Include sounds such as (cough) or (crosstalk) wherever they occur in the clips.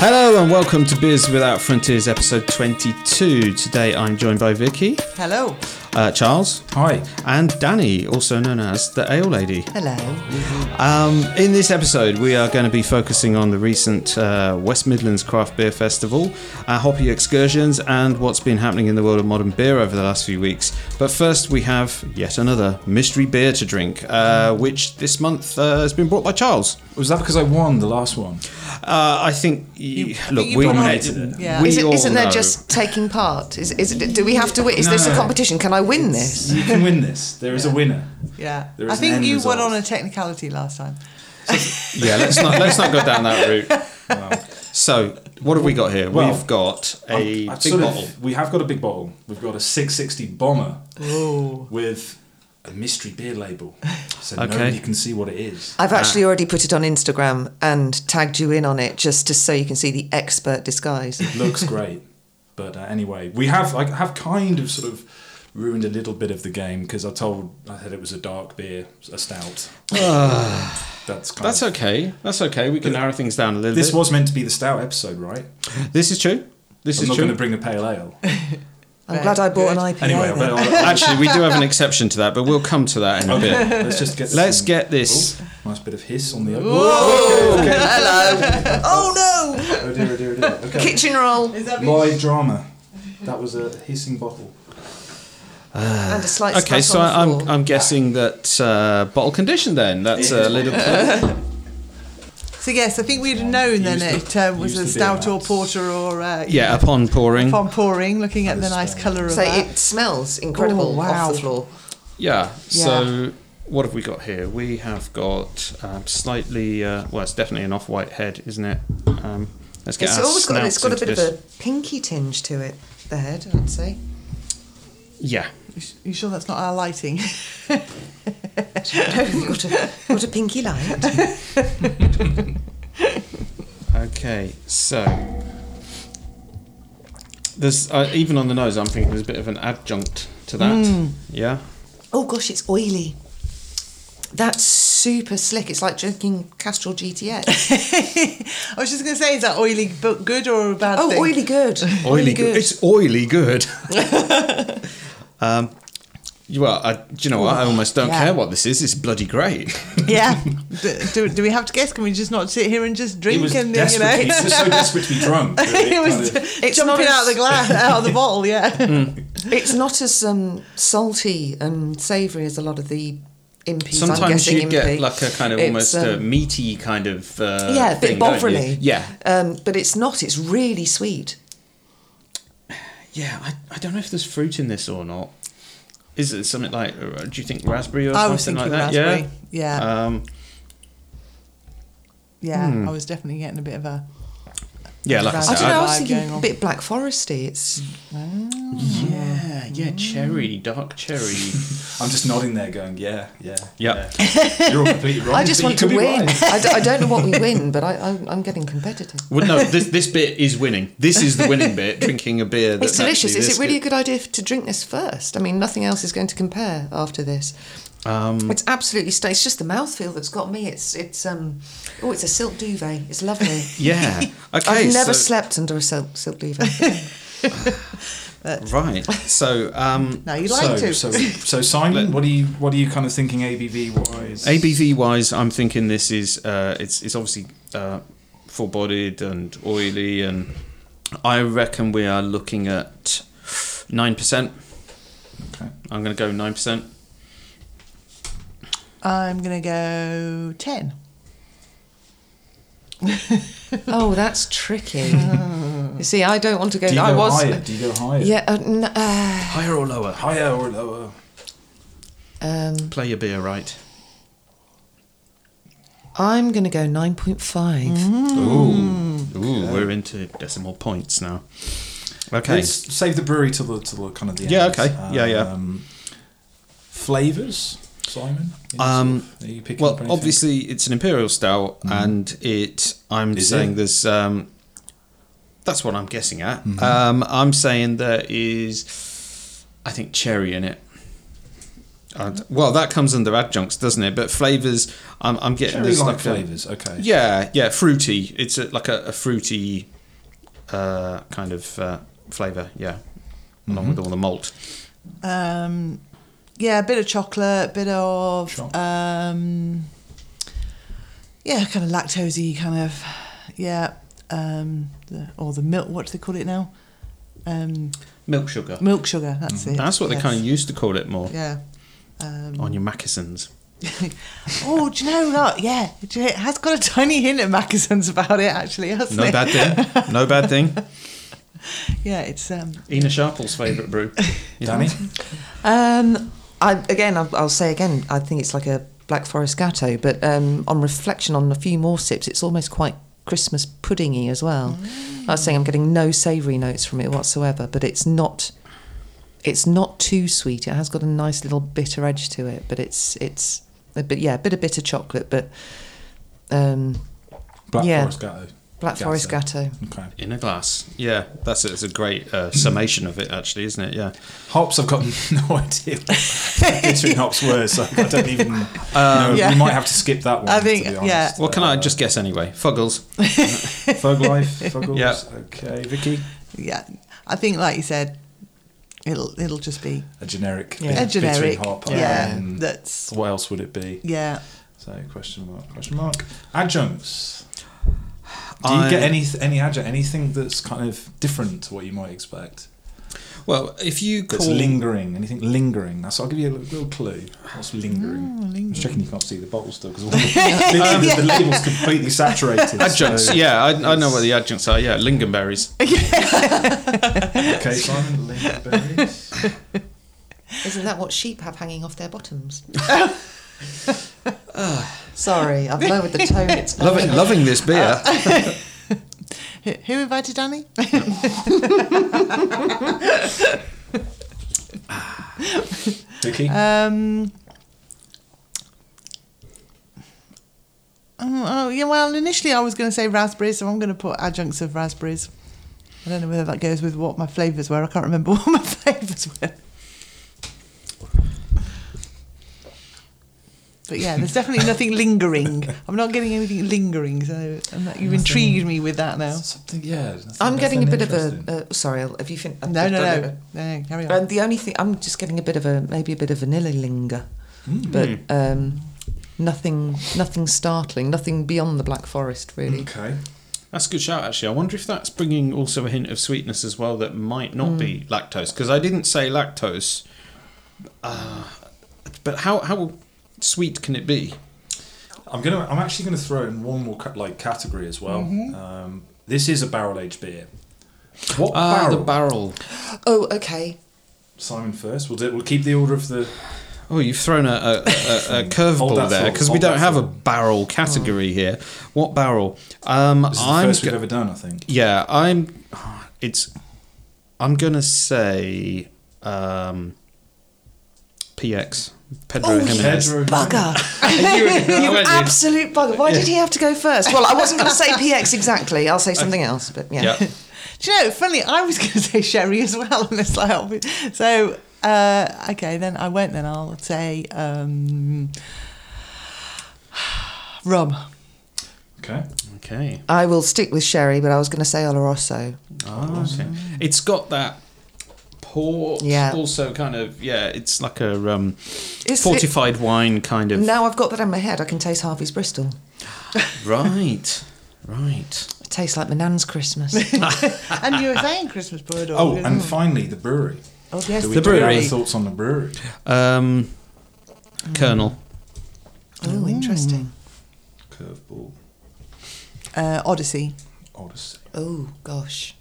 Hello and welcome to Beers Without Frontiers, episode 22. Today I'm joined by Vicky, Hello. uh, Charles, Hi. and Danny, also known as the Ale Lady. Hello. Um, in this episode, we are going to be focusing on the recent uh, West Midlands Craft Beer Festival, our hoppy excursions, and what's been happening in the world of modern beer over the last few weeks. But first, we have yet another mystery beer to drink, uh, which this month uh, has been brought by Charles. Was that because I won the last one? Uh, I think, y- look, you we dominated it. Yeah. We Is it, all isn't know. there just taking part? Is, is it, do we have to win? Is No, this a no. competition? Can I win this? You can win this. There is a winner. Yeah. There I is an end think you went result. on a technicality last time. (laughs) Yeah, let's not let's not go down that route. So, what have we got here? Well, We've got a I'm- I'm big sort of- bottle. we have got a big bottle. We've got a 660 bomber with a mystery beer label, (laughs) so nobody can see what it is. I've actually already put it on Instagram and tagged you in on it just to so you can see the expert disguise. Looks great, but uh, anyway, we have I have kind of sort of ruined a little bit of the game because I told I said it was a dark beer, a (sighs) stout. That's kind That's of, okay. That's okay. We can narrow things down a little This bit. was meant to be the stout episode, right? This is true. This I'm is not true. going to bring a pale ale. I'm glad I bought an Good. IPA. Anyway, then. (laughs) well, I'll- (laughs) Actually, we do have an exception to that, but we'll come to that in a bit. let's just get. This Let's in. get this. Oh, nice bit of hiss on the. (laughs) oh no! Oh dear, oh dear, oh dear. Okay. Kitchen roll Is that Live drama. That was a hissing bottle. and a slight Ah. Okay, splash so on the I'm floor. I'm guessing that uh, bottle condition. Then (laughs) that's a little. So yes, I think we'd have known then Use it the- um, was use a the stout beer or mats. porter or uh, Yeah, upon pouring. upon pouring, looking at the nice colour of so that. it smells incredible Oh, wow. off the floor. Yeah. So what have we got here? We have got um, slightly. Uh, well, it's definitely an off-white head, isn't it? Um, let's get. It's our always got, it's snouts got a into bit of this. a pinky tinge to it, the head, I'd say. Yeah. You s- you sure that's not (laughs) our lighting? (laughs) got, a, got a pinky light. (laughs) Okay, so there's uh, even on the nose. I'm thinking there's a bit of an adjunct to that. Hmm. Yeah, Oh gosh, it's oily. That's super slick. It's like drinking Castrol GTX. (laughs) I was just going to say, is that oily but good or a bad Oh, thing? oily good. It's (laughs) oily good. um, you- well, I, do you know what? I almost don't yeah. care what this is. It's bloody great. Yeah. do, do, do we have to guess? Can we just not sit here and just drink He was and desperate. you He know? was so (laughs) desperate to be drunk. that it was kind of- it's jumping not out of the as- glass, out of the bottle. Yeah. It's not as um, salty and savoury as a lot of the impies. I'm Sometimes guessing you get impy. like a kind of It's, almost um, uh meaty kind of uh, yeah, a bit thing, don't you? bovrily. Yeah, um, but it's not. It's really sweet. yeah. I, I don't know if there's fruit in this or not. Is it something like? uh, Do you think raspberry or I something was like thinking that? raspberry. Yeah. Yeah. Um, Yeah, I was definitely getting a bit of a. yeah, like I I said, That's don't a know. I was vibe thinking going a on. bit black foresty. It's (laughs) Yeah, Uh, yeah, cherry, dark cherry. (laughs) I'm just nodding there, going, yeah, yeah. Yep. yeah. You're (laughs) all completely wrong. I just but want you to could be win. (laughs) right. I, d- I don't know what we win, but I, I, I'm getting competitive. well, no, this this bit is winning. This is the (laughs) winning bit. Drinking a beer. That's It's delicious. actually Is this it really a good. good idea f- to drink this first? I mean, nothing else is going to compare after this. Mm. Um, it's absolutely sta It's just the mouthfeel that's got me. It's it's um oh, it's a silk duvet. It's (laughs) lovely. (laughs) Yeah. Okay. I've never so- slept under a silk silk duvet. (laughs) Right. So um, No, you So, like to. so, so, Simon, what are you, what are you kind of thinking ABV wise? ABV wise, I'm thinking this is uh, it's it's obviously uh, full bodied and oily, and I reckon we are looking at nine percent. Okay. I'm going to go nine percent. I'm gonna go ten. oh, that's (laughs) tricky. you see, I don't want to go. Do you go I was. higher? Do you go higher? Yeah. Uh, n- uh, Higher or lower? Higher or lower? um, Play your beer right. I'm going to go nine point five. Mm. Ooh, we're into decimal points now. Okay. Let's save the brewery till the, till the kind of the Yeah, end. okay. Yeah, yeah. Um, flavors, Simon. Any Um, sort of- are you picking up Well, anything? Mm. obviously it's an imperial stout, and it. I'm Is saying it? there's. Um, that's what I'm guessing at. Mm-hmm. Um, I'm saying there is. I think cherry in it. I d- well, that comes under adjuncts, doesn't it? But flavors, I'm, I'm getting Cherry this like like a- flavours, okay. yeah, yeah, fruity. It's a, like a, a fruity uh, kind of uh, flavor. Yeah, along Mm-hmm. with all the malt. Um, yeah, a bit of chocolate, a bit of Choc- um, yeah, kind of lactosey kind of yeah, um, the, or the milk. What do they call it now? Um, Milk sugar. milk sugar. That's it. Mm-hmm. That's what they yes. kind of used to call it more Yeah. Um, on your moccasins. oh, do you know that? Yeah, do you- it has got a tiny hint of Mackesons about it, actually, hasn't No it? bad thing. No (laughs) bad thing. (laughs) Yeah, it's um, Ina Sharple's favourite (laughs) brew. Danny? Um, I, again, I'll, I'll say again, I think it's like a Black Forest Gatto, but um, on reflection on a few more sips, it's almost quite Christmas puddingy as well. I was saying I'm getting no savoury notes from it whatsoever, but it's not. It's not too sweet. It has got a nice little bitter edge to it, but it's it's a bit yeah, a bit of bitter chocolate, but um, Black Yeah. Forest Gatto. Black Forest Gatto. Okay. In a glass. Yeah, that's it. It's a great uh, summation of it, actually, isn't it? Yeah. Hops, I've got (laughs) no idea (laughs) what glittering hops were, so I don't even know. yeah. We might have to skip that one. I think- to be honest. Uh, yeah. Um, What can I just guess anyway? Fuggles. (laughs) Fug life, fuggles. Yeah. Okay, Vicky. yeah. I think, like you said, it'll it'll just be A generic. Yeah. bit- a glittering generic. hop. yeah, um, that's what else would it be? yeah. So question mark, question mark. Adjuncts. Do you I- get any any adjunct anything that's kind of different to what you might expect? Well, if you That's call lingering. Anything lingering? That's. I'll give you a little, little clue. What's Mm, lingering? I'm just checking you can't see the bottle still (laughs) because (laughs) the, the label's completely saturated. adjuncts, so- yeah, I, I know what the adjuncts are. Yeah, lingonberries. Okay, Simon. Lingonberries. (laughs) Isn't that what sheep have hanging off their bottoms? Ah, Sorry, I've lowered the tone. It's loving, loving this (laughs) beer. Who, who invited Danny? Vicky. Um, oh, oh, yeah. Well, initially I was going to say raspberries, so I'm going to put adjuncts of raspberries. I don't know whether that goes with what my flavours were. I can't remember (laughs) what my flavours were. But yeah, there's definitely nothing (laughs) (laughs) lingering. I'm not getting anything lingering, so and that, you've intrigued me with that now. Something. Yeah. I'm nothing- getting a nothing bit of interesting. a. Uh, sorry, I'll- have you fin- I've No, no, just done no, no. Carry it. on. Um, the only thing I'm just getting a bit of a maybe a bit of vanilla linger, but um, nothing, nothing startling, nothing beyond the Black Forest really. Okay. That's a good shout, actually. I wonder if that's bringing also a hint of sweetness as well that might not be lactose, because I didn't say lactose. Uh, but how how sweet can it be? I'm gonna. I'm actually gonna throw in one more ca- like category as well. Mm-hmm. Um, this is a barrel aged beer. What Ah, barrel? the barrel. Oh, okay. Simon first. We'll do. We'll keep the order of the. Oh, you've thrown a, a, a, a (laughs) Hold curveball that there thought, because we hold don't that have a thought. barrel category here. What barrel? Um, This is the I'm 1st go- we've ever done. I think. Yeah, I'm. It's. I'm gonna say. Um, PX. Pedro Oh, Jimenez. Pedro- Bugger! (laughs) (laughs) you, you absolute bugger! Why did he have to go first? Well, I wasn't going to say PX exactly. I'll say something else, but yeah. Yeah. Do you know, funny, I was (laughs) going to say sherry as well, and it's like, oh, so, uh, okay, then I won't, then I'll say um, (sighs) (laughs) rum. Okay. Okay. I will stick with sherry, but I was going to say Oloroso. Oh, okay. It's got that port. Yeah. Also, kind of yeah. It's like a um, It's- fortified wine kind of. Now I've got that in my head. I can taste Harvey's Bristol. Right. Right. It tastes like my nan's Christmas. And you were saying Christmas bread, or (laughs) Oh, and finally the brewery. oh, yes, Do we The do have brewery. any Thoughts on the brewery? Um, Colonel. oh, interesting. Curveball. uh, Odyssey. Odyssey. Oh gosh.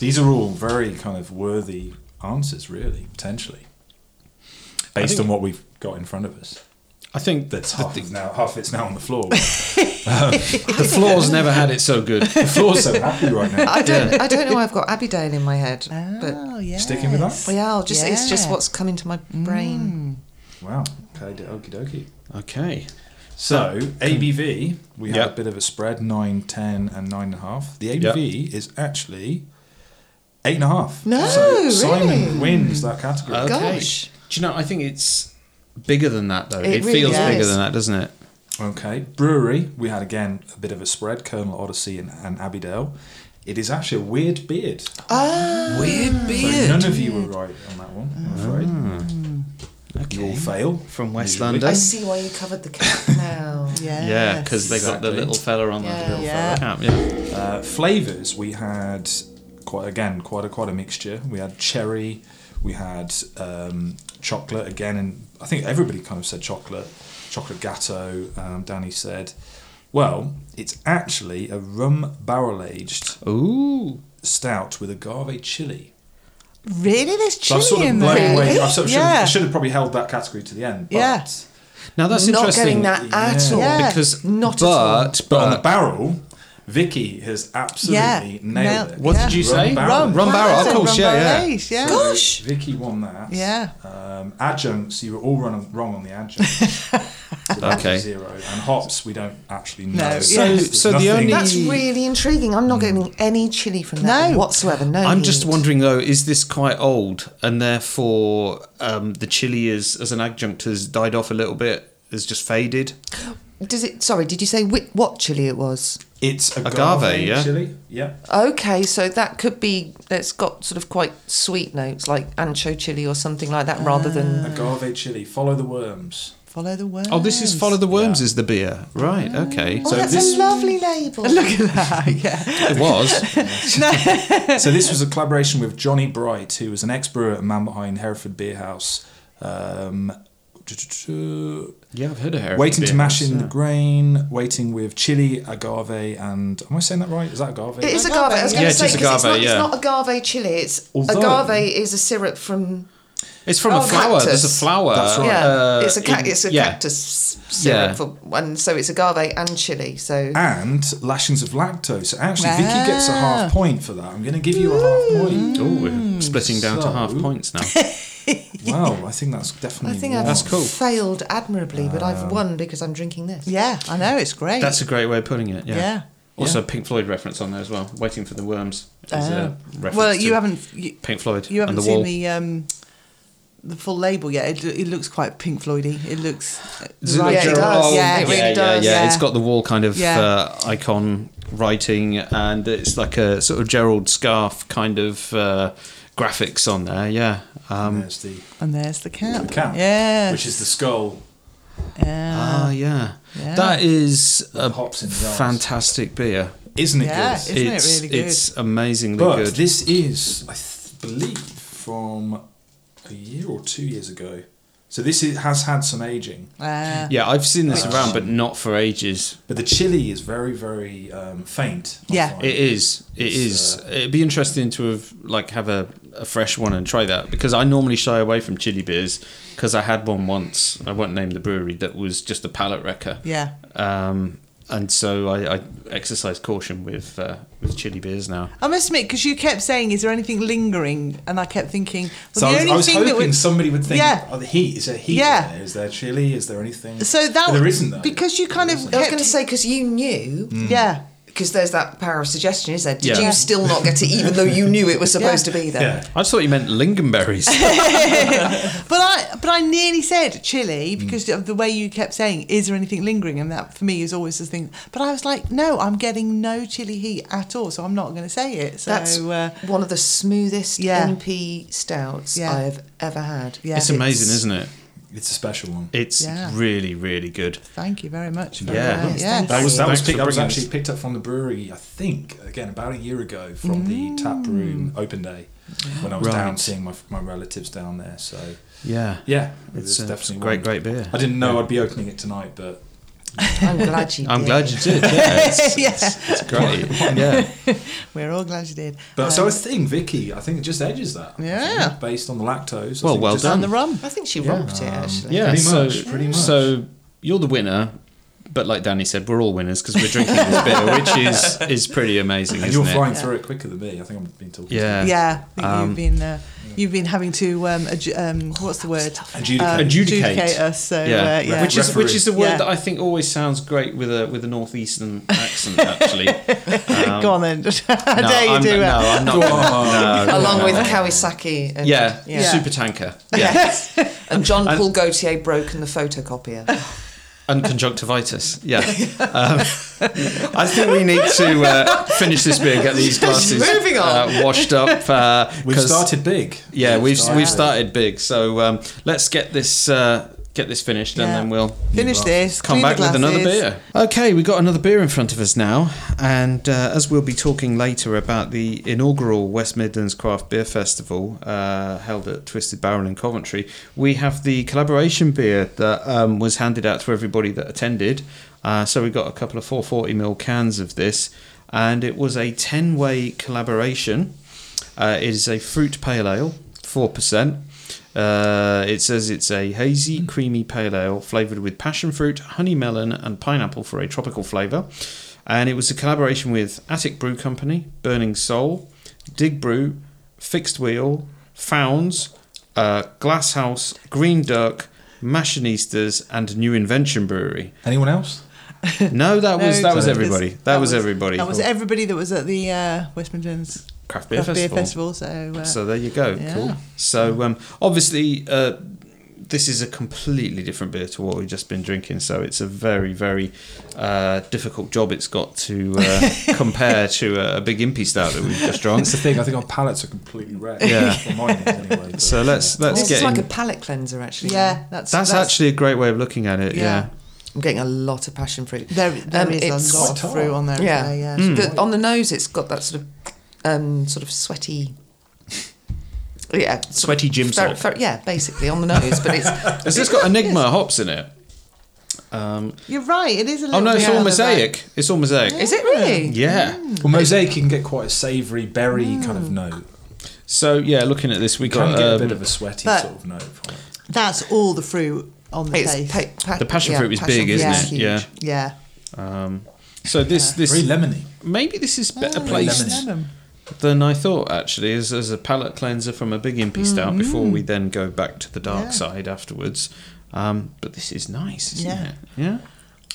These are all very kind of worthy answers, really, potentially, based think- on what we've got in front of us. I think That's that's half the, of now. Half of it's now on the (laughs) floor. (laughs) Um, the floor's never had it so good. the floor's so happy right now. I don't. I don't know. why I've got Abbeydale in my head, but Oh, yeah. Ah, Sticking with that? well, yeah, I'll just it's just Yeah. what's come into my brain. Wow. Okay. Okie dokie. Okay. Uh, So ABV, we had Yep. a bit of a spread, 9, 10 and 9.5. The ABV is actually 8.5. No, So Simon really? wins that category. Okay. Gosh, Do you know? I think it's bigger than that though. It, It really feels bigger is. than that, doesn't it? Okay, brewery. We had again a bit of a spread: Colonel Odyssey and, and Abbeydale. It is actually a weird beard. Ah. Weird Mm. So none of you were right on that one. I'm afraid you all fail From West usually. London. I see why you covered the (laughs) cat now. Yeah. Yeah, because they got the Exactly. little fella on Yeah. the little Yeah. cap. Yeah. Uh, flavors we had quite again quite a quite a mixture. We had cherry, we had um, chocolate again, and I think everybody kind of said chocolate, chocolate gatto. Um, Danny said, "Well, it's actually a rum barrel aged Ooh. stout with agave chili." Mm. Really? There's So I've chili sort of in blown there. away. I sort of should, yeah. have, should have probably held that category to the end. But, Yeah. Now that's Not getting interesting. that at Yeah. all. Yeah. Because Not at all. but, but on the But barrel, Vicky has absolutely Yeah. nailed it. Nailed- What did you Rum say? barrel. Rum, Rum barrel, I of said course, rum yeah, barrel yeah. aged, yeah. Good. Gosh. Vicky won that. Yeah. Um, adjuncts, you were all wrong, wrong on the adjuncts. So that was Okay. Zero. And hops, we don't actually know. No, So- yeah. so the Nothing. only- That's really intriguing. I'm not Hmm. getting any chili from that No. whatsoever. No. I'm just heat. wondering though, is this quite old and therefore um, the chili is as an adjunct has died off a little bit, has just faded? Does it? Sorry, did you say whi- what chili it was? It's agave, Agave, yeah. chili. Yeah. Okay, so that could be. It's got sort of quite sweet notes, like ancho chili or something like that, rather than. Ah. Agave chili. Follow the worms. Follow the worms. Oh, this is follow the worms Yeah. is the beer, right? Mm. Okay, Oh, so that's this a lovely (laughs) label. Look, it was. so this was a collaboration with Johnny Bright, who was an ex-brewer and man behind Hereford Beer House. Um, yeah, I've heard of her. Waiting to mash in the grain, waiting with chili, agave, and am I saying that right? Is that agave? it is agave. Agave, I was going yeah. to Yeah, say it is 'cause it's, agave, not, yeah. it's not agave chili. It's Although- agave is a syrup from. It's from Oh, a flower. cactus. There's a flower. That's right. Yeah, uh, it's a ca- in- it's a yeah. cactus syrup, Yeah. for, and so it's agave and chili. So and lashings of lactose. So actually, Vicky gets a Ah. half point for that. I'm going to give you a half point. Oh, we're splitting down So- to half points now. (laughs) Wow, I think that's definitely. I think I've one. Mm, That's cool. Um, failed admirably, but I've won because I'm drinking this. Yeah, I know. It's great. That's a great way of putting it. Yeah. Yeah. Also, Pink Floyd reference on there as well. Waiting for the worms. Is Oh. a reference well, you to haven't you, Pink Floyd. you haven't and the seen wall. the um, the full label yet. It, it looks quite Pink Floydy. It looks uh, Does it look Right, it Gerard? does. Yeah, it yeah, really yeah, does. Yeah, it's got the wall kind of Yeah. uh, icon writing, and it's like a sort of Gerald scarf kind of uh, graphics on there. Yeah. And Um, there's the, And there's the cap. the cap, Yeah. which is the skull. yeah. ah, yeah. Yeah. That is a Hops in jars. fantastic beer. Isn't it Yeah, good? Isn't it it's, really good? It's amazingly but good. this is, I th- believe, from a year or two years ago. So this is, has had some aging, Ah. yeah, I've seen this around, but not for ages. but the chili is very, very um, faint. I Yeah. find. It is. It It's, is. uh, It'd be interesting to have like have a, a fresh one and try that because I normally shy away from chili beers because I had one once. I won't name the brewery that was just a palate wrecker. Yeah. Um, and so I, I exercise caution with uh, with chili beers now. I must admit, because you kept saying, "Is there anything lingering?" and I kept thinking, well, So the I was, only I was thing hoping that would (laughs) somebody would think, Yeah. oh, the heat, is there heat Yeah. in there? Is there chili? Is there anything? So that But there isn't, though. because you kind of I was kept- going to say because you knew. yeah. Because there's that power of suggestion, is there? Did Mm. Yeah. you still not get it, even though you knew (laughs) it was supposed to be there? Yeah. I just thought you meant (laughs) lingonberries. But I but I nearly said chili Mm. because of the way you kept saying, "Is there anything lingering?" and that for me is always the thing. But I was like, "No, I'm getting no chili heat at all, so I'm not going to say it." So That's uh, one of the smoothest Yeah. MP stouts Yeah. I have ever had. Yeah. it's amazing, isn't it? It's a special one. It's Yeah. really, really good. thank you very much. for Yeah. that. Yes, yeah. thank That was, that was, Thanks for picked, that was bringing this. actually picked up from the brewery, I think, again, about a year ago from the tap room open day when I was Right. down seeing my, my relatives down there. So, Yeah. yeah, it It's was a definitely great, one. great beer. I didn't know I'd be opening it tonight, but I'm glad you did. I'm glad you (laughs) did. Yeah, it's, it's, it's great. Yeah. We're all glad you did. but Um, so I think Vicky, I think it just edges that. I Yeah. think, based on the lactose. I Well, think well just- Um, done. and the rum. I think she Yeah. rocked it, actually. Yeah, Pretty so, much, pretty much. So you're the winner, but like Danny said, we're all winners because we're drinking this beer, which is is pretty amazing. And isn't you're it? flying through it quicker than me. I think I've been talking. Yeah. Yeah, I think Um, you've been. Uh, you've been having to um, adju- um what's the word? Adjudicate. Um, Adjudicate. us. So Yeah. yeah, uh, yeah. which is Referee. which is a word Yeah. that I think always sounds great with a with a northeastern uh, (laughs) accent. Actually, Um, Go on then. (laughs) How no, dare you I'm, do no, it? I'm not. no, no, Along no. with Kawasaki and, yeah, Yeah. super tanker. (laughs) Yeah, Yes. and John And- Paul Gaultier broken the (laughs) photocopier. and conjunctivitis. (laughs) Yeah, um, I think we need to uh, finish this beer, get these glasses Moving on. Uh, washed up. Uh, We've 'cause- started big. Yeah, we've started we've big. started big. So um, let's get this uh, get this finished, and Yeah. then we'll Finish Right. this. come clean back the with another glasses. beer. Okay, we've got another beer in front of us now, and uh, as we'll be talking later about the inaugural West Midlands Craft Beer Festival uh, held at Twisted Barrel in Coventry, we have the collaboration beer that um, was handed out to everybody that attended. Uh, so we got a couple of 440ml cans of this, and it was a 10 way collaboration. Uh, it is a fruit pale ale, 4%. Uh, it says it's a hazy, creamy pale ale flavored with passion fruit, honey melon, and pineapple for a tropical flavor. And it was a collaboration with Attic Brew Company, Burning Soul, Dig Brew, Fixed Wheel, Founds, uh, Glass House, Green Duck, Machinistas, and New Invention Brewery. Anyone else? (laughs) No, that No, was that was just- everybody. That, was, everybody. That was everybody that was at the uh, West Midlands Craft Beer Craft Beer Festival. Festival. So, uh, So there you go. Yeah. Cool. So um, obviously, uh, this is a completely different beer to what we've just been drinking. So it's a very, very uh, difficult job it's got to (laughs) uh, compare to a, a big impy stout that we've just drunk. That's the thing. I think our palates are completely red. (laughs) Yeah. Well, mine is anyway, but- (laughs) So let's let's This get. is like in- a palate cleanser, actually. yeah, that's that's, actually a great way of looking at it. Yeah. Yeah. I'm getting a lot of passion fruit. there. There Um, is it's- a lot Quite of fruit tall. on there. Yeah. Yeah, yeah. Hmm. The- on the nose, it's got that sort of, um, sort of sweaty. Yeah, sort Sweaty gym of fer- salt. fer- yeah, basically on the nose, but (laughs) it's Has (laughs) this got Enigma hops in it? Um, You're right. It is a oh little. no, it's bit all of that. mosaic. It's all mosaic. is it really? Yeah. Hmm. Well, mosaic you can get quite a savoury berry Mm. kind of note. So yeah, looking at this, we You can got get a um, bit of a sweaty but- sort of note. From it. That's all the fruit on the It's face. pa- pa- The passion yeah, fruit is passion big, isn't fruit it? is huge. Yeah. yeah. Um, so this this Very lemony. maybe this is better Mm, Very placed lemony. than I thought actually as, as a palate cleanser from a big impy stout before we then go back to the dark Mm-hmm. Yeah. side afterwards. Um, but this is nice, isn't Yeah. it? Yeah.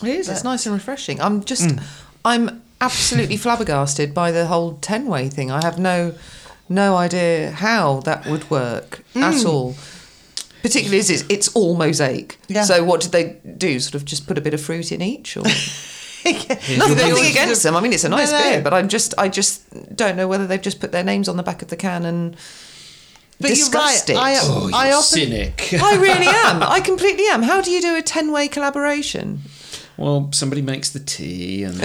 It is. It's nice and refreshing. I'm just, I'm absolutely flabbergasted by the whole ten way thing. I have no, no idea how that would work Mm. at all. Particularly as it's, it's all mosaic. Yeah. So what did they do? Sort of just put a bit of fruit in each, (laughs) or your nothing, nothing beer. against them. I mean, it's a No, nice no. beer, but I'm just, I just don't know whether they've just put their names on the back of the can and But discussed you're right. it. I, I often cynic. I really am. I completely am. How do you do a ten way collaboration? well, somebody makes the tea (laughs) and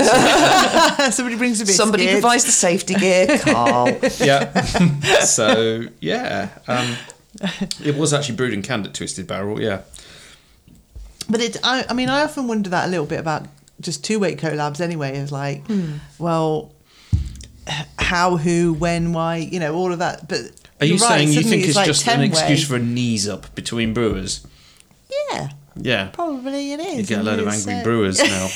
(laughs) somebody brings a biscuit. Somebody provides the safety (laughs) gear, Carl. yeah. so yeah, um, it was actually brewed and canned at Twisted Barrel. Yeah. But it, I, I mean, I often wonder that a little bit about just two-way collabs. Anyway, is like, Hmm. well, h- how, who, when, why, you know, all of that. But Are you you're right, saying you suddenly think it's like just an 10-way. excuse for a knees up between brewers? Yeah, Yeah. probably it is. You get a load of It angry is, uh, brewers now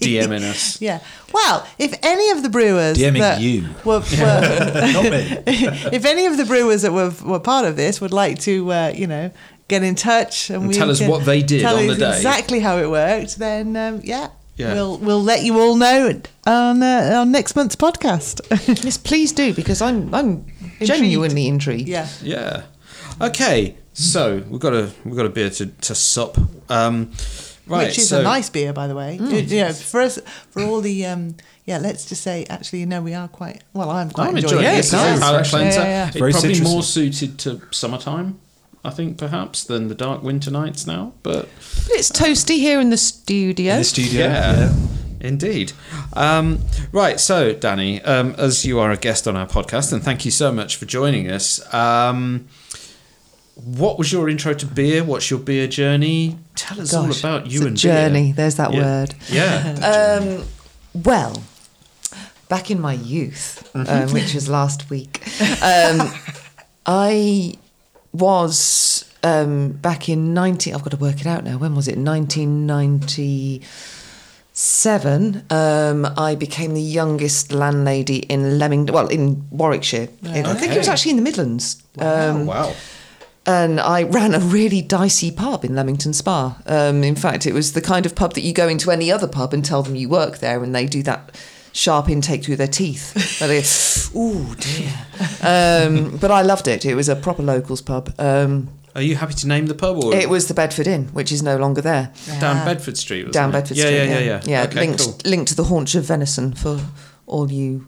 DMing (laughs) us. Yeah. Well, if any of the brewers DMing that you. were, (laughs) were Not me. (laughs) if any of the brewers that were, were part of this would like to, uh, you know, get in touch and, we tell us can what they did tell on us the day. exactly how it worked, then um, yeah, Yeah. we'll we'll let you all know on uh, on next month's podcast. (laughs) Yes, please do because I'm I'm genuinely intrigued. yeah, Yeah. Okay. So we've got a we've got a beer to to sup. Um, right. which is so Mm. a nice beer, by the way. You know, for us, for all the um, yeah, let's just say actually, no, we are quite well. I'm quite I'm enjoying enjoying it. it. It's yeah, nice. yeah. palate cleanser. Yeah, yeah. It's Very probably citrusy. more suited to summertime, I think, perhaps than the dark winter nights now. But It's toasty here in the studio. In the studio. yeah. yeah. Indeed. Um, right, so Danny, um, as you are a guest on our podcast, and thank you so much for joining us. Um, what was your intro to beer? What's your beer journey? Tell us all Gosh, about you it's a and journey. Beer. There's that Yeah. word. (laughs) Yeah. Um, well, back in my youth, Mm-hmm. um, which was last week, um, I was um, back in 19. I've got to work it out now. When was it? 1990. seven, um, I became the youngest landlady in Leamington, well, in Warwickshire. In- I think it was Okay. actually in the Midlands. Um, wow. and I ran a really dicey pub in Leamington Spa. Um, in fact, it was the kind of pub that you go into any other pub and tell them you work there, and they do that sharp intake through their teeth. Where they, ooh dear. Um, but I loved it. It was a proper locals pub. Um, Are you happy to name the pub or it was the Bedford Inn, which is no longer there. down Bedford Street? wasn't Down it? Bedford yeah, Street. Yeah, yeah, yeah. Yeah, okay, linked, cool. linked to the haunch of venison for all you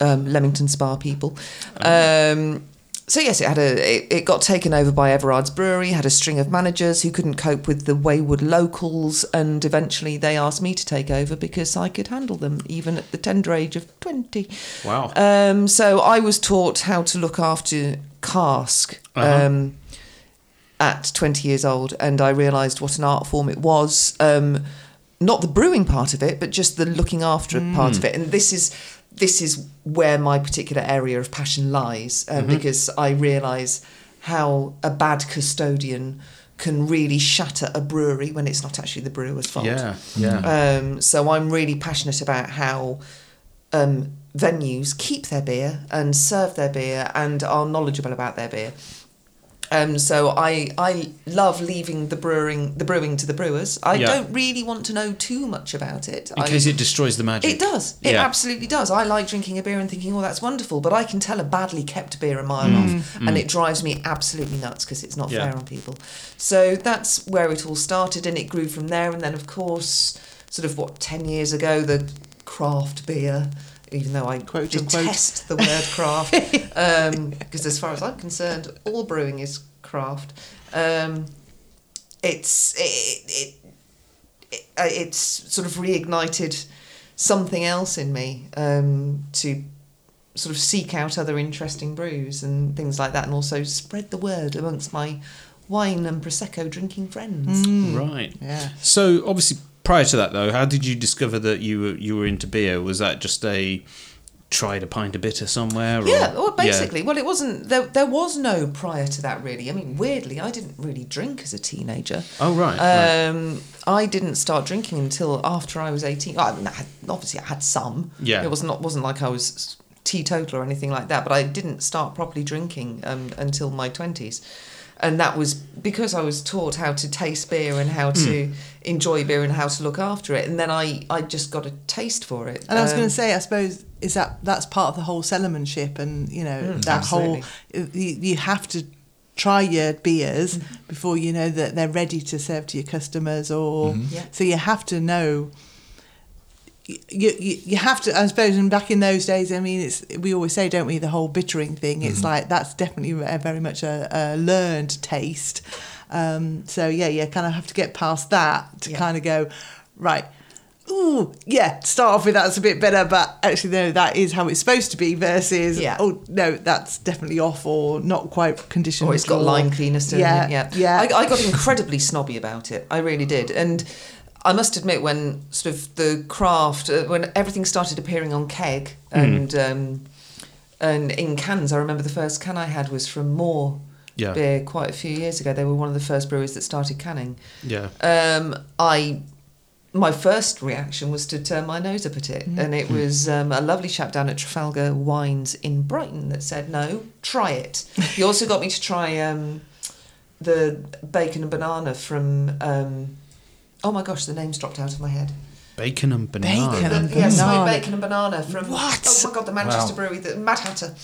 um, Leamington Spa people. Oh, Um, so yes, it had a. It, it got taken over by Everard's Brewery. Had a string of managers who couldn't cope with the wayward locals, and eventually they asked me to take over because I could handle them, even at the tender age of twenty. Wow. Um, so I was taught how to look after cask Uh-huh. um, at 20 years old, and I realised what an art form it was. Um, not the brewing part of it, but just the looking after Mm. part of it. And this is this is where my particular area of passion lies, Mm-hmm. um, because I realise how a bad custodian can really shatter a brewery when it's not actually the brewer's fault. Yeah, Mm. yeah. Um, so I'm really passionate about how um, venues keep their beer and serve their beer and are knowledgeable about their beer. Um, so I I love leaving the brewing the brewing to the brewers. I Yeah. don't really want to know too much about it. In I- case it destroys the magic. it does. It Yeah. absolutely does. I like drinking a beer and thinking, "Oh, that's wonderful," but I can tell a badly kept beer a mile off, and it drives me absolutely nuts because it's not Mm. Yeah. fair on people. So that's where it all started, and it grew from there. And then, of course, sort of what ten years ago, the craft beer. Even though I Quote, unquote. detest the word (laughs) craft, because as far as I'm concerned, all brewing is craft. Um, it's it, it it- uh, it's sort of reignited something else in me um, to sort of seek out other interesting brews and things like that, and also spread the word amongst my wine and prosecco drinking friends. Mm. Right. Yeah. So obviously, prior to that though, how did you discover that you were you were into beer? Was that just a tried a pint of bitter somewhere? Or, Yeah, well, basically, well, it wasn't there. There was no prior to that, really. I mean, weirdly, I didn't really drink as a teenager. Oh right. right. Um, I didn't start drinking until after I was eighteen. I mean, I had, obviously, I had some. Yeah. It was not wasn't like I was teetotal or anything like that. But I didn't start properly drinking um, until my twenties, and that was because I was taught how to taste beer and how Hmm. to enjoy beer and how to look after it. And then I I just got a taste for it. And I was Um, going to say, I suppose is that that's part of the whole cellarmanship, and you know that Hmm, absolutely. Hmm. whole you, you have to try your beers before you know that they're ready to serve to your customers, or Yeah. so you have to know. You, you you have to I suppose and back in those days I mean it's we always say don't we the whole bittering thing it's Mm-hmm. like that's definitely a, very much a, a learned taste um, so yeah you kind of have to get past that to Yeah. kind of go right ooh, yeah, start off with that's a bit better, but actually, no, that is how it's supposed to be versus, Yeah. oh, no, that's definitely off or not quite conditioned. Or Oh, it's got or- line cleaner still in yeah, it. Yeah, Yeah. I, I got incredibly snobby about it. I really did, and I must admit, when sort of the craft, uh, when everything started appearing on keg and um, and in cans, I remember the first can I had was from Moore Yeah. beer quite a few years ago. They were one of the first breweries that started canning. yeah. Um, I my first reaction was to turn my nose up at it, Mm. and Hmm. it was um, a lovely chap down at Trafalgar Wines in Brighton that said, "No, try (laughs) it." he also got me to try um, the bacon and banana from. Um, oh my gosh, the name's dropped out of my head. Bacon and banana. Bacon and- Yeah, banana. sweet bacon and banana from. What? Oh my god, the Manchester Wow. brewery, the Mad Hatter.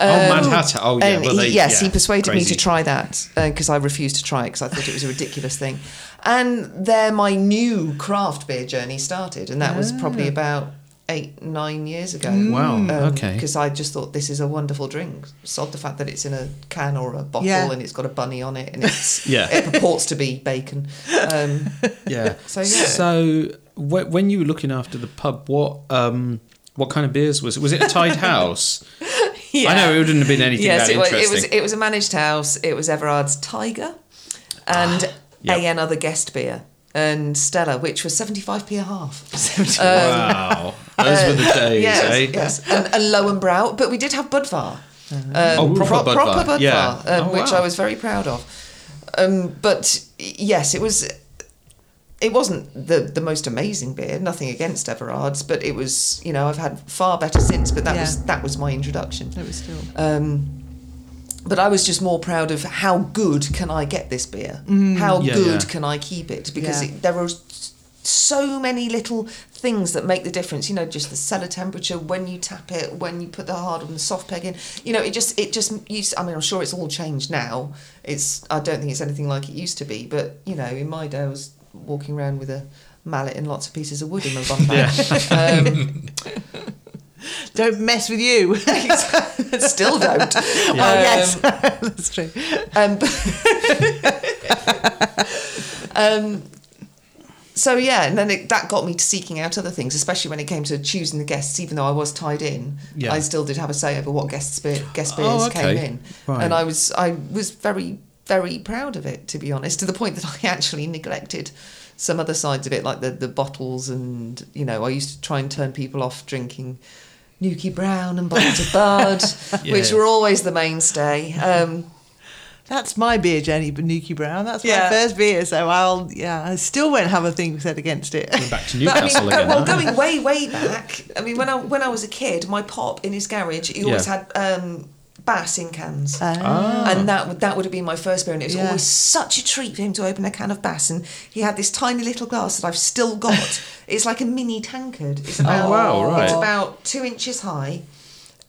oh, Mad Um, Hatter. Oh yeah. and well, he- they- yes, yeah, he persuaded me crazy. to try that because I refused to try it because I thought it was a ridiculous thing. And there, my new craft beer journey started, and that was probably about eight, nine years ago. Ah. Mm. Wow, okay. Because I just thought this is a wonderful drink. Sod the fact that it's in a can or a bottle Yeah. and it's got a bunny on it and it's (laughs) Yeah. it purports to be bacon. Um, (laughs) Yeah. (laughs) So, yeah. So wh- when you were looking after the pub, what um what kind of beers was it? Was it a (laughs) Tide House? I know it wouldn't have been anything yes, that it was, interesting. it was. It was a managed house. It was Everard's Tiger, Ah, and yep. AN other guest beer and Stella, which was seventy five p a (laughs) half. wow. Those were the days, Um, uh, yes, eh? yes, and, and Lowenbrau, but we did have Budvar. Um, Mm-hmm. Oh, proper pro- Budvar, proper Budvar, yeah. um, Oh, which wow. I was very proud of. Um, but yes, it was it wasn't the the most amazing beer. Nothing against Everard's, but it was you know I've had far better since. But that Yeah. was that was my introduction. It was still. Um, but I was just more proud of how good can I get this beer? Mm. How Yeah, good yeah. can I keep it? Because Yeah. it, there are s- so many little things that make the difference. You know, just the cellar temperature, when you tap it, when you put the hard and the soft peg in. You know, it just it just you, s- I mean, I'm sure it's all changed now. It's I don't think it's anything like it used to be. But you know, in my day, I was walking around with a mallet and lots of pieces of wood in my bum bag. um, Don't mess with you. (laughs) (laughs) still don't. Oh yes, (laughs) that's true. Um, (laughs) um, so yeah, and then it, that got me to seeking out other things, especially when it came to choosing the guests. Even though I was tied in, Yeah. I still did have a say over what guest spe- guest beers Oh, okay. came in, Right. and I was I was very very proud of it to be honest, to the point that (laughs) I actually neglected some other sides of it, like the the bottles, and you know I used to try and turn people off drinking. Nuki Brown and bottles of (laughs) Bud, which Yeah. were always the mainstay. Um, That's my beer, Jenny but Nuki Brown. That's Yeah. my first beer, so I'll yeah, I still won't have a thing said against it. (laughs) Back But to I mean, Newcastle go- again. well, huh? going way, way back. I mean, when I when I was a kid, my pop in his garage, he always Yeah. had um, bass in cans. Ah. And that would that would have been my first beer, and it was Yeah. always such a treat for him to open a can of Bass. And he had this tiny little glass that I've still got. it's like a mini tankard. It's about, Oh, wow, It's right. about two inches high,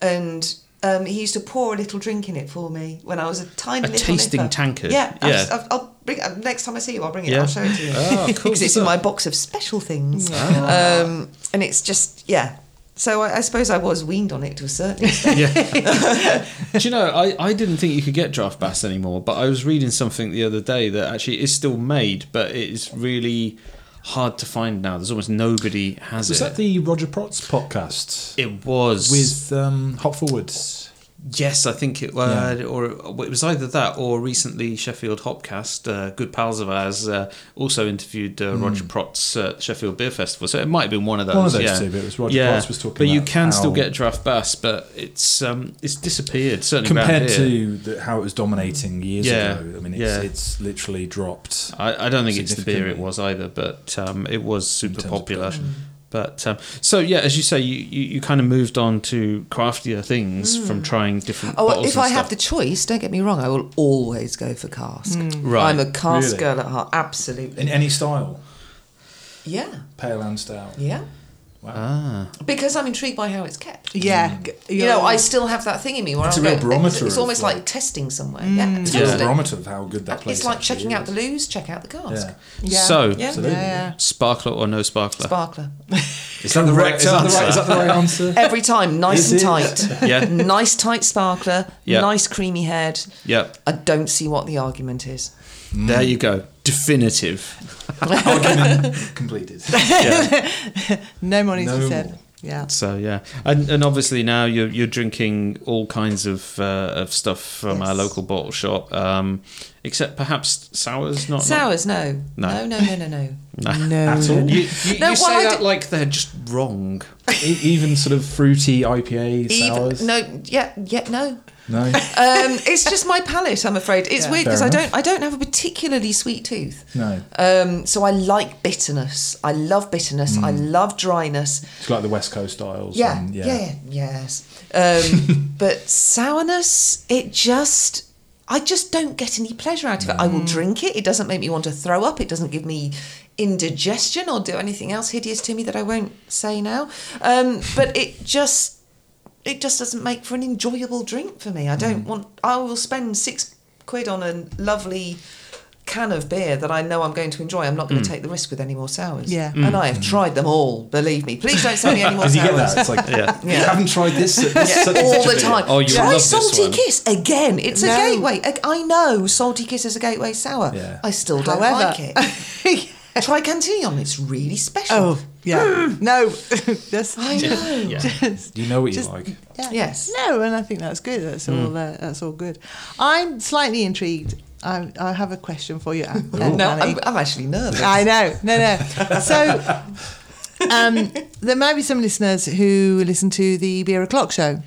and um, he used to pour a little drink in it for me when I was a tiny A little tasting nipper. tankard? Yeah, I'll, Yeah. just- I'll, I'll bring it, next time I see you. I'll bring it. Yeah. I'll show it to you Oh, (laughs) cool because it's in stuff. my box of special things. Um, and it's just, yeah. So I, I suppose I was weaned on it to a certain (laughs) extent. Do you know, I, I didn't think you could get draft bass anymore, but I was reading something the other day that actually is still made, but it is really hard to find now. There's almost nobody has Was it. that the Roger Protz podcast it was with um, Hot Forwards? yes, I think it was, or it was either that or recently Sheffield Hopcast, uh, good pals of ours, uh, also interviewed uh, Roger Protz at Sheffield Beer Festival. So it might have been one of those. Hmm. One of those yeah. two, but it was Roger Protz was talking But you about can still how- get draft bass, but it's um, it's disappeared certainly around Compared here. to the, how it was dominating years Yeah. ago, I mean, it's, Yeah. it's literally dropped. I, I don't think it's the beer it Significantly. was either, but um, it was super terms of popular. production. But um, so yeah, as you say, you, you, you kind of moved on to craftier things from trying different. Hmm. Oh, well, bottles if and I have the stuff. choice, don't get me wrong, I will always go for cask. Mm. Right. I'm a cask Really? girl at heart, absolutely. In any style, Yeah, pale and stout. yeah. Wow. ah, Because I'm intrigued by how it's kept. Yeah, g- You know, I still have that thing in me where It's I'll a real go- barometer It's, it's of, almost like- like, testing somewhere. Mm. Yeah, It's a real Yeah. totally. barometer of how good that place It's like actually checking out is. the loos, check out the cask. Yeah. Yeah. so Yeah. Absolutely. yeah. sparkler or no sparkler? Sparkler. Is that the Right, (laughs) right is that the right- Is answer? that the right answer? (laughs) Every time, nice and Is it? (laughs) tight. Yeah. Nice tight sparkler, Yeah. nice creamy head. Yep, I don't see what the argument is. Hmm. there you go. Definitive. (laughs) Argument (laughs) completed. Yeah. No money's No said. more. Yeah. so yeah, and and obviously now you're you're drinking all kinds of uh, of stuff from our Yes. local bottle shop, um, except perhaps sours. Not not- Sours, no. No. No, no, no, no, no. (laughs) No. At all. You, you, No, you well, I say that d- like they're just (laughs) wrong. E- even sort of fruity IPA sours. Even, no, yeah, yeah, no. no. Um, it's just my palate, I'm afraid. It's Yeah. weird Fair because I enough. don't, I don't have a particularly sweet tooth. No. Um, so I like bitterness. I love bitterness. Mm. I love dryness. It's like the West Coast styles. Yeah, and yeah, yeah, yes. Um, but sourness, it just, I just don't get any pleasure out of it. I will drink it. It doesn't make me want to throw up. It doesn't give me indigestion or do anything else hideous to me that I won't say now. Um, but it just, it just doesn't make for an enjoyable drink for me. I don't want. I will spend six quid on a lovely can of beer that I know I'm going to enjoy. I'm not going to take the risk with any more sours. Yeah. and I have tried them all. Believe me. Please don't sell me any more Because you get sours. that. It's like, (laughs) Yeah. you haven't tried this. this such and All such a the beer. time. Oh, you Try love this Salty one. Kiss again. It's No. a gateway. I- I know Salty Kiss is a gateway sour. Yeah. I still don't However, like (laughs) it. Try Cantillon. It's really special. Mm. oh yeah. no, (laughs) that's I know. (laughs) just You know what you Just- like. Yeah. Yes. No, and I think that's good. That's Hmm. all. Uh, that's all good. I'm slightly intrigued. I, I have a question for you, Anne. No, Annie. I'm, I'm actually nervous. I know. (laughs) No, no. So um, there may be some listeners who listen to the Beer O'Clock show.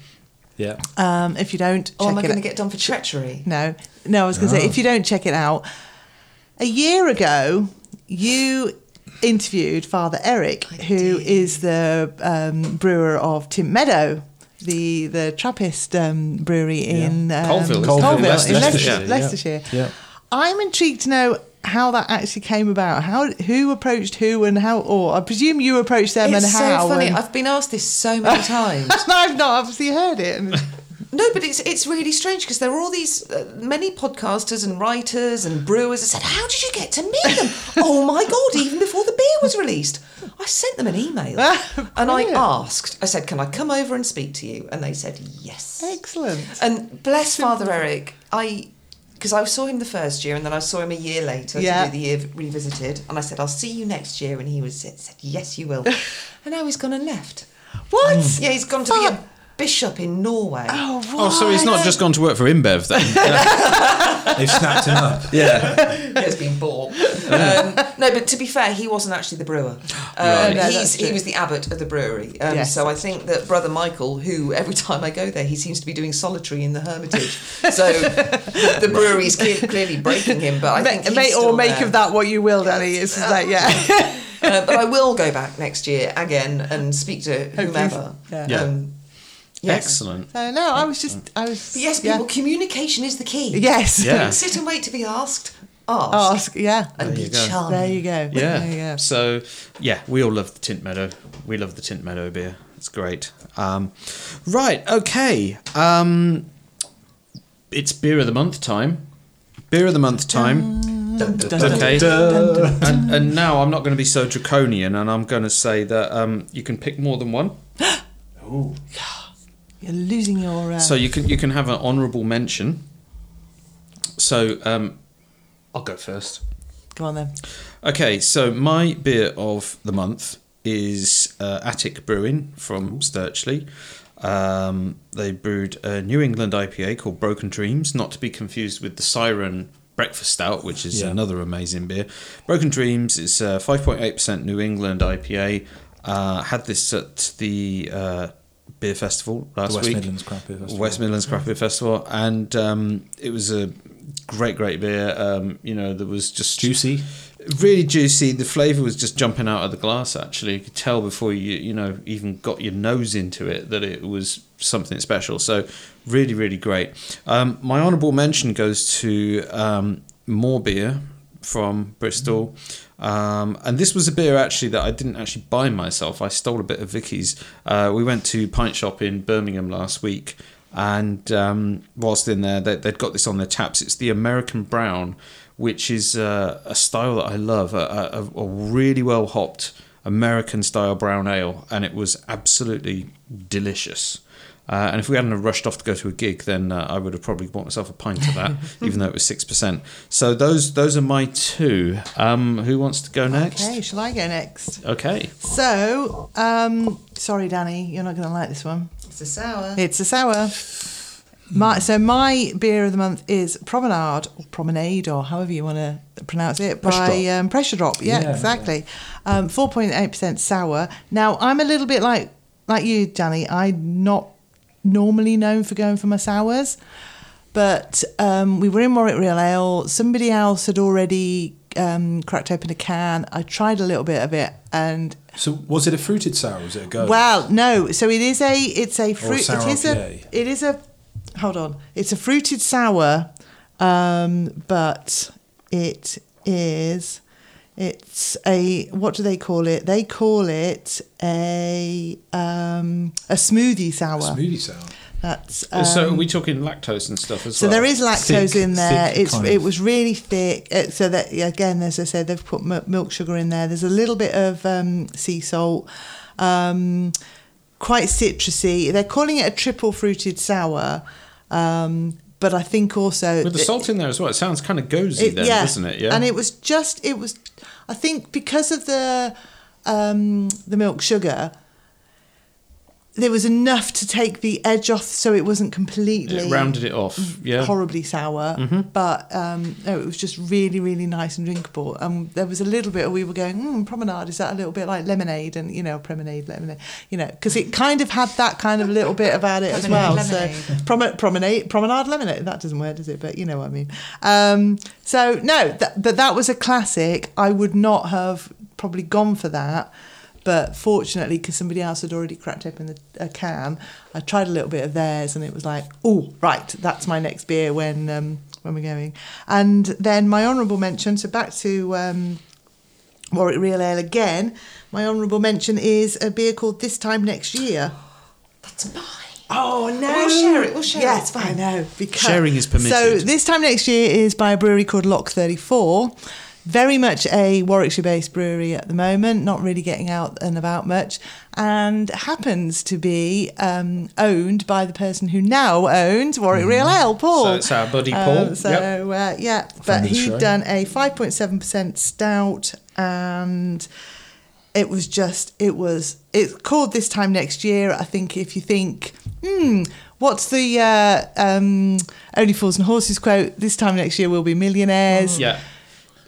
Yeah. Um, if you don't, check Oh, am I it going to out. get done for treachery? No, no. I was going to say if you don't check it out, a year ago you interviewed Father Eric, who is the um, brewer of Tim Meadow. The, the Trappist um, brewery in um, Colville, isn't it? Colville, In Leicestershire. in Leicestershire. Yeah. Leicestershire. Yeah. I'm intrigued to know how that actually came about. How who approached who and how, or I presume you approached them It's and so how. funny. and- I've been asked this so (laughs) many times. and I've not obviously heard it. And No, but it's it's really strange because there are all these uh, many podcasters and writers and brewers that said, "How did you get to meet (laughs) them?" oh my god! Even before the beer was released, I sent them an email and I Ah, Brilliant. asked. I said, "Can I come over and speak to you?" And they said, "Yes." Excellent. And bless Father Eric, I because I saw him the first year and then I saw him a year later Yeah. to do the year revisited, and I said, "I'll see you next year," and he was said, "Yes, you will," and now he's gone and left. What? Yeah, he's gone to be a bishop in Norway. Oh, what? Oh, so he's not just gone to work for (laughs) InBev then. They've snapped him up. yeah. has been bought. Um, no, but to be fair, he wasn't actually the brewer. Um, Right. No, he's, that's he true. was the abbot of the brewery. Um, Yes, so I think that Brother Michael, who every time I go there, he seems to be doing solitary in the hermitage. So the, the brewery is clear, clearly breaking him. But I think Ma- he's make, still or make there. of that what you will, Danny. It's just like yeah. Uh, but I will go back next year again and speak to whomever. Yeah. Yeah. Um, yes. Excellent. So no, I was just I was But yes, yeah. people, communication is the key. Yes. Yeah. Don't sit and wait to be asked. Ask. Oh, Ask. Yeah. And There be you go. charmed. There you go. Yeah. There you go. So, yeah, we all love the Tint Meadow. We love the Tint Meadow beer. It's great. Um, right. Okay. Um, it's beer of the month time. Beer of the month time. Okay. And, and now I'm not going to be so draconian, and I'm going to say that um, you can pick more (gasps) than one. You're losing your. Uh, So you can you can have an honourable mention. So um, I'll go first. come on then. Okay, so my beer of the month is uh, Attic Brewing from Sturchley. Um, they brewed a New England IPA called Broken Dreams, not to be confused with the Siren Breakfast Stout, which is Yeah. another amazing beer. Broken Dreams is uh, 5.8% New England IPA. Uh, had this at the uh, beer festival uh, last West week. Midlands Craft Beer Festival. West Midlands Craft Beer Festival, and um, it was a great, great beer. Um, you know, there was just Juicy. really juicy. The flavour was just jumping out of the glass. Actually, you could tell before you you know even got your nose into it that it was something special. So really, really great. Um, my honourable mention goes to um, more beer from Bristol. Um, and this was a beer actually that I didn't actually buy myself. I stole a bit of Vicky's. Uh, we went to Pint Shop in Birmingham last week, and um, whilst in there, they, they'd got this on their taps. It's the American Brown, which is uh, a style that I love, a, a, a really well hopped American style brown ale, and it was absolutely delicious. Uh, and if we hadn't have rushed off to go to a gig, then uh, I would have probably bought myself a pint of that, even though it was six percent. So those those are my two. Um, who wants to go next? Okay. Shall I go next? Okay. So, um, sorry, Danny, you're not going to like this one. It's a sour. It's a sour. My, so my beer of the month is Promenade or Promenade or however you want to pronounce it Pressure by um, Pressure Drop. Yeah, Yeah. exactly. Um, 4.8% sour. Now I'm a little bit like like you, Danny. I'm not normally known for going for my sours, but um, we were in Warwick Real Ale. Somebody else had already um, cracked open a can. I tried a little bit of it and So was it a fruited sour? Was it a go? well, no. So it is a it's a Or a fruit. It sour is IPA. a it is a hold on. It's a fruited sour, um, but it is it's a what do they call it? They call it a um, a smoothie sour. Smoothie sour. That's um, so are we talking lactose and stuff as Uh, so well? there is lactose thick- in there. thick It's kind it of- was really thick. Uh, So that yeah, again, as I said, they've put mi- milk sugar in there. There's a little bit of um, sea salt. Um, quite citrusy. They're calling it a triple fruited sour, um, but I think also with the that- salt in there as well. It sounds kind of gozy it- then, doesn't it? Yeah. And it was just it was I think because of the um the milk sugar there was enough to take the edge off so it wasn't completely It rounded it off. Yeah. Mm-hmm. horribly sour but um no it was just really really nice and drinkable and there was a little bit we were going mm, promenade is that a little bit like lemonade and you know promenade lemonade you know because it kind of had that kind of little bit about it as well Promenade so Prom- promenade, promenade lemonade. That doesn't work, does it? But you know what I mean. Um, so no, th- but that was a classic. I would not have probably gone for that. But fortunately, because somebody else had already cracked open the, a can, I tried a little bit of theirs, and it was like, oh, right, that's my next beer when um, when we're going. And then my honourable mention. So back to um, Warwick Real Ale again. My honourable mention is a beer called This Time Next Year. That's mine. Oh no! We'll share it, we'll share yeah, it, it's fine. I know. Because, Sharing is permitted. So this time next year is by a brewery called Lock Thirty Four. Very much a Warwickshire-based brewery at the moment, not really getting out and about much, and happens to be um, owned by the person who now owns Warwick Real Mm-hmm. Ale, Paul. Mm. So it's our buddy Paul, Um, so yep. uh, yeah, but the he'd show. done a five point seven percent stout and it was just it was it's called this time next year i think if you think hmm what's the uh, um, only fools and horses quote this time next year we'll be millionaires Mm. Yeah.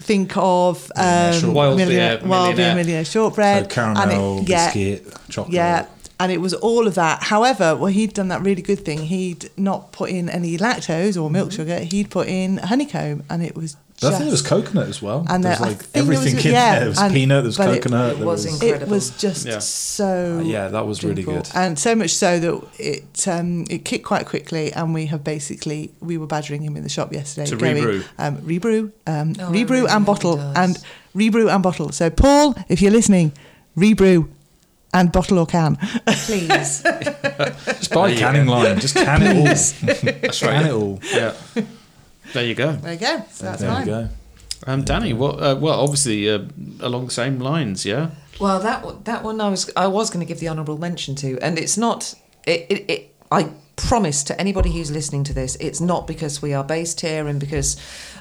think of um, shortbread. Wild beer, millionaire- wild beer millionaire. millionaire shortbread So caramel, and it, yeah, biscuit, chocolate. yeah and it was all of that however well he'd done that really good thing he'd not put in any lactose or milk sugar he'd put in honeycomb and it was Mm. But I just think there was coconut as well. And And there's there- I like think there was- everything in yeah, there. There was and- peanut, there was but it- coconut. It there was was- incredible. It was just Yeah. so. Uh, yeah, that was really good. and so much so that it um, it kicked quite quickly, and we have basically we were badgering him in the shop yesterday To going, rebrew. um, rebrew, um, Oh, I rebrew really and hope he bottle, does. and rebrew and bottle. So Paul, if you're listening, rebrew and bottle or can. (laughs) Please. Just buy a Yeah. canning line. Just can it all. (laughs) That's can it right. all. Yeah. There you go. There you go. So that's there mine. you go. Um, Danny, what? Uh, well, obviously uh, along the same lines, yeah. Well, that one- that one I was I was going to give the honourable mention to, and it's not. It, it, it I promise to anybody who's listening to this, it's not because we are based here and because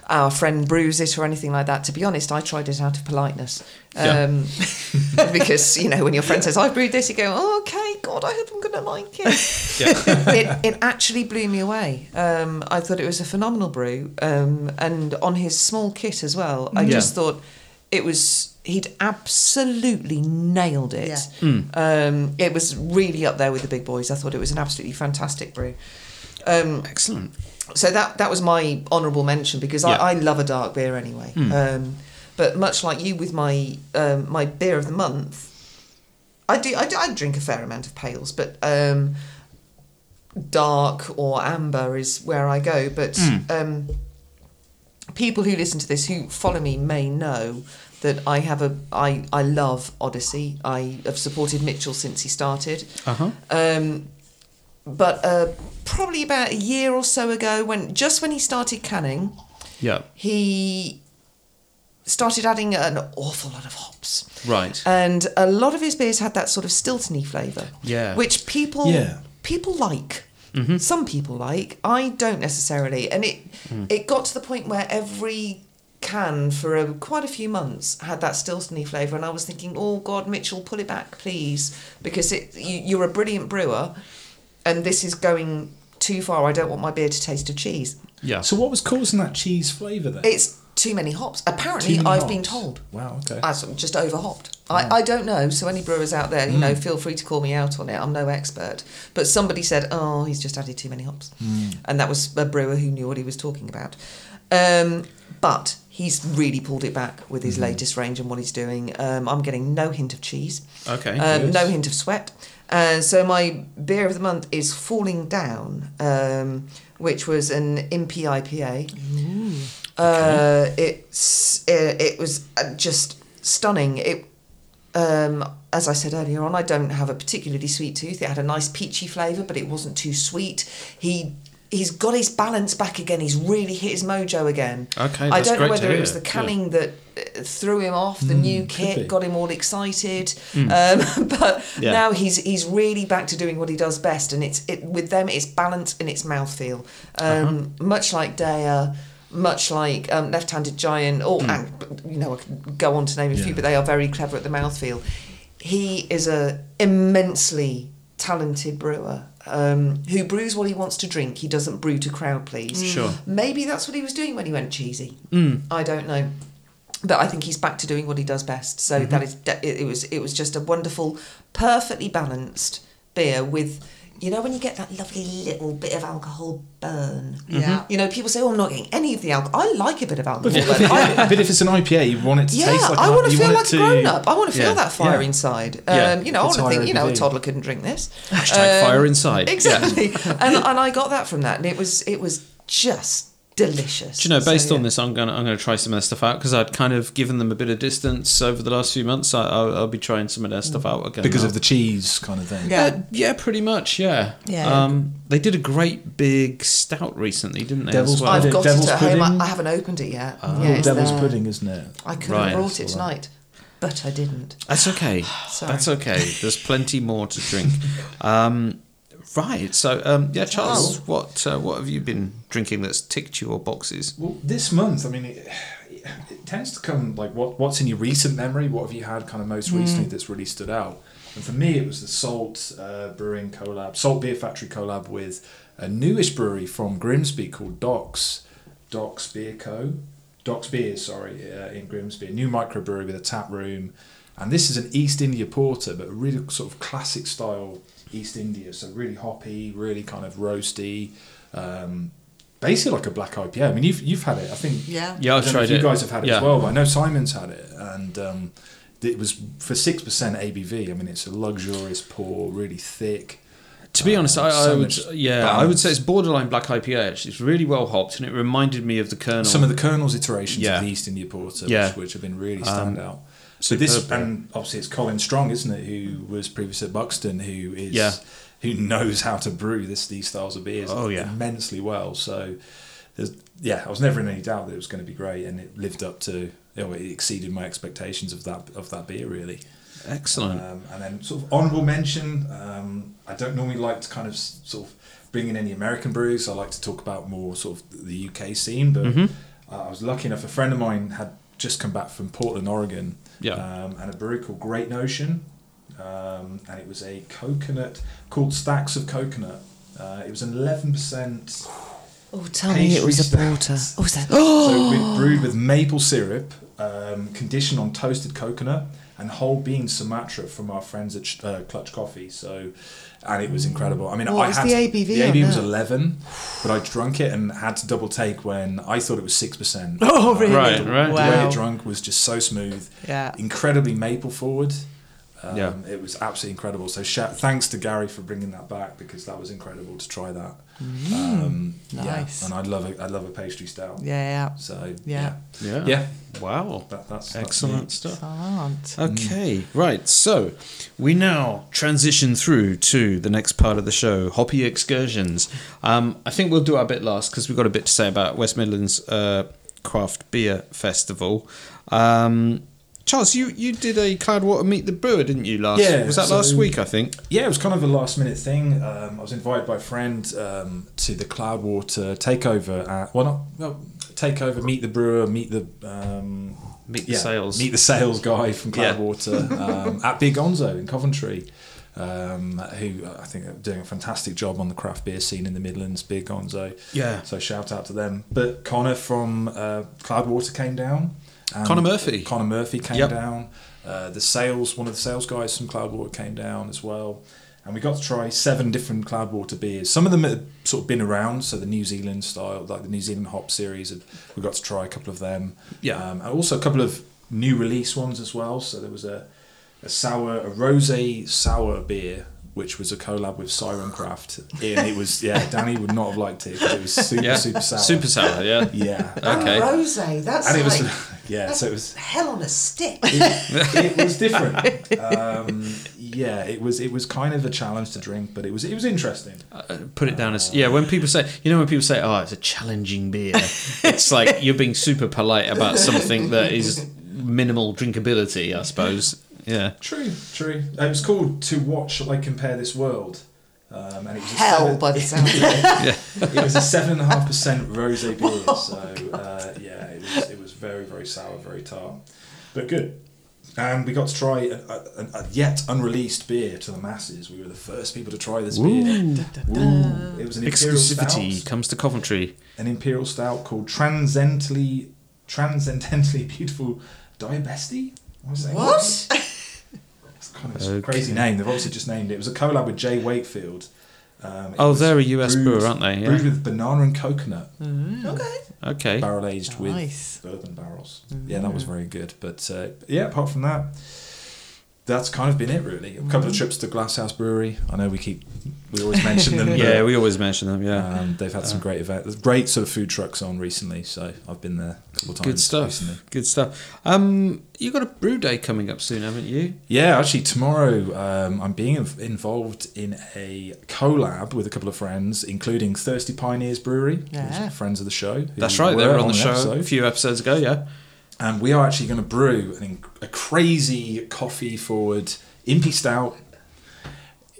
our friend brews it or anything like that. To be honest, I tried it out of politeness. Yeah. Um, (laughs) (laughs) because you know when your friend says I've brewed this, you go, oh, okay, God, I hope I'm going to like (laughs) it. it. (laughs) It actually blew me away. Um, I thought it was a phenomenal brew, um, and on his small kit as well. I Yeah. just thought it was he'd absolutely nailed it. Yeah. Mm. Um, it was really up there with the big boys. I thought it was an absolutely fantastic brew. Um, Excellent. so that that was my honourable mention because Yeah. Mm. I, I love a dark beer anyway. Um, but much like you with my um, my beer of the month, I do, I do I drink a fair amount of pales, but um, dark or amber is where I go. But um, people who listen to this who follow me may know that I have a I I love Odyssey. I have supported Mitchell since he started. Uh huh. Um, but uh, probably about a year or so ago, when just when he started canning, Yeah. he started adding an awful lot of hops. Right. And a lot of his beers had that sort of Stiltony flavour. Yeah. Which people Yeah. people like. Some people like. I don't necessarily. And it it got to the point where every can for a, quite a few months had that Stiltony flavour, and I was thinking, oh God, Mitchell, pull it back, please, because it you, you're a brilliant brewer, and this is going too far. I don't want my beer to taste of cheese. yeah. So what was causing that cheese flavour then? It's too many hops. Apparently, Too many I've been hops? told. Wow. Oh, Okay. I sort of just overhopped. I, I don't know. So any brewers out there, you know, feel free to call me out on it. I'm no expert, but somebody said, "Oh, he's just added too many hops," and that was a brewer who knew what he was talking about. Um, but he's really pulled it back with his latest range and what he's doing. Um, I'm getting no hint of cheese, okay. um, Yes. no hint of sweat. Uh, so my beer of the month is Falling Down, um, which was an impy IPA. Uh, it's it, it was uh, just stunning. It um, as I said earlier on, I don't have a particularly sweet tooth. It had a nice peachy flavour, but it wasn't too sweet. He he's got his balance back again. He's really hit his mojo again. Okay, I that's don't know great to whether hear. it was the Yeah. Hmm, canning that uh, threw him off. The new be. kit got him all excited, um, (laughs) but Yeah. now he's he's really back to doing what he does best, and it's it with them it's balance and it's mouthfeel, Uh-huh. um, much like Dea, much like um, Left Handed Giant, Hmm. or and, you know I could go on to name a few, Yeah. but they are very clever at the mouthfeel. He is a immensely talented brewer um, who brews what he wants to drink. He doesn't brew to crowd please. Hmm. Sure. Hmm. Maybe that's what he was doing when he went cheesy. Mm. I don't know. But I think he's back to doing what he does best. So that is de- it, it was it was just a wonderful, perfectly balanced beer with You know when you get that lovely little bit of alcohol burn. Yeah. You know, people say, "Oh, I'm not getting any of the alcohol." I like a bit of alcohol. (laughs) But, burn. I- but if it's an IPA, you want it to yeah, taste like I an want to you feel want like a it grown up. I want to feel Yeah, that fire yeah. inside. Um, Yeah. you know, I It's want to think, you know, a IROPV. toddler couldn't drink this. Hashtag fire inside. Yeah. Exactly. and, and I got that from that, and it was it was just delicious. Do you know, based So, on yeah. this, I'm gonna I'm gonna try some of their stuff out because I'd kind of given them a bit of distance over the last few months. I, I'll, I'll be trying some of their Mm. stuff out again because now. of the cheese kind of thing. Uh, Yeah. yeah, pretty much. Yeah. Yeah. Um, they did a great big stout recently, didn't they? Devil's as well? I've pudding- got devil's it at home. pudding? I, I haven't opened it yet. Called yeah, it's devil's there. pudding, isn't it? I could Right, have brought it that's all right. tonight, but I didn't. That's okay. (sighs) Sorry. That's okay. There's plenty more to (laughs) drink. Um, right. So um, yeah, Charles, Oh. what uh, what have you been drinking that's ticked your boxes? Well, this month, I mean, it, it tends to come like what what's in your recent memory. What have you had kind of most recently that's really stood out? And for me, it was the Salt uh, Brewing collab, Salt Beer Factory collab with a newish brewery from Grimsby called Docks, Docks Beer Co. Docks Beer, sorry, uh, in Grimsby, a new microbrewery with a tap room. And this is an East India porter, but a really sort of classic style East India. So really hoppy, really kind of roasty. Um, basically like a black IPA. I mean, you've you've had it. I think. Yeah. Yeah, I I've don't know if tried it. You guys have had it Yeah. as well, but I know Simon's had it, and um, it was for six percent ABV. I mean, it's a luxurious pour, really thick. um, To be honest, I, so I would much yeah, I balance. would say it's borderline black IPA. Actually, it's really well hopped, and it reminded me of the Colonel. Some of the Colonel's iterations Yeah. of the East India Porter, Yeah. Um, which, which have been really stand out. So superb this, beer. and obviously it's Colin Strong, isn't it, who was previously at Buxton, who is Yeah. who knows how to brew this these styles of beers Oh, yeah. immensely well. So there's yeah, I was never in any doubt that it was going to be great, and it lived up to. You know, it exceeded my expectations of that of that beer really. excellent. Um, and then sort of honourable mention. Um, I don't normally like to kind of s- sort of bring in any American brews. I like to talk about more sort of the UK scene. But uh, I was lucky enough. A friend of mine had just come back from Portland, Oregon. Yeah. Um, and a brewery called Great Notion. Um, and it was a coconut called Stacks of Coconut. Uh, it was an eleven percent. Oh, tell me it was a (laughs) Pastry porter. stout. Oh, is that? Oh, So we brewed with maple syrup, um, conditioned on toasted coconut and whole bean Sumatra from our friends at Ch- uh, Clutch Coffee. So, and it was incredible. I mean, What I was had the to- ABV The ABV on was that? eleven, but I drank it and had to double take when I thought it was (laughs) six percent. Um, Oh, really? Right, right. The way Wow. it drunk was just so smooth. Yeah. Incredibly maple forward. Um, Yeah. It was absolutely incredible. So shout, thanks to Gary for bringing that back because that was incredible to try that. Mm-hmm. um, nice. Yeah, and I'd love a, I'd love a pastry stout. Yeah. So Yeah. yeah. yeah, Wow. that, that's Excellent That's stuff. Uh, Excellent. Mm. Okay, right. So we now transition through to the next part of the show, Hoppy Excursions. Um, I think we'll do our bit last because we've got a bit to say about West Midlands uh, Craft Beer Festival. Um, Charles, you, you did a Cloudwater Meet the Brewer, didn't you? Last Yeah, was that last so- week? I think. yeah, it was kind of a last minute thing. Um, I was invited by a friend um, to the Cloudwater takeover. At, well, not well, takeover. Meet the brewer. Meet the um, Meet the sales. Meet the sales guy from Yeah. (laughs) Cloudwater um, at Big Onzo in Coventry. Um, who I think are doing a fantastic job on the craft beer scene in the Midlands, Big Onzo. Yeah. So shout out to them. But Connor from uh, Cloudwater came down. and- Connor Murphy. Connor Murphy came Yep. down. Uh, the sales, one of the sales guys from Cloudwater came down as well. And we got to try seven different Cloudwater beers. Some of them had sort of been around, so the New Zealand style, like the New Zealand hop series, and we got to try a couple of them. Yeah. Um, and also a couple of new release ones as well. So there was a, a sour, a rose sour beer, which was a collab with Siren Craft. And it was, yeah, Danny would not have liked it 'cause it was super, Yeah, super sour. Super sour. Yeah. Yeah. (laughs) Okay. Oh, rose. That's And it was, like (laughs) yeah, so it was hell on a stick. (laughs) it was different. Um, yeah, it was it was kind of a challenge to drink, but it was it was interesting. Put it down as yeah. When people say, you know, when people say, "Oh, it's a challenging beer," it's like you're being super polite about something that is minimal drinkability, I suppose. Yeah. True, true. It was called "To Watch I Compare This World," um, and it was a hell seven- (laughs) by the sound of it. it was a seven and a half (laughs) percent rosé Oh, beer. So uh, yeah, it was, it was very very sour, very tart, but good. And we got to try a, a, a- a yet unreleased beer to the masses. We were the first people to try this beer. Ooh. It was an imperial Exclusivity stout. comes to Coventry. an imperial stout called Transcendently Transcendently Beautiful Diabesti. What? It's kind of a Okay. crazy name. They've obviously just named it. It was a collab with Jay Wakefield, Um, it Oh, was they're a US brewed- brewer, aren't they? Yeah. Brewed with banana and coconut, Okay. Okay. barrel aged Nice. with bourbon barrels. Yeah, that was very good. But uh, yeah, apart from that, that's kind of been it really. A couple of trips to Glasshouse Brewery. I know we keep we always mention (laughs) them. but, Yeah, we always mention them. Yeah. Uh, um, they've had some great events, great sort of food trucks on recently. So I've been there a couple of times. Good stuff. Recently. Good stuff. Um, you got a brew day coming up soon, haven't you? Yeah, actually, tomorrow um, I'm being inv- involved in a collab with a couple of friends, including Thirsty Pioneers Brewery, who's Yeah. friends of the show. who That's right. They were on the show episode. Uh, a few episodes ago. Yeah. And we are actually going to brew an, inc- a crazy coffee forward Impy Stout.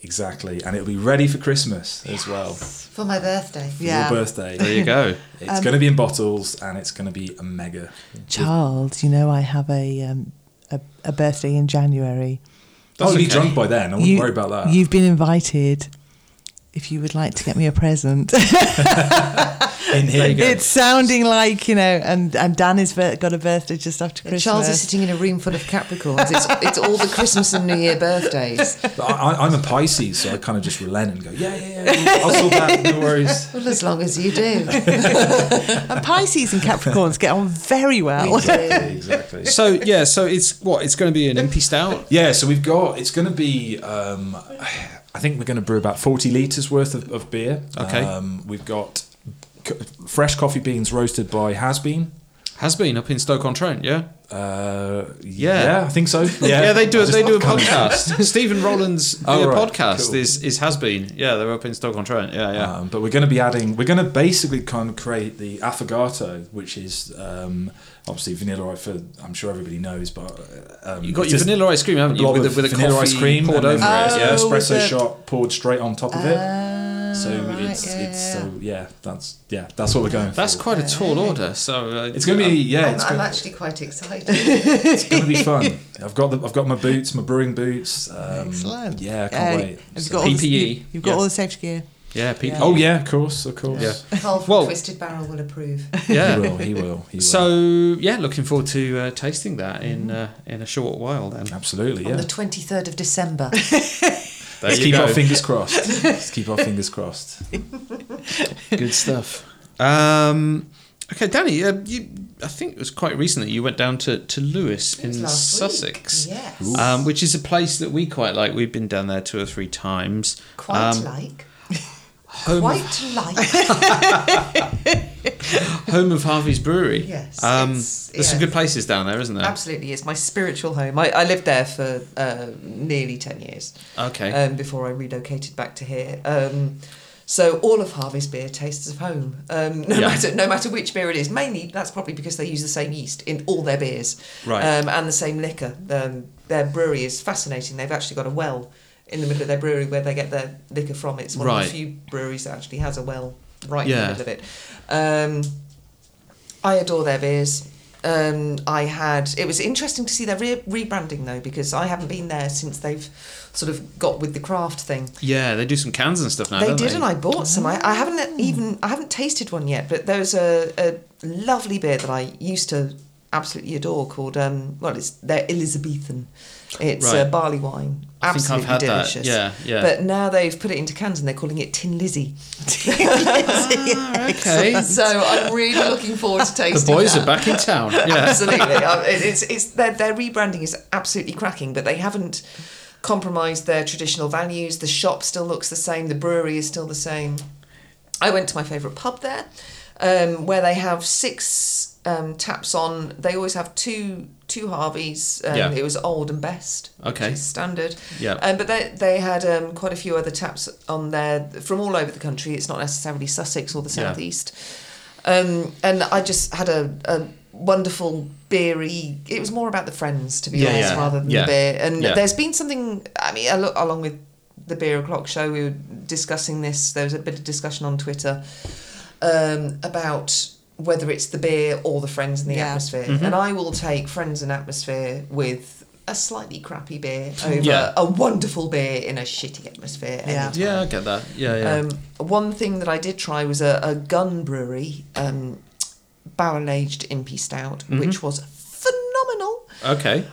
Exactly. And it'll be ready for Christmas as well. For For my birthday. Yeah. your birthday. There you go. (laughs) It's going to be in bottles and it's going to be a mega. Child, you know I have a um, a, a birthday in January. I'll That's be okay. drunk by then. I wouldn't You- worry about that. You've been invited. If you would like to get me a present, (laughs) in here. you go. it's sounding like you know, and and Dan has bir- got a birthday just after And Christmas. Charles is sitting in a room full of Capricorns. It's, it's all the Christmas and New Year birthdays. But I, I- I'm a Pisces, so I kind of just relent and go, yeah, yeah, yeah. I'll sort that. No worries. Well, as long as you do. (laughs) and Pisces and Capricorns get on very well. We do. exactly. So yeah, so it's what it's going to be an impy stout. Yeah, so we've got. It's going to be. Um, I think we're going to brew about forty liters worth of, of beer. Okay. Um, we've got c- fresh coffee beans roasted by Hasbeen. Has been up in Stoke on Trent. Yeah. Uh, yeah. Yeah. I think so. Yeah, (laughs) Yeah, they do. I just- They do a podcast. Stephen Rowland's (laughs) Oh, beer right, podcast cool. is is has been. Yeah, they're up in Stoke on Trent. Yeah, yeah. Um, but we're going to be adding. We're going to basically kind of create the affogato, which is um, obviously vanilla. ice For I'm sure everybody knows, but um, you got it's your just vanilla ice cream, haven't you? blob With, of a, with a vanilla coffee ice cream poured over and it. then Oh, Yeah. with espresso the- shot poured straight on top of it. Ah, So right, it's yeah, it's yeah. so yeah that's yeah that's what we're going for. That's quite a tall order. So uh, It's gonna be yeah. I'm, It's, I'm go- actually quite excited. it's gonna be fun. (laughs) I've got the, I've got my boots, my brewing boots. Um, Excellent. Yeah, I can't Uh, wait. Have you So- got all the, PPE, you, have got E, yeah. all the safety gear. yeah, E. people. oh (laughs) yeah, of course, of course. Yeah. Carl from Well- Twisted Barrel will (laughs) approve. yeah. He will. (laughs) He will. He will. So yeah, looking forward to uh, tasting that in uh, in a short while. Then absolutely, Mm. On yeah. the 23rd of (laughs) December. there Let's you keep go. our fingers (laughs) crossed. Let's keep our fingers crossed. Good stuff. Um, okay, Danny, uh, you, I think it was quite recently you went down to to Lewis It was in last Sussex, Week. Yes. um, which is a place that we quite like. We've been down there two or three times. Quite Um, like. home Quite like. (laughs) (laughs) Of, home of Harvey's Brewery. Yes, um, it's- there's some yeah. good places down there, isn't there? Absolutely, it's my spiritual home. I, I lived there for uh, nearly 10 years Okay. um, before I relocated back to here. Um, so all of Harvey's beer tastes of home, um, no, Yeah. matter, no matter which beer it is. Mainly, that's probably because they use the same yeast in all their beers Right. um, and the same liquor. Um, their brewery is fascinating. They've actually got a well in the middle of their brewery where they get their liquor from. It's one Right. of the few breweries that actually has a well right Yeah. in the middle of it. Um, I adore their beers. Um, I had it was interesting to see their re- rebranding though because I haven't been there since they've sort of got with the craft thing. yeah, they do some cans and stuff now. they don't did, they? and I bought some. I, I haven't even I haven't tasted one yet, but there was a, a lovely beer that I used to absolutely adore called um, well it's their Elizabethan. It's uh, Right. barley wine, I think I've absolutely had that, delicious. yeah, yeah. But now they've put it into cans and they're calling it Tin (laughs) (laughs) Lizzie. Ah, (laughs) okay. so I'm really looking forward to tasting. The boys that. are back in (laughs) town. Yeah. absolutely. Um, it- it's it's their their rebranding is absolutely cracking, but they haven't compromised their traditional values. The shop still looks the same. The brewery is still the same. I went to my favourite pub there, um, where they have six um, taps on. They always have two two Harveys. Um, Yeah. It was old and best. which Okay. is standard. Yeah. Um, but they they had um, quite a few other taps on there from all over the country. It's not necessarily Sussex or the Yeah. southeast. Um, and I just had a, a wonderful beery. It was more about the friends, to be Yeah, honest, yeah. rather than Yeah. the beer. And Yeah. there's been something. I mean, al- along with the beer o'clock show, we were discussing this. There was a bit of discussion on Twitter um, about whether it's the beer or the friends and the Yeah. atmosphere. Mm-hmm. And I will take friends and atmosphere with a slightly crappy beer over Yeah. a wonderful beer in a shitty atmosphere. any Yeah. Yeah, I get that. Yeah, yeah. um, one thing that I did try was a, a gun Mm-hmm. brewery um, barrel aged impy stout, which was phenomenal. Okay.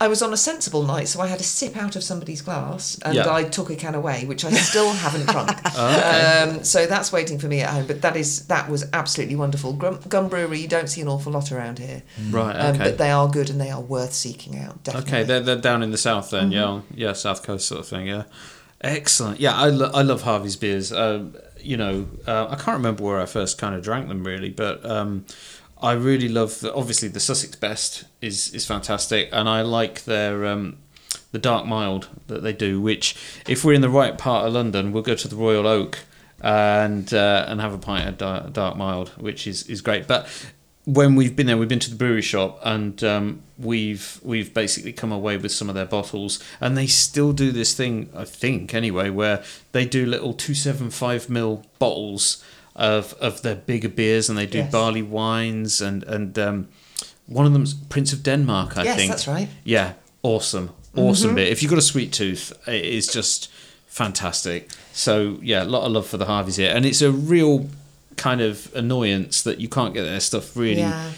I was on a sensible night, so I had a sip out of somebody's glass, and Yeah. Oh, I took a can away, which I (laughs) still haven't drunk. um, so that's waiting for me at home. But that is that was absolutely wonderful. Grum, gum brewery, you don't see an awful lot around here, Right. um, Okay. but they are good and they are worth seeking out. Definitely. Okay, they're, they're down in the south then, yeah, yeah, south coast sort of thing, yeah. Excellent, yeah, I, lo- I love Harvey's beers. Um, you know, uh, I can't remember where I first kind of drank them really, but um, I really love. The, obviously, the Sussex Best is is fantastic, and I like their um, the Dark Mild that they do. Which, if we're in the right part of London, we'll go to the Royal Oak and uh, and have a pint of dark, dark mild, which is is great, but when we've been there, we've been to the brewery shop, and um, we've we've basically come away with some of their bottles, and they still do this thing, I think, anyway, where they do little two seven five mil bottles of of their bigger beers, and they do Yes. barley wines, and and um, one of them's Prince of Denmark, I Yes, think. that's right. Yeah, awesome, Mm-hmm. awesome beer. If you've got a sweet tooth, it is just fantastic. So yeah, a lot of love for the Harveys here, and it's a real kind of annoyance that you can't get their stuff really Yeah.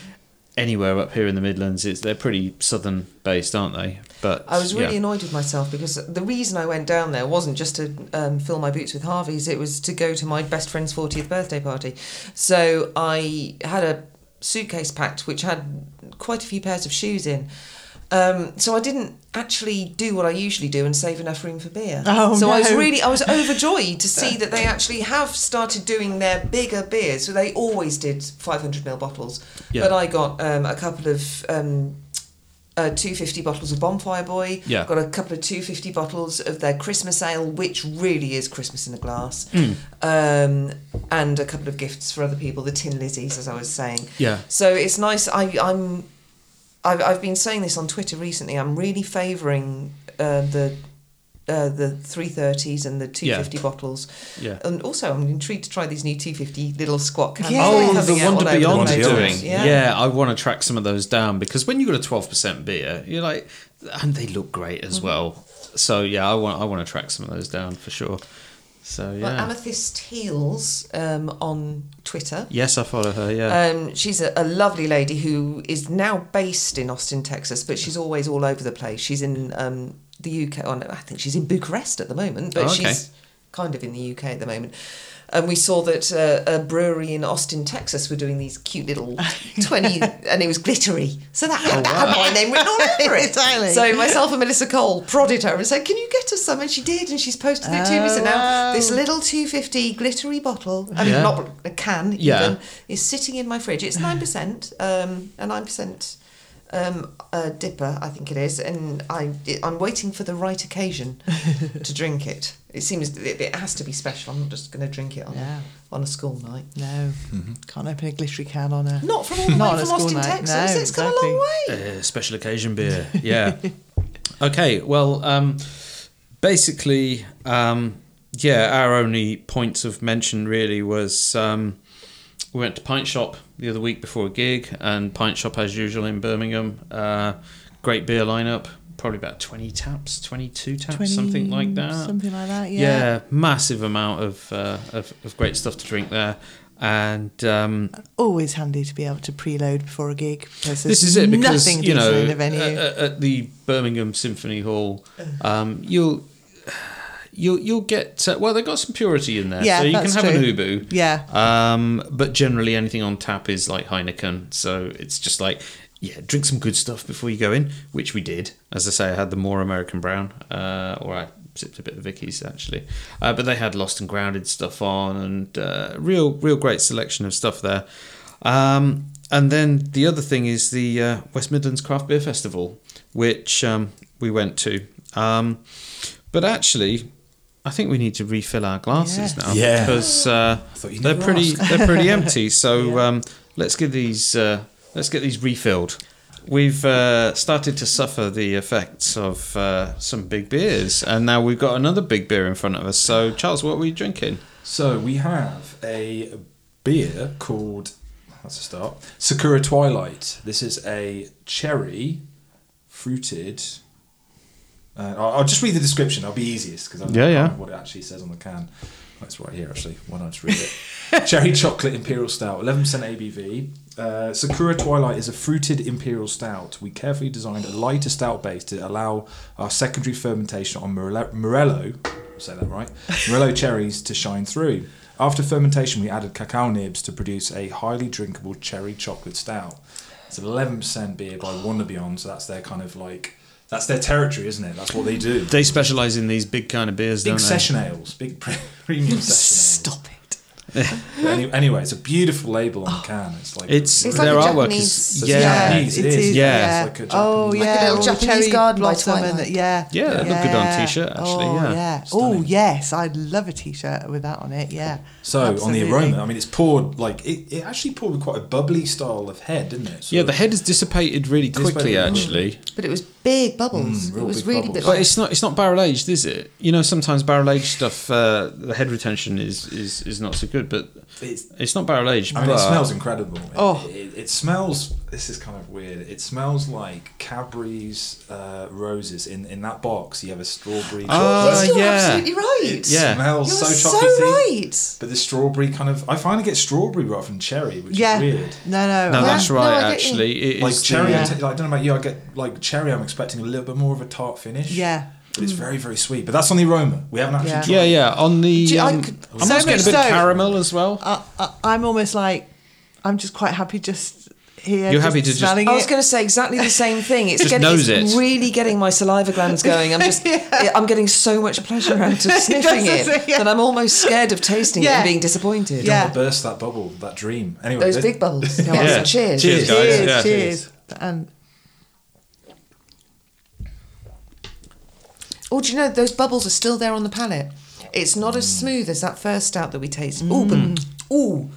anywhere up here in the Midlands. It's they're pretty southern based, aren't they? But I was really yeah. annoyed with myself because the reason I went down there wasn't just to um, fill my boots with Harvey's, it was to go to my best friend's 40th birthday party. So I had a suitcase packed which had quite a few pairs of shoes in. Um, so I didn't actually do what I usually do and save enough room for beer. (laughs) Oh, so I was no. really, I was (laughs) overjoyed to see that they actually have started doing their bigger beers. So they always did 500 ml bottles, Yeah. but I got um, a couple of um, uh, 250 bottles of Bonfire Boy. Yeah. Got a couple of 250 bottles of their Christmas ale, which really is Christmas in a glass. Mm. Um, and a couple of gifts for other people, the Tin Lizzies, as I was saying. Yeah. So it's nice. I, I'm. I've, I've been saying this on Twitter recently. I'm really favouring uh, the. Uh, the 330s and the 250 bottles. Yeah. And also, I'm intrigued to try these new 250 little squat cans. Yeah. that are Oh, the coming out all Wonder over the Beyond Wonder is place. doing. Beyond. Yeah. I want to track some of those down because when you've got a twelve percent beer, you're like, and they look great Mm-hmm. as well. So yeah, I want I want to track some of those down for sure. So Well, yeah, Amethyst Heels um, on Twitter. yes, I follow her. Yeah, Um, she's a, a lovely lady who is now based in Austin, Texas, but she's always all over the place. She's in um, the UK. Oh, no, I think she's in Bucharest at the moment, but Oh, okay. she's kind of in the UK at the moment. And we saw that uh, a brewery in Austin, Texas, were doing these cute (laughs) little twenty, and it was glittery. So that, Oh, (laughs) that had my name (laughs) written all over it. Exactly. So myself and Melissa Cole prodded her and said, "Can you get us some?" And she did, and she's posted it to me. So Oh, now wow. this little two fifty glittery bottle, I mean, Yeah. not a can, Yeah. even, is sitting in my fridge. It's nine percent, um, a nine percent um, uh, dipper, I think it is, and I it, I'm waiting for the right (laughs) occasion to drink it. It seems that it, it has to be special. I'm not just going to drink it on Yeah. a, on a school night. No, Mm-hmm. can't open a glittery can on a. Not from all the Not on way from a school Austin, night, Texas. no, it's come a long way. Uh, special occasion beer. Yeah. (laughs) okay. Well, um, basically, um, yeah, our only points of mention really was um, we went to Pint Shop the other week before a gig, and Pint Shop, as usual, in Birmingham. Uh, great beer lineup. Probably about 20 taps, 22 taps, 20 something like that Something like that. yeah. Yeah. massive amount of, uh, of of great stuff to drink there, and um, Always handy to be able to preload before a gig because this there's is it because nothing you know uh, decent in a at, venue. at- at the Birmingham Symphony Hall, um, you'll you'll you'll get uh, well they've got some purity in there, Yeah, so you can that's have an true. ubu, Yeah. Um, but generally anything on tap is like Heineken, so it's just like. Yeah, drink some good stuff before you go in, which we did. As I say, I had the more American brown, uh, or I sipped a bit of Vicky's actually. Uh, but they had Lost and Grounded stuff on, and uh, real, real great selection of stuff there. Um, and then the other thing is the uh, West Midlands Craft Beer Festival, which um, we went to. Um, but actually, I think we need to refill our glasses Yes. now Yeah. because uh, thought you they're never pretty they're pretty (laughs) empty. So um, let's get these uh, let's get these refilled. We've uh, started to suffer the effects of uh, some big beers, and now we've got another big beer in front of us. So, Charles, what were you drinking? So we have a beer called that's a start. Sakura Twilight. This is a cherry fruited Uh, I'll, I'll just read the description. That'll be easiest because I don't Yeah, yeah. know what it actually says on the can. Oh, It's right here, actually. Why don't I just read it? Cherry chocolate imperial stout, 11% ABV. Uh, Sakura Twilight is a fruited imperial stout. We carefully designed a lighter stout base to allow our secondary fermentation on Morello, Morello say that right, Morello cherries to shine through. After fermentation, we added cacao nibs to produce a highly drinkable cherry chocolate stout. It's an 11% beer by Wonder Beyond, so that's their kind of like, that's their territory, isn't it? That's what they do. They specialize in these big kind of beers, Big don't session ales, big pre- (laughs) premium session ales. Stop it. Oh. But any- anyway, it's a beautiful label on the can. It's like It's- It's Their like a artwork Japanese. is- it's yeah. Japanese, it it is. is, Yeah. yeah. It's like a oh Japanese- yeah, Like a little or Japanese cherry garden by blossom and Twilight. the- yeah, Yeah, that'd look good on a t-shirt, actually, Oh, yeah. Oh Stunning. yes, I'd love a t-shirt with that on it. Yeah. So Absolutely. on the aroma, I mean, it's poured like it, it actually poured with quite a bubbly style of head, didn't it? So Yeah, the head is dissipated really quickly, Dissipated. actually. But it was big bubbles. Mm, real it was big really bubbles. big. But it's not it's not barrel aged, is it? You know, sometimes barrel aged stuff, uh, the head retention is, is is not so good, but It's, it's not barrel aged. I mean, but it smells incredible. It- Oh. it, it, smells. This is kind of weird. It smells like Cadbury's uh, roses in in that box. You have a strawberry. Ah, chocolate. You're yeah. absolutely right. It Yeah. smells You're so so, chocolatey. right. But the strawberry kind of. I finally get strawberry rather than cherry, which Yeah. is weird. No, no. no, I- that's no, right. I get you. actually, it is Like cherry, the- I'm t- like, I don't know about you. I get like cherry. I'm expecting a little bit more of a tart finish. Yeah. but Mm. it's very very sweet. But that's on the aroma. We haven't actually Yeah. tried Yeah, yeah. On Do the, you- I um, could- I'm so also getting a bit much so- caramel as well. I, I, I'm almost like, I'm just quite happy just here. You're happy to just- Oh, smelling I was it. going to say exactly the same thing. It's, Just getting, nose it's it. really getting my saliva glands going. I'm just, I'm getting so much pleasure out of sniffing it, doesn't it? Yeah. that I'm almost scared of tasting it Yeah. and being disappointed. Yeah. to burst that bubble, that dream. Anyway, Those th- big (laughs) bubbles. No, Yeah. yeah. Cheers. Cheers, guys. Cheers, Yeah. cheers. And Oh, do you know those bubbles are still there on the palate? It's not as smooth as that first stout that we tasted. Oh, but ooh,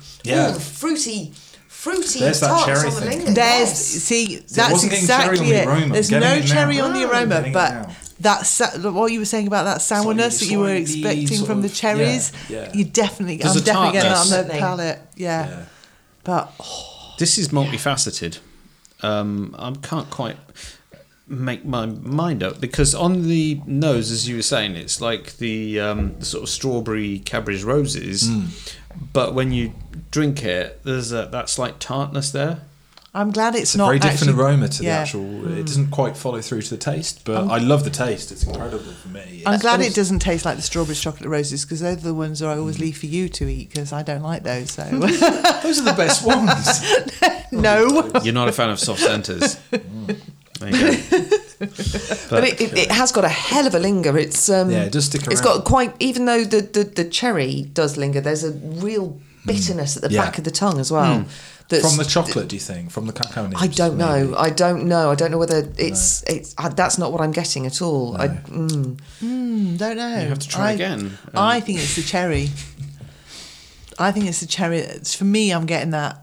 (laughs) Yeah. ooh, the fruity, fruity There's that tarts cherry on the thing. linger. There's Yes. see, that's wasn't getting cherry on exactly the it. aroma. I'm There's getting no it now. cherry on the Oh, Mm. aroma, Getting it but now. that sa- what you were saying about that sourness Slightly- that you were slightly expecting sort from the of- cherries, yeah, yeah. you definitely, There's I'm a definitely getting that on the tartness. palate. Yeah, Yeah. but oh, This is multifaceted. Um, I can't quite make my mind up because on the nose, as you were saying, it's like the, um, the sort of strawberry Cadbury's roses, Hmm. but when you drink it, there's a, that slight tartness there. I'm glad it's, It's a not very different actually- aroma to yeah. Mm. the actual. It doesn't quite follow through to the taste, but I love the taste. It's incredible for me. I'm It's- glad it doesn't taste like the strawberry chocolate roses because they're the ones that I Mm. always leave for you to eat because I don't like those. (laughs) So Those are the (laughs) best ones. no, You're not a fan of soft centers. There you go. But it, it, it has got a hell of a linger. It's um, Yeah, it does stick It's around. got quite, even though the, the, the cherry does linger, there's a real bitterness at the Hmm. Yeah. Hmm. back of the tongue as well. That's, mm. From the chocolate, do you think? From the cacao nibs? I don't know. maybe? I don't know. I don't know whether it's it's I, that's not what I'm getting at all. I, mm. Hmm, don't know. You have to try I- again. um. I think it's the cherry. I think it's the cherry. It's, for me, I'm getting that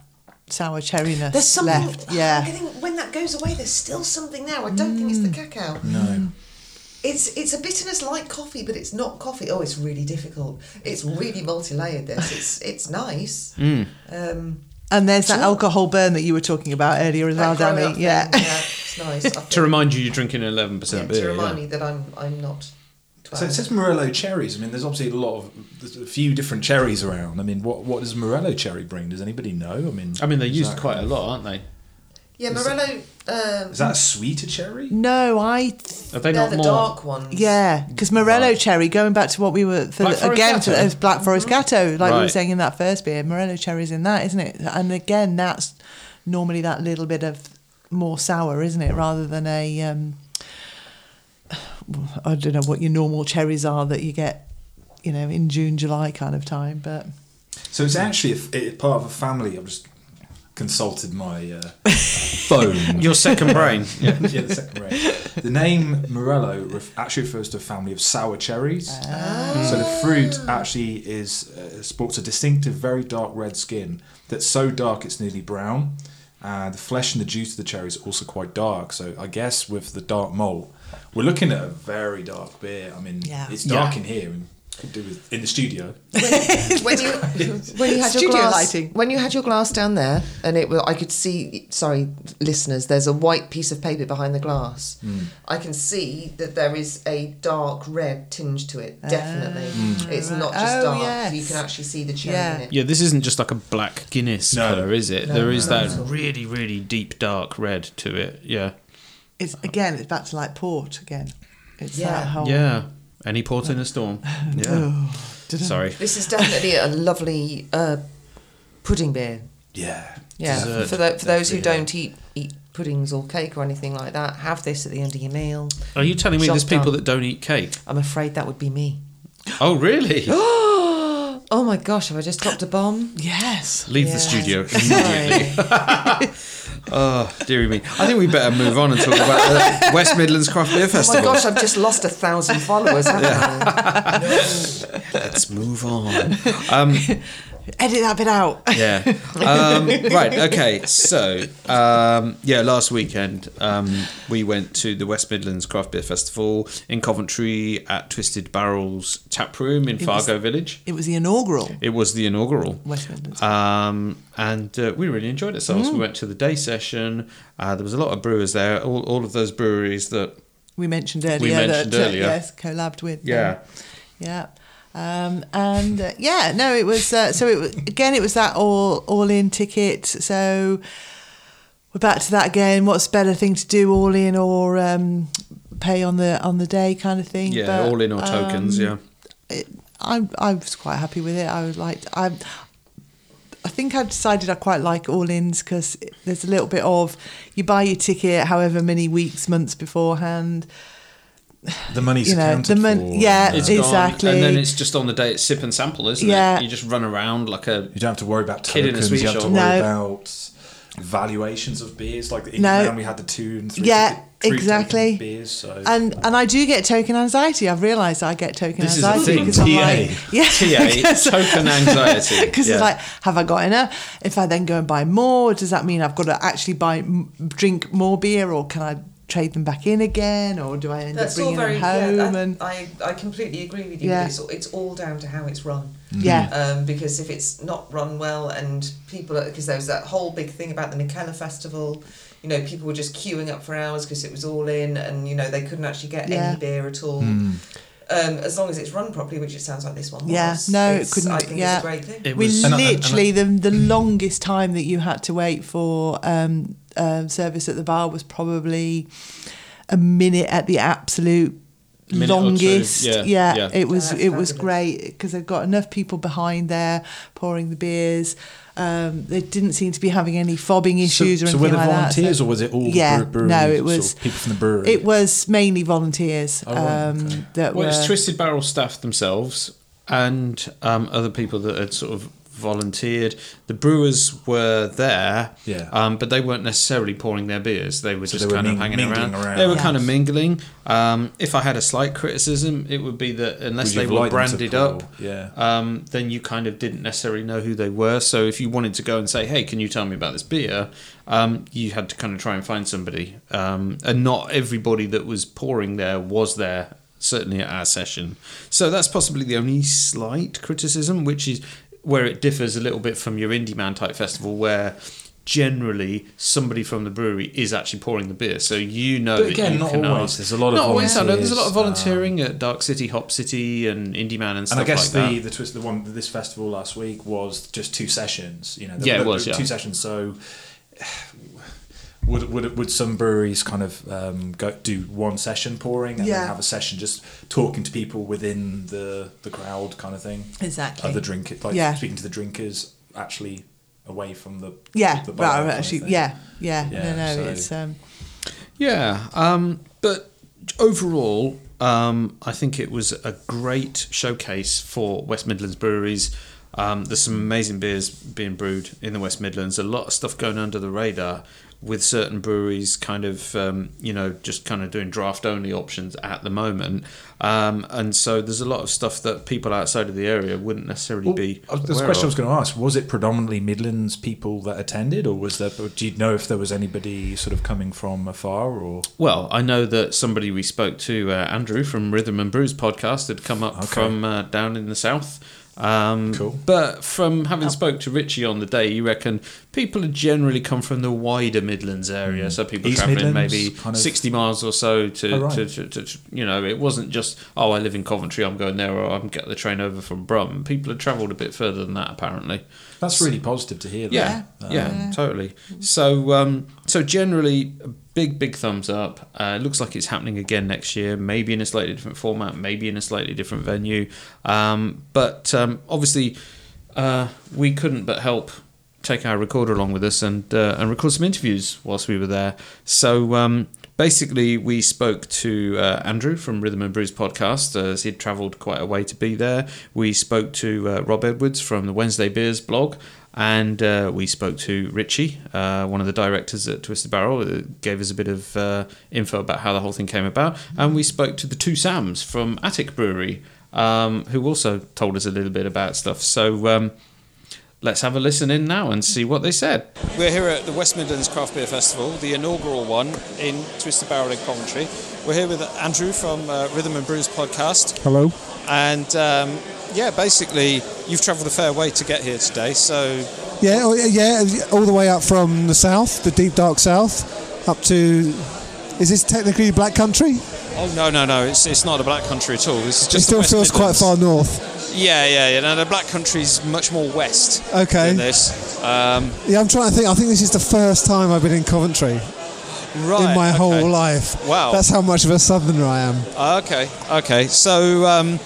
sour cherryness There's something. left. Yeah. I think when that goes away, there's still something there. I don't think it's the cacao. Hmm. No. It's it's a bitterness like coffee, but it's not coffee. Oh, it's really difficult. It's really multi-layered. This it's it's nice. Hmm. Um, And there's that Sure. alcohol burn that you were talking about earlier as well, that grown up Danny. thing, Yeah. it's (laughs) nice. I To think. remind you, you're drinking an 11% Yeah, beer. to remind yeah. me that I'm I'm not. 12. So it says Morello cherries. I mean, there's obviously a lot of there's a few different cherries around. I mean, what what does Morello cherry bring? Does anybody know? I mean, I mean, they're is used that- quite a lot, aren't they? yeah, Morello. Um, Is that a sweeter cherry? (laughs) No, I. Are they they're not the more? dark ones. Yeah, because Morello Right. cherry. Going back to what we were for Black the, Forest again for Gatto? those Black Forest Mm-hmm. Gatto, like we were Right. saying in that first beer, Morello cherry's in that, isn't it? And again, that's normally that little bit of more sour, isn't it, rather than a. Um, I don't know what your normal cherries are that you get, you know, in June, July kind of time, but So it's actually a, it, part of a family. I've just consulted my uh, phone. (laughs) Your second brain. yeah, yeah, the second range. The name Morello ref- actually refers to a family of sour cherries. So the fruit actually is uh, sports a distinctive, very dark red skin that's so dark it's nearly brown. Uh, the flesh and the juice of the cherry is also quite dark. So I guess with the dark malt, we're looking at a very dark beer. I mean, Yeah. it's dark Yeah. in here. And Could do with in the studio. when you (laughs) when you had your Studio glass lighting. when you had your glass down there and it was I could see sorry listeners there's a white piece of paper behind the glass Mm. I can see that there is a dark red tinge to it definitely Ah. it's not just Oh, dark yes. you can actually see the cherry Yeah. in it Yeah, this isn't just like a black Guinness No. colour, is it? there is that really, really deep dark red to it. Yeah. It's again, it's back to like port again. It's Yeah. that whole. Yeah. Any port in a (sighs) storm. Yeah. Sorry. this is definitely a lovely uh, pudding beer Yeah. yeah Dessert, for, tho- for those who definitely, yeah. don't eat eat puddings or cake or anything like that have this at the end of your meal Are you telling me there's Job people done. that don't eat cake? I'm afraid that would be me Oh, (gasps) really? (gasps) oh my gosh have I just dropped a bomb Yes. Leave Yeah. the studio immediately. (laughs) (laughs) Sorry. Oh, dearie me. I think we better move on and talk about the West Midlands Craft Beer Oh my Festival. gosh, I've just lost a thousand followers, haven't I? Let's move on. Um, Edit that bit out. (laughs) Yeah. Um, right. Okay. So, um, yeah, last weekend um, we went to the West Midlands Craft Beer Festival in Coventry at Twisted Barrels Tap Room in Fargo Village. It was the inaugural It was the inaugural. West Midlands. Um, and uh, we really enjoyed ourselves. Mm. We went to the day session. Uh, there was a lot of brewers there. All, all of those breweries that we mentioned earlier mentioned that uh, earlier. yes, collabed with. Yeah. Yeah. Um, and uh, yeah, no, it was uh, so. It was, again, it was that all all in ticket. So we're back to that again. What's a better thing to do, all in or um, pay on the on the day kind of thing? yeah, But, all in or tokens. um, yeah. it, I I was quite happy with it. I was like I. I think I've decided I quite like all ins because there's a little bit of you buy your ticket however many weeks, months beforehand. The money's You know, accounted the mon- for. yeah, You It's gone, Exactly. And then it's just on the day it's sip and sample, isn't Yeah. it? You just run around like a don't have to worry about Kid in a tokens. sweet You have to shop. No. worry about valuations of beers. Like in No. no. we had the two and three. Yeah, ticket- three token exactly. Beers. So and and I do get token anxiety. I've realised I get token This is the anxiety thing, because I'm TA. like, yeah, (laughs) TA, token anxiety. Because Yeah. it's like, have I got enough? If I then go and buy more, does that mean I've got to actually buy m- drink more beer, or can I trade them back in again, or do I end up bringing them home? and I, I completely agree with you. Yeah. Mm-hmm. But it's, all- it's all down to how it's run. yeah, Um, because if it's not run well, and people, because there was that whole big thing about the Michaela Festival, you know, people were just queuing up for hours because it was all in, and you know they couldn't actually get Yeah. any beer at all. Um, as long as it's run properly, which it sounds like this one was. Yeah, no, it it's- couldn't I be- think yeah. it's a great thing. It we was- And I- and I- literally the the longest time that you had to wait for um, um, service at the bar was probably a minute at the absolute Minute or two, longest. yeah, yeah, yeah. it was That's it was fabulous. great because they've got enough people behind there pouring the beers. Um, they didn't seem to be having any fobbing issues so, or so anything were there like that. volunteers so- or was it all yeah, the brewery? no, it sort was- of people from the brewery. it was mainly volunteers Oh, right, um, okay. that Well, were. it's Twisted Barrel staff themselves and um, other people that had sort of volunteered. The brewers were there, Yeah. um, but they weren't necessarily pouring their beers. They were So just they were kind of ming- hanging mingling around. around. They were Yeah. kind of mingling. Um, if I had a slight criticism, it would be that Would you unless they have were liked them to branded pour? up, Yeah. um, then you kind of didn't necessarily know who they were. So if you wanted to go and say, "Hey, can you tell me about this beer?" Um, you had to kind of try and find somebody, um, and not everybody that was pouring there was there. Certainly at our session, so that's possibly the only slight criticism, which is where it differs a little bit from your indie man type festival, where generally somebody from the brewery is actually pouring the beer, so you know. But that again, you not can always. ask- There's a lot of Not always. I know there's a lot of volunteers, um, volunteering at Dark City, Hop City, and Indie Man and stuff and I guess like that. the the twist the one this festival last week was just two sessions. You know, Yeah, it was, two yeah. sessions. So (sighs) would would would some breweries kind of um, go do one session pouring and Yeah. then have a session just talking to people within the the crowd kind of thing? Exactly. Other drink like Yeah. speaking to the drinkers actually away from the yeah, the bar right, kind of actually, thing. yeah, yeah, Yeah, no, no, so- it's um, Yeah, um, but overall, um, I think it was a great showcase for West Midlands breweries. Um, there's some amazing beers being brewed in the West Midlands. A lot of stuff going under the radar with certain breweries kind of, um, you know, just kind of doing draft only options at the moment. Um, and so there's a lot of stuff that people outside of the area wouldn't necessarily Well, be. uh, There's a aware question I of. was going to ask. Was it predominantly Midlands people that attended, or was there? Do you know if there was anybody sort of coming from afar, or Well, I know that somebody we spoke to, uh, Andrew from Rhythm and Brews podcast, had come up Okay. from uh, down in the south. Um, Cool. But from having spoke to Richie on the day, you reckon people had generally come from the wider Midlands area, so people Mm. East travelling Midlands, maybe kind of- sixty miles or so to, Oh, right. to, to, to, to- you know, it wasn't just oh I live in Coventry, I'm going there, or I'm get the train over from Brum. People had travelled a bit further than that apparently. that's really positive to hear. That. Yeah, Um, yeah, totally. So, um, so generally, a big, big thumbs up. Uh, it looks like it's happening again next year, maybe in a slightly different format, maybe in a slightly different venue. Um, but um, obviously, uh, we couldn't but help take our recorder along with us and uh, and record some interviews whilst we were there. So. Um, Basically, we spoke to uh, Andrew from Rhythm and Brews podcast uh, as he'd travelled quite a way to be there. We spoke to uh, Rob Edwards from the Wednesday Beers blog, and uh, we spoke to Richie, uh, one of the directors at Twisted Barrel, uh, gave us a bit of uh, info about how the whole thing came about, and we spoke to the two Sams from Attic Brewery, um, who also told us a little bit about stuff. So. Um, Let's have a listen in now and see what they said. We're here at the West Midlands Craft Beer Festival, the inaugural one in Twisted Barrel in Coventry. We're here with Andrew from uh, Rhythm and Brews podcast. Hello. And um, yeah, basically, you've travelled a fair way to get here today. So Yeah, oh, yeah, yeah, all the way up from the south, the deep dark south, up to. Is this technically black country? Oh no no no! It's it's not the black country at all. This is just it still the West feels quite Midlands. far north. Yeah yeah yeah. No, the black country's much more west. Okay. Than this. Um, Yeah, I'm trying to think. I think this is the first time I've been in Coventry right. in my okay. whole life. Wow. That's how much of a southerner I am. Ah, okay okay. So um,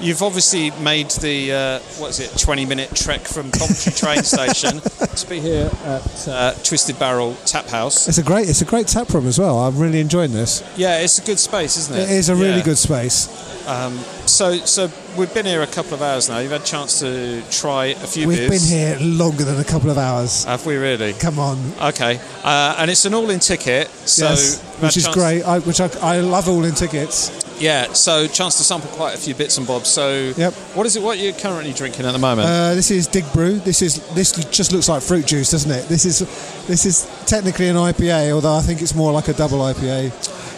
you've obviously made the uh, what is it? Twenty minute trek from (laughs) Coventry train station to be here at uh, Twisted Barrel Tap House. It's a great, it's a great tap room as well. I'm really enjoying this. Yeah, it's a good space, isn't it? It is a really Yeah. good space. Um, so so we've been here a couple of hours now. You've had a chance to try a few We've beers. been here longer than a couple of hours. Have we really? Come on, Okay, uh, and it's an all-in ticket, so yes, we've had which is chance- great. I, which I, I love all in tickets. Yeah, so chance to sample quite a few bits and bobs. So, Yep. what is it? What you're currently drinking at the moment? Uh, this is Dig Brew. This is this just looks like fruit juice, doesn't it? This is this is technically an IPA, although I think it's more like a double IPA.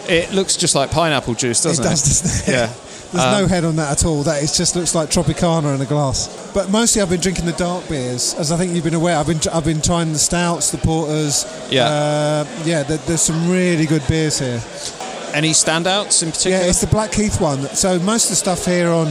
it looks just like pineapple juice, doesn't it? does, doesn't it? Yeah. (laughs) There's Um, no head on that at all. That is just looks like Tropicana in a glass. But mostly, I've been drinking the dark beers, as I think you've been aware. I've been I've been trying the stouts, the porters. Yeah. uh, yeah. There, there's some really good beers here. Any standouts in particular? Yeah, it's the Blackheath one. So most of the stuff here on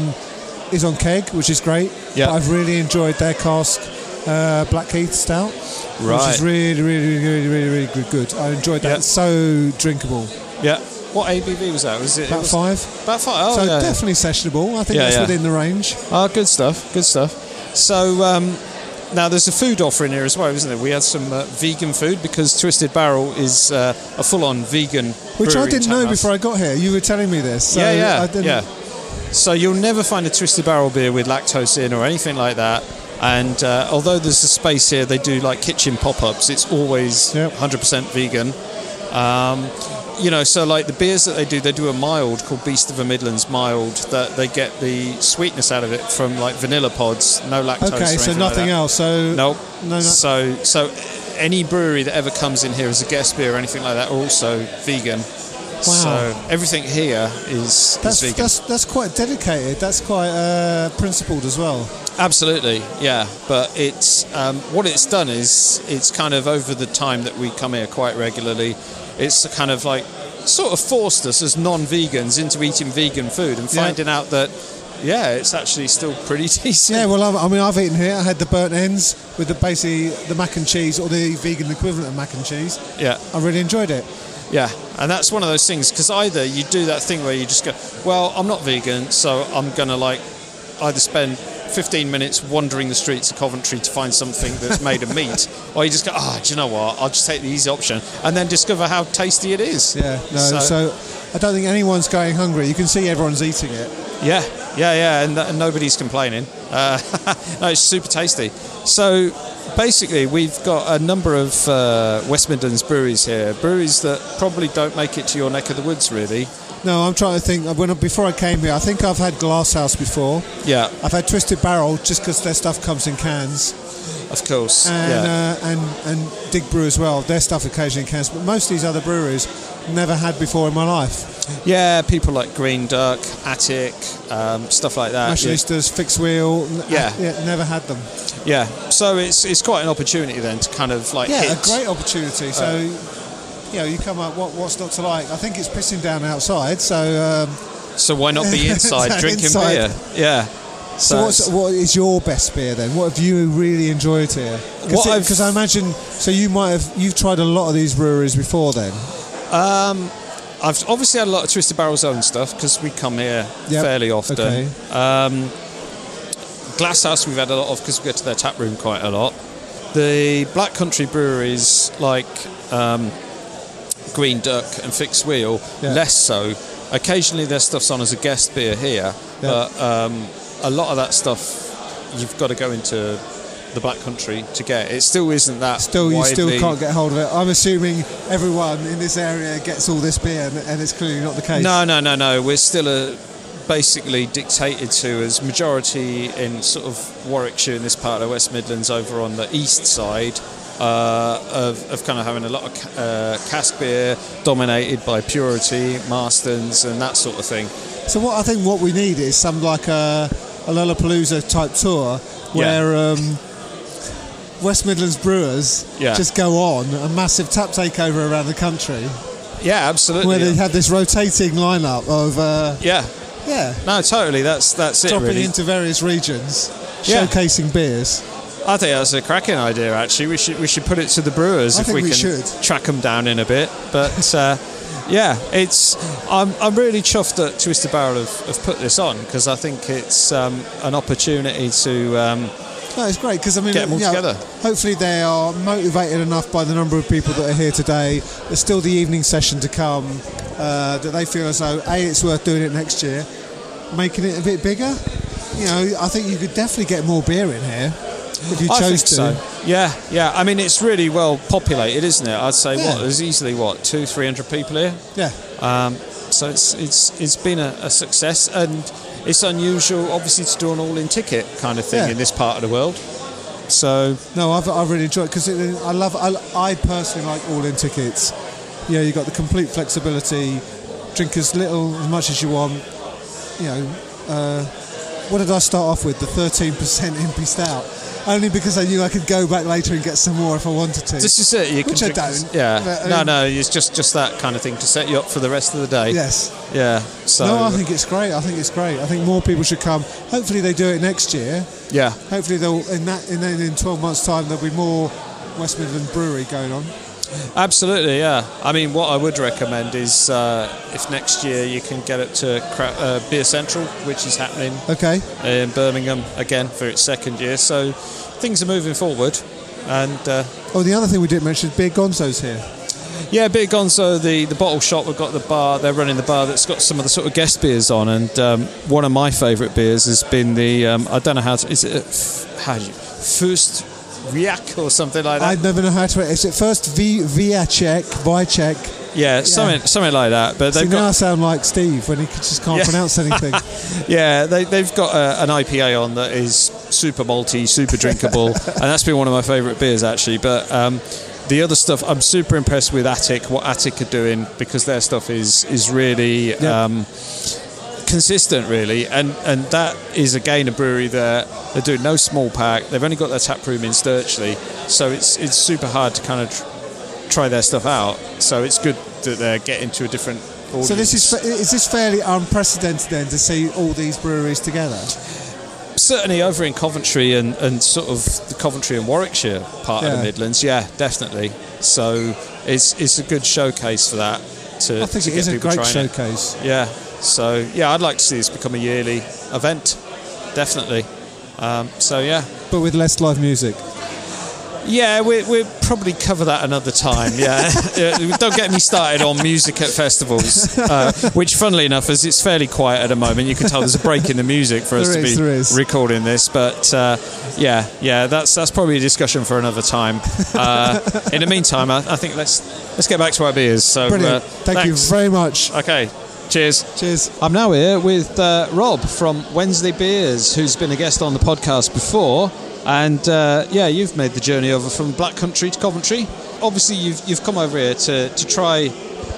is on keg, which is great. Yeah. But I've really enjoyed their cask uh, Blackheath stout, which Right. is really, really, really, really, really good. good. I enjoyed that. Yeah. It's so drinkable. yeah. What ABV was that? Was it it About was- five. About five. Oh, so yeah. definitely sessionable. I think Yeah, that's yeah. within the range. Oh, good stuff. Good stuff. So um, now there's a food offering here as well, isn't there? We had some uh, vegan food because Twisted Barrel is uh, a full-on vegan. Which brewery I in didn't know Tannhauser. before I got here. You were telling me this. So yeah, yeah, I didn't, yeah. So you'll never find a Twisted Barrel beer with lactose in or anything like that. And uh, although there's a space here, they do like kitchen pop-ups. It's always Yep. 100% vegan. Um, you know, so like the beers that they do, they do a mild called Beast of the Midlands mild that they get the sweetness out of it from like vanilla pods, no lactose. Okay, or so anything nothing like else. So Nope. No, no. So so any brewery that ever comes in here as a guest beer or anything like that are also vegan. So everything here is, is that's, vegan. that's that's quite dedicated. That's quite uh, principled as well. (laughs) Absolutely, yeah. But it's um, what it's done is it's kind of over the time that we come here quite regularly. It's kind of like sort of forced us as non-vegans into eating vegan food and Yeah. finding out that yeah, it's actually still pretty (laughs) decent. Yeah, well, I've, I mean, I've eaten here. I had the burnt ends with the basically the mac and cheese or the vegan equivalent of mac and cheese. yeah, I really enjoyed it. yeah. And that's one of those things because either you do that thing where you just go, well, I'm not vegan, so I'm gonna like either spend 15 minutes wandering the streets of Coventry to find something that's made of meat, (laughs) or you just go, ah, do you know what? I'll just take the easy option and then discover how tasty it is. Yeah, no. So- So, I don't think anyone's going hungry. You can see everyone's eating it. Yeah, yeah, yeah, and, and nobody's complaining. Uh, (laughs) no, it's super tasty. So basically, we've got a number of uh, West Midlands breweries here, breweries that probably don't make it to your neck of the woods, really. No, I'm trying to think. When I- before I came here, I think I've had Glasshouse before. Yeah, I've had Twisted Barrel just because their stuff comes in cans, of course. and yeah. uh, and and Dig Brew as well. Their stuff occasionally in cans, but most of these other breweries never had before in my life. yeah, people like Green Duck, Attic, um, stuff like that. Yeah. Machinistas, Fixed Wheel, n- Yeah. yeah, never had them. yeah, so it's it's quite an opportunity then to kind of like Uh. Yeah, hit. a great opportunity. So, you know, you come up, what, what's not to like? I think it's pissing down outside. So, um, So why not (laughs) be inside drinking Inside. beer? Yeah. So, so it's- what's, what is your best beer then? What have you really enjoyed here? What I've- Because I imagine, so you might have, you've tried a lot of these breweries before then. Um, I've obviously had a lot of Twisted Barrel's own stuff because we come here Yep, fairly often. okay. Um, Glasshouse we've had a lot of because we go to their tap room quite a lot. The Black Country breweries like um, Green Duck and Fixed Wheel, Yeah. less so. Occasionally their stuff's on as a guest beer here, but um, a lot of that stuff you've got to go into the Black Country to get. It still isn't that Still, you still widely- can't get hold of it. I'm assuming everyone in this area gets all this beer, and, and it's clearly not the case. No, no, no, no. We're still uh basically dictated to as majority in sort of Warwickshire in this part of the West Midlands over on the east side. Uh, of, of kind of having a lot of ca- uh, cask beer dominated by purity, Marston's, and that sort of thing. So what I think what we need is some like a, a Lollapalooza type tour where um, West Midlands brewers Yeah. just go on a massive tap takeover around the country Yeah, where absolutely. they have this rotating lineup of uh, yeah, yeah no, totally. That's that's it. dropping really. into various regions, Yeah. showcasing beers. I think that's a cracking idea. Actually, we should we should put it to the brewers I if think we we can should. track them down in a bit. But uh, (laughs) yeah, it's I'm I'm really chuffed that Twisted Barrel have, have put this on because I think it's um, an opportunity to um, No, it's great because I mean, Get 'em all you know, together. Hopefully, they are motivated enough by the number of people that are here today. There's still the evening session to come uh, that they feel as though a it's worth doing it next year, making it a bit bigger. You know, I think you could definitely get more beer in here if you chose I think to. so. Yeah, yeah. I mean, it's really well populated, isn't it? I'd say Yeah. what there's easily what two three hundred people here. Yeah, Um, so it's it's it's been a, a success and it's unusual, obviously, to do an all-in ticket kind of thing Yeah. in this part of the world. So no, I've, I really enjoyed because I love. I, I personally like all-in tickets. You know, you got the complete flexibility. Drink as little as much as you want. You know, uh, what did I start off with? The thirteen percent (laughs) impy stout. Only because I knew I could go back later and get some more if I wanted to. This is it. uh, You Which can I drink- don't, Yeah. but, um, I no, mean- no. It's just just that kind of thing to set you up for the rest of the day. yes. Yeah. So. no, I think it's great. I think it's great. I think more people should come. Hopefully, they do it next year. yeah. Hopefully, they'll in that in then in twelve months' time there'll be more West Midland Brewery going on. Absolutely. Yeah. I mean, what I would recommend is uh, if next year you can get up to Cra- uh, Beer Central, which is happening Okay. in Birmingham again for its second year. So things are moving forward. And uh, Oh, the other thing we didn't mention is Beer Gonzo's here. yeah, Big Gonzo, the, the bottle shop, we've got the bar, they're running the bar that's got some of the sort of guest beers on. And um, one of my favourite beers has been the, um, I don't know how to, is it, f- how do you, First Riak or something like that? I'd never know how to. Is it first V Viacek, Viacek? yeah, something something like that. But See, they've now I got, sound like Steve when he c- just can't Yeah. pronounce (laughs) anything. yeah, they, they've got uh an IPA on that is super malty, (laughs) super drinkable. and that's been one of my favourite beers, actually. But um, the other stuff, I'm super impressed with Attic, what Attic are doing, because their stuff is, is really. Yeah. Um, consistent really and and that is again a brewery that they're doing no small pack they've only got their tap room in Sturchley so it's it's super hard to kind of tr- try their stuff out so it's good that they're getting to a different audience so this is fa- is this fairly unprecedented then to see all these breweries together? certainly over in Coventry and, and sort of the Coventry and Warwickshire part of Yeah. the Midlands yeah definitely so it's it's a good showcase for that to I think to it get is a people great trying it. showcase. Yeah. So yeah, I'd like to see this become a yearly event, definitely. Um, so yeah, but with less live music. Yeah, we, we'll probably cover that another time. (laughs) Yeah, Yeah, don't get me started on music at festivals, uh, which, funnily enough, is it's fairly quiet at the moment. You can tell there's a break in the music for (laughs) us There is, to there be is. recording this, but uh, yeah, yeah, that's that's probably a discussion for another time. (laughs) Uh, in the meantime, I, I think let's let's get back to our beers. So, Brilliant. Uh, Thank you thanks. very much. okay, cheers. Cheers. I'm now here with uh, Rob from Wednesday Beers, who's been a guest on the podcast before. And uh, yeah, you've made the journey over from Black Country to Coventry. Obviously, you've, you've come over here to, to try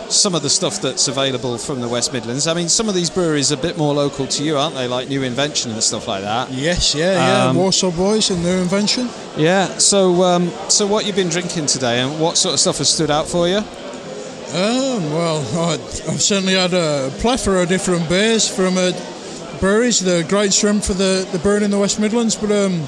some of the stuff that's available from the West Midlands. I mean, some of these breweries are a bit more local to you, aren't they? Like New Invention and stuff like that. Yes, yeah, yeah. Um, Warsaw Boys and their invention. Yeah. So, um, so what you've been drinking today, and what sort of stuff has stood out for you? Um, well, I, I've certainly had a plethora of different beers from uh, breweries. The Great Shrimp for the, the brewing in the West Midlands, but um,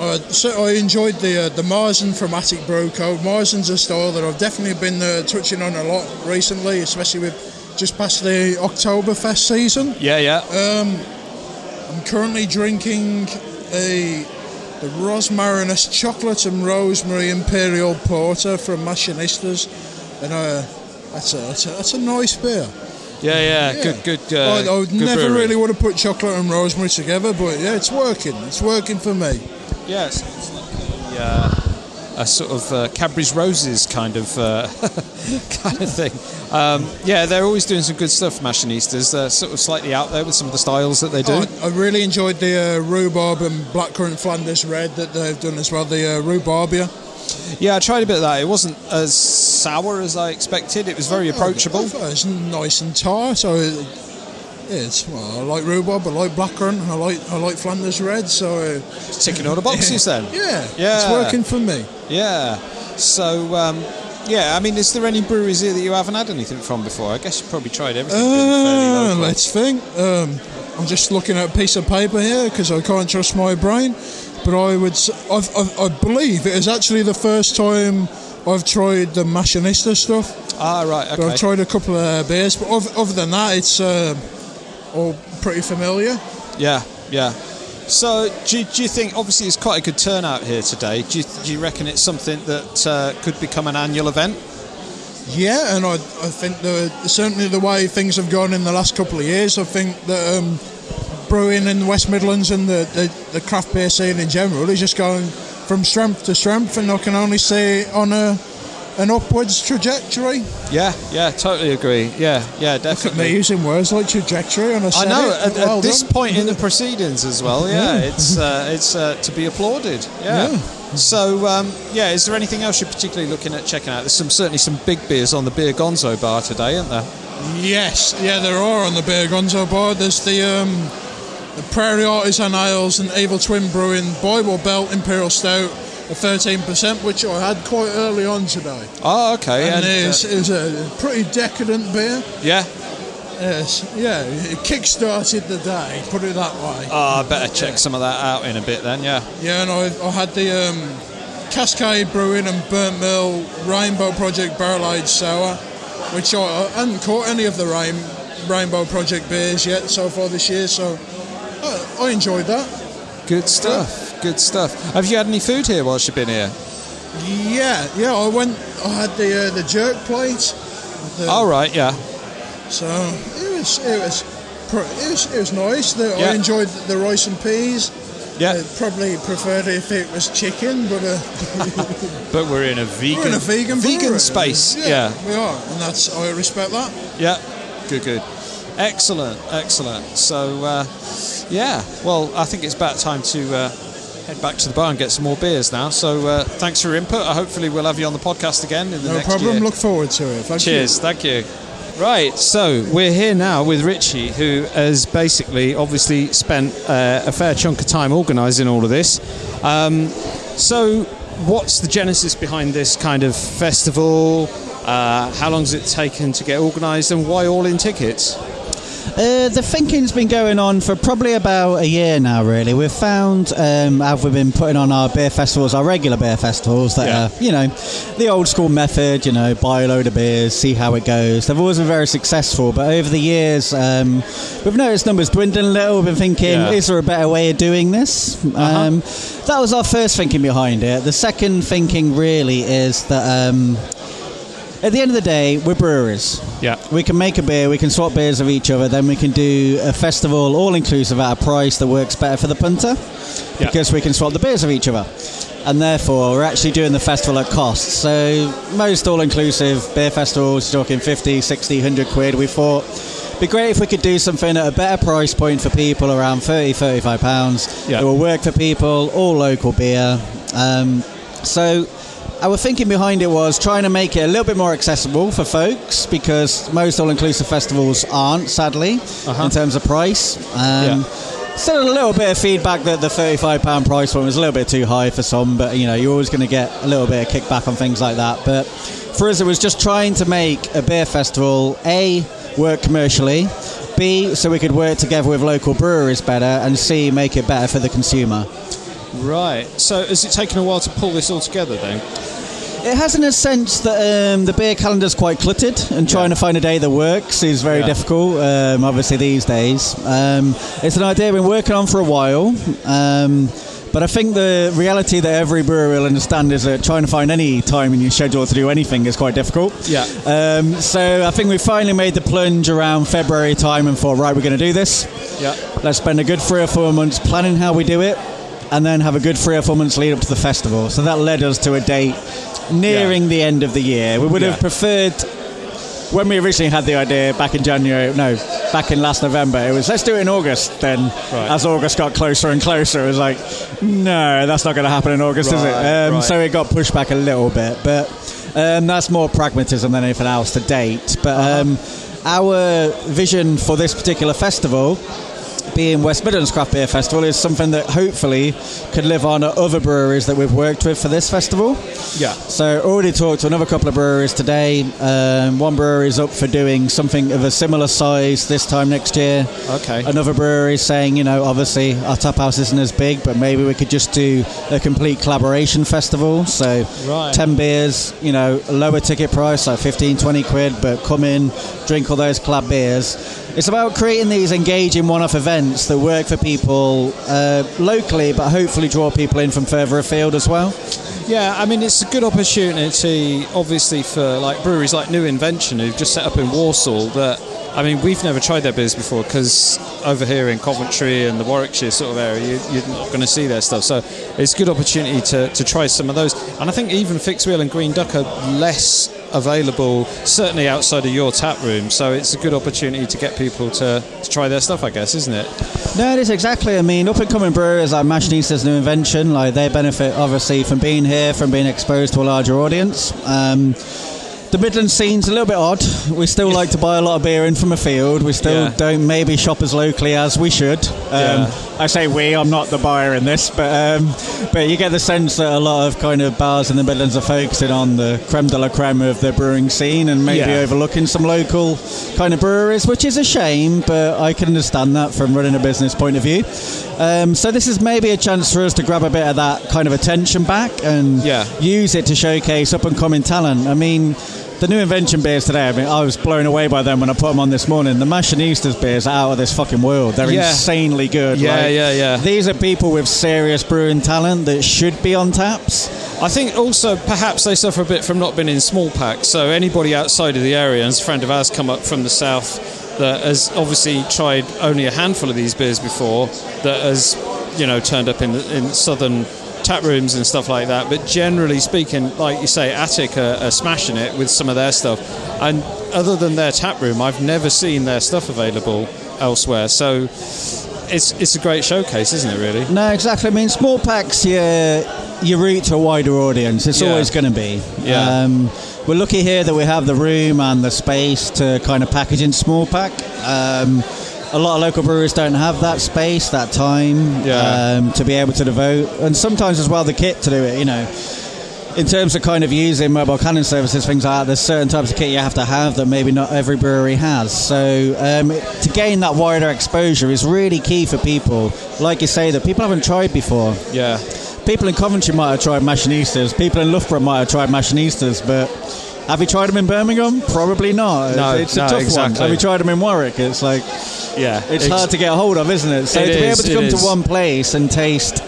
I, so I enjoyed the uh, the Marzen from Attic Brew Co. Marzen's a style that I've definitely been uh, touching on a lot recently, especially with just past the Oktoberfest season. Yeah, yeah. Um, I'm currently drinking a the Rosmarinus Chocolate and Rosemary Imperial Porter from Machinistas, and uh, that's a, that's a that's a nice beer. Yeah, yeah. Yeah. Good, good. Uh, I, I would good never brewery. really would have put chocolate and rosemary together, but yeah, it's working. It's working for me. Yes, it's like a, uh, a sort of uh, Cadbury's Roses kind of uh, (laughs) kind of thing. Um, yeah, they're always doing some good stuff, Machinistas. They're sort of slightly out there with some of the styles that they do. I, I really enjoyed the uh, rhubarb and blackcurrant Flanders red that they've done as well. The uh, rhubarbia. Yeah, I tried a bit of that. It wasn't as sour as I expected. It was Oh, very approachable. It's nice and tart. So it, it's well, I like rhubarb. I like blackcurrant. I like I like Flanders red. So. Uh, It's ticking all the boxes then. Yeah, Yeah. it's working for me. Yeah. So, um, yeah, I mean, is there any breweries here that you haven't had anything from before? I guess you've probably tried everything. being fairly Uh, local. let's think. Um, I'm just looking at a piece of paper here because I can't trust my brain. But I would, s- I've, I've, I believe it is actually the first time I've tried the Machinista stuff. ah, right, But okay. I've tried a couple of beers, but oth- other than that, it's um all pretty familiar. Yeah, yeah. So, do, you- do you think? Obviously, it's quite a good turnout here today. Do you, do you reckon it's something that uh, could become an annual event? Yeah, and I, I think the certainly the way things have gone in the last couple of years, I think that um, brewing in the West Midlands and the, the, the craft beer scene in general is just going from strength to strength, and I can only see it on a an upwards trajectory. Yeah, yeah, totally agree. Yeah, yeah, Look at me definitely. using words like trajectory, and I, I said know. it. At, at Well this done. point in the proceedings as well, yeah, it's uh, it's uh, to be applauded. Yeah. Yeah. So, um, yeah, is there anything else you're particularly looking at checking out? There's some certainly some big beers on the Beer Gonzo bar today, aren't there? Yes, yeah, there are on the Beer Gonzo board. oh There's the um, the Prairie Artisan Ales and Evil Twin Brewing Bible Belt Imperial Stout, a 13%, which I had quite early on today. Oh, okay. And, uh, it's, it's a pretty decadent beer. yeah. Yes, yeah, it kick-started the day, put it that way. Oh, I better check some of that out in a bit then. Yeah. Yeah, and I, I had the um, Cascade Brewing and Burnt Mill Rainbow Project Barrel Aged Sour, which I, I hadn't caught any of the rain, Rainbow Project beers yet so far this year, so uh, I, I enjoyed that. Good stuff. Good stuff. Have you had any food here whilst you've been here? Yeah, yeah, I went, I had the uh, the jerk plate, the, All right. Yeah. so it was it was pr- it was, it was nice. The, Yeah. I enjoyed the rice and peas. Yeah. I probably preferred if it was chicken, but uh, (laughs) But we're in a vegan. We're in a vegan vegan brewery. space. Yeah, Yeah. we are, and that's I respect that. yeah. Good. Good. Excellent. Excellent. So, uh, yeah. Well, I think it's about time to uh, head back to the bar and get some more beers now. So, uh, thanks for your input. I hopefully we'll have you on the podcast again in the No next problem. year. Look forward to it. Thank Cheers. Thank you. Right, so we're here now with Richie, who has basically, obviously, spent uh, a fair chunk of time organising all of this. Um, so, what's the genesis behind this kind of festival? Uh, how long's it taken to get organised, and why all in tickets? Uh, the thinking's been going on for probably about a year now, really. We've found, um, have we been putting on our beer festivals, our regular beer festivals, that Yeah. are, you know, the old school method, you know, buy a load of beers, see how it goes. They've always been very successful, but over the years, um, we've noticed numbers dwindling a little. We've been thinking, Yeah. Uh-huh. is there a better way of doing this? Um, that was our first thinking behind it. The second thinking, really, is that. Um, at the end of the day, we're brewers. Yeah. We can make a beer, we can swap beers with each other, then we can do a festival all inclusive at a price that works better for the punter Yeah. because we can swap the beers of each other. And therefore, we're actually doing the festival at cost. So, most all inclusive beer festivals, you're talking 50, 60, 100 quid, we thought it'd be great if we could do something at a better price point for people around 30, 35 pounds. Yeah. It will work for people, all local beer. Um, so, our thinking behind it was trying to make it a little bit more accessible for folks because most all-inclusive festivals aren't, sadly, in terms of price. Um, Still a little bit of feedback that the thirty-five pound price point was a little bit too high for some, but you know you're always going to get a little bit of kickback on things like that. But for us, it was just trying to make a beer festival a work commercially, b so we could work together with local breweries better, and c make it better for the consumer. Right. So has it taken a while to pull this all together then? It has in a sense that um, the beer calendar's quite cluttered, and trying to find a day that works is very Yeah. difficult. Um, obviously, these days, um, it's an idea we've been working on for a while. Um, but I think the reality that every brewer will understand is that trying to find any time in your schedule to do anything is quite difficult. Yeah. Um, so I think we finally made the plunge around February time and thought, right, we're going to do this. Yeah. Let's spend a good three or four months planning how we do it, and then have a good three or four months lead up to the festival. So that led us to a date nearing the end of the year. We would Yeah. have preferred when we originally had the idea back in January. No, back in last November. It was let's do it in August. Then, Right. as August got closer and closer, it was like, no, that's not going to happen in August, is it? Right, Um, right. So it got pushed back a little bit, but um, that's more pragmatism than anything else to date. But um, our vision for this particular festival being West Midlands Craft Beer Festival is something that hopefully could live on at other breweries that we've worked with for this festival. Yeah. So already talked to another couple of breweries today. Um, one brewery is up for doing something of a similar size this time next year. Okay. Another brewery is saying, you know, obviously our tap house isn't as big, but maybe we could just do a complete collaboration festival. So Right. 10 beers, you know, lower ticket price, like 15, 20 quid, but come in, drink all those club beers. It's about creating these engaging one off events that work for people uh, locally, but hopefully draw people in from further afield as well. Yeah, I mean it's a good opportunity, obviously, for like breweries like New Invention who've just set up in Warsaw. That I mean, we've never tried their beers before because over here in Coventry and the Warwickshire sort of area, you, you're not going to see their stuff. So it's a good opportunity to, to try some of those. And I think even Fixed Wheel and Green Duck are less available, certainly outside of your tap room. So it's a good opportunity to get people to, to try their stuff, I guess, isn't it? No, it is exactly. I mean, up and coming brewers like Mashnista's New Invention, like they benefit obviously from being here, from being exposed to a larger audience. Um, the Midland scene's a little bit odd. We still like to buy a lot of beer in from a field. We still Yeah. don't maybe shop as locally as we should. Um, Yeah. I say we. I'm not the buyer in this, but um, but you get the sense that a lot of kind of bars in the Midlands are focusing on the creme de la creme of the brewing scene and maybe Yeah. overlooking some local kind of breweries, which is a shame. But I can understand that from running a business point of view. Um, so this is maybe a chance for us to grab a bit of that kind of attention back and Yeah. use it to showcase up and coming talent. I mean, the new invention beers today, I mean, I was blown away by them when I put them on this morning. The Machinistas beers are out of this fucking world. They're Yeah. insanely good. Yeah, like, yeah, yeah. These are people with serious brewing talent that should be on taps. I think also perhaps they suffer a bit from not being in small packs. So anybody outside of the area, and as a friend of ours come up from the south that has obviously tried only a handful of these beers before, that has you know turned up in in southern tap rooms and stuff like that. But generally speaking, like you say, Attic are, are smashing it with some of their stuff. And other than their tap room, I've never seen their stuff available elsewhere. So. It's, it's a great showcase, isn't it? Really, No, exactly. I mean, small packs, your your route to a wider audience. It's Yeah. always going to be. Yeah. Um, we're lucky here that we have the room and the space to kind of package in small pack. Um, a lot of local breweries don't have that space, that time Yeah. um, to be able to devote, and sometimes as well the kit to do it. You know, in terms of kind of using mobile canning services, things like that, there's certain types of kit you have to have that maybe not every brewery has. So um, to gain that wider exposure is really key for people. Like you say, that people haven't tried before. Yeah. People in Coventry might have tried machinistas. People in Loughborough might have tried machinistas, but have you tried them in Birmingham? Probably not. No, it's, it's no, a tough exactly. one. Have you tried them in Warwick? It's like Yeah. it's hard to get a hold of, isn't it? So It to be is, able it to come is. to one place and taste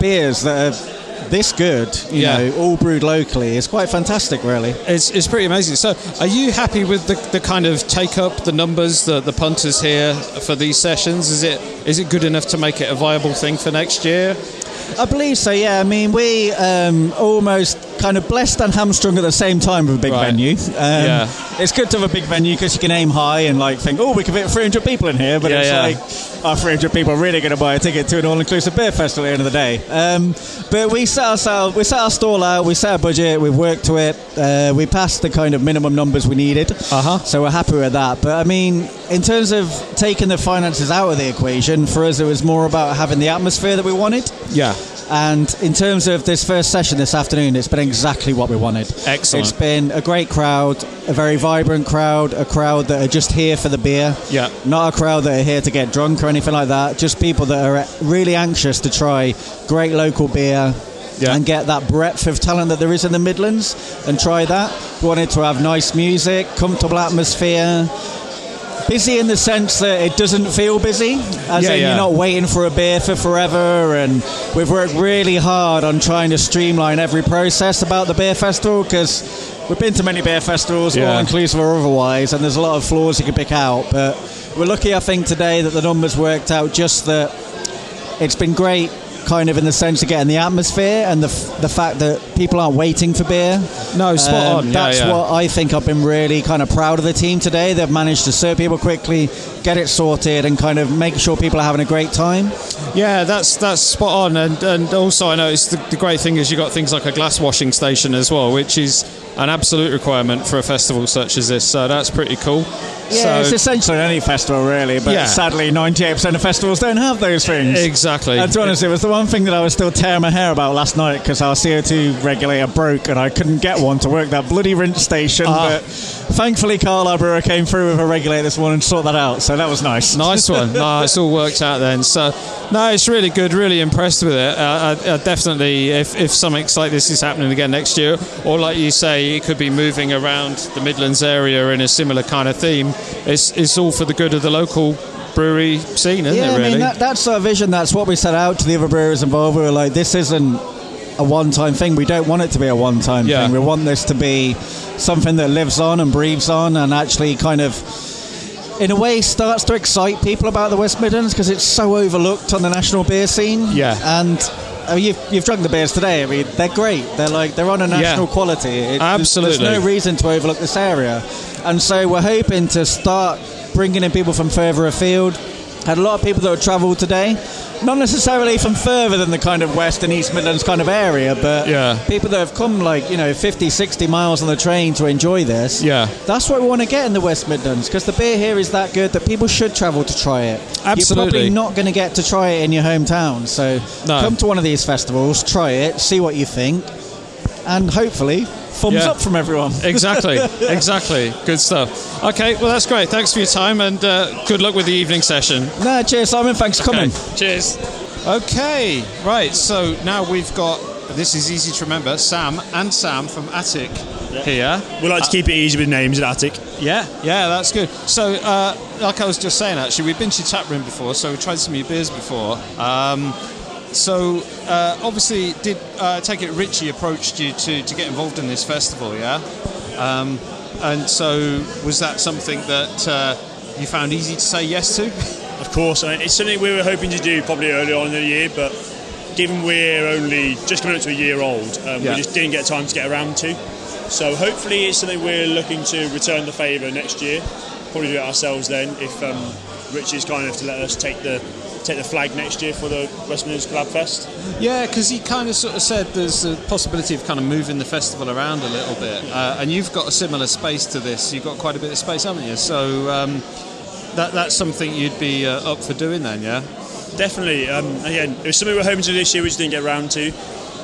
beers that are this good, you Yeah. know, all brewed locally, is quite fantastic, really. It's, it's pretty amazing. So, are you happy with the, the kind of take up, the numbers, the, the punters here for these sessions? Is it is it good enough to make it a viable thing for next year? I believe so. Yeah, I mean, we um, almost kind of blessed and hamstrung at the same time with a big Right. venue. Um, Yeah. it's good to have a big venue because you can aim high and like think, oh, we could fit 300 people in here, but Yeah, it's yeah. like, are 300 people really going to buy a ticket to an all-inclusive beer festival at the end of the day? Um, but we set ourselves, we set our stall out, we set a budget, we've worked to it, uh, we passed the kind of minimum numbers we needed. Uh-huh. So we're happy with that. But I mean, in terms of taking the finances out of the equation, for us it was more about having the atmosphere that we wanted. Yeah. And in terms of this first session this afternoon, it's been exactly what we wanted. Excellent. It's been a great crowd, a very vibrant crowd, a crowd that are just here for the beer. Yeah. Not a crowd that are here to get drunk or anything like that. Just people that are really anxious to try great local beer. Yeah. And get that breadth of talent that there is in the Midlands and try that. We wanted to have nice music, comfortable atmosphere, busy in the sense that it doesn't feel busy, as Yeah, in yeah. you're not waiting for a beer for forever. And we've worked really hard on trying to streamline every process about the beer festival because we've been to many beer festivals, Yeah. all inclusive or otherwise, and there's a lot of flaws you can pick out. But we're lucky, I think, today that the numbers worked out just that it's been great. Kind of in the sense of getting the atmosphere and the, f- the fact that people aren't waiting for beer. Um, No, spot on. Yeah, That's yeah. what I think I've been really kind of proud of the team today. They've managed to serve people quickly, get it sorted, and kind of make sure people are having a great time. Yeah, that's that's spot on, and and also I noticed the, the great thing is you got things like a glass washing station as well, which is an absolute requirement for a festival such as this. So that's pretty cool. so it's so, essential in any festival, really, but Yeah. sadly, 98% of festivals don't have those things. exactly. And to be honest, it was the one thing that I was still tearing my hair about last night because our CO2 regulator broke and I couldn't get one to work that bloody rinse station. Ah. But thankfully, Carl Arborough came through with a regulator this morning and sorted that out, so that was nice. Nice (laughs) one. No, it's all worked out then. So, no, it's really good. Really impressed with it. Uh, I, I definitely, if, if something like this is happening again next year, or like you say, it could be moving around the Midlands area in a similar kind of theme. It's it's all for the good of the local brewery scene, isn't yeah, it? Really. I mean, that, that's our vision. That's what we set out to the other brewers involved. We were like, this isn't a one time thing. We don't want it to be a one time Yeah. thing. We want this to be something that lives on and breathes on and actually kind of. In a way, starts to excite people about the West Midlands because it's so overlooked on the national beer scene. Yeah. and I mean, you've, you've drunk the beers today. I mean, they're great. They're like they're on a national quality. It- there's- Absolutely. there's no reason to overlook this area. And so we're hoping to start bringing in people from further afield. Had a lot of people that have travelled today, not necessarily from further than the kind of West and East Midlands kind of area, but Yeah. people that have come like, you know, 50, 60 miles on the train to enjoy this. Yeah. That's what we want to get in the West Midlands because the beer here is that good that people should travel to try it. You're Absolutely. probably not going to get to try it in your hometown. So No. come to one of these festivals, try it, see what you think, and hopefully thumbs Yeah. up from everyone. (laughs) exactly, exactly. Good stuff. Okay, well, that's great. Thanks for your time and uh, good luck with the evening session. No, cheers, Simon. Thanks for coming. Okay, Cheers. Okay, right. So now we've got this is easy to remember. Sam and Sam from Attic here. We like to keep it easy with names at Attic. Yeah, yeah, that's good. So, uh, like I was just saying, actually, we've been to your tap room before, so we tried some of your beers before. Um, so, uh, obviously, did uh, I take it Richie approached you to, to get involved in this festival, yeah? Um, and so, was that something that uh, you found easy to say yes to? Of course, I mean, it's something we were hoping to do probably early on in the year, but given we're only just coming up to a year old, um, Yeah. we just didn't get time to get around to. So hopefully it's something we're looking to return the favour next year. Probably do it ourselves then if um, Rich is kind enough to let us take the take the flag next year for the West Midlands Collab Fest. Yeah, because he kind of sort of said there's a possibility of kind of moving the festival around a little bit, uh, and you've got a similar space to this. You've got quite a bit of space, haven't you? So um, that that's something you'd be uh, up for doing then, yeah? Definitely. Um, again, it was something we were hoping to do this year, we just didn't get around to.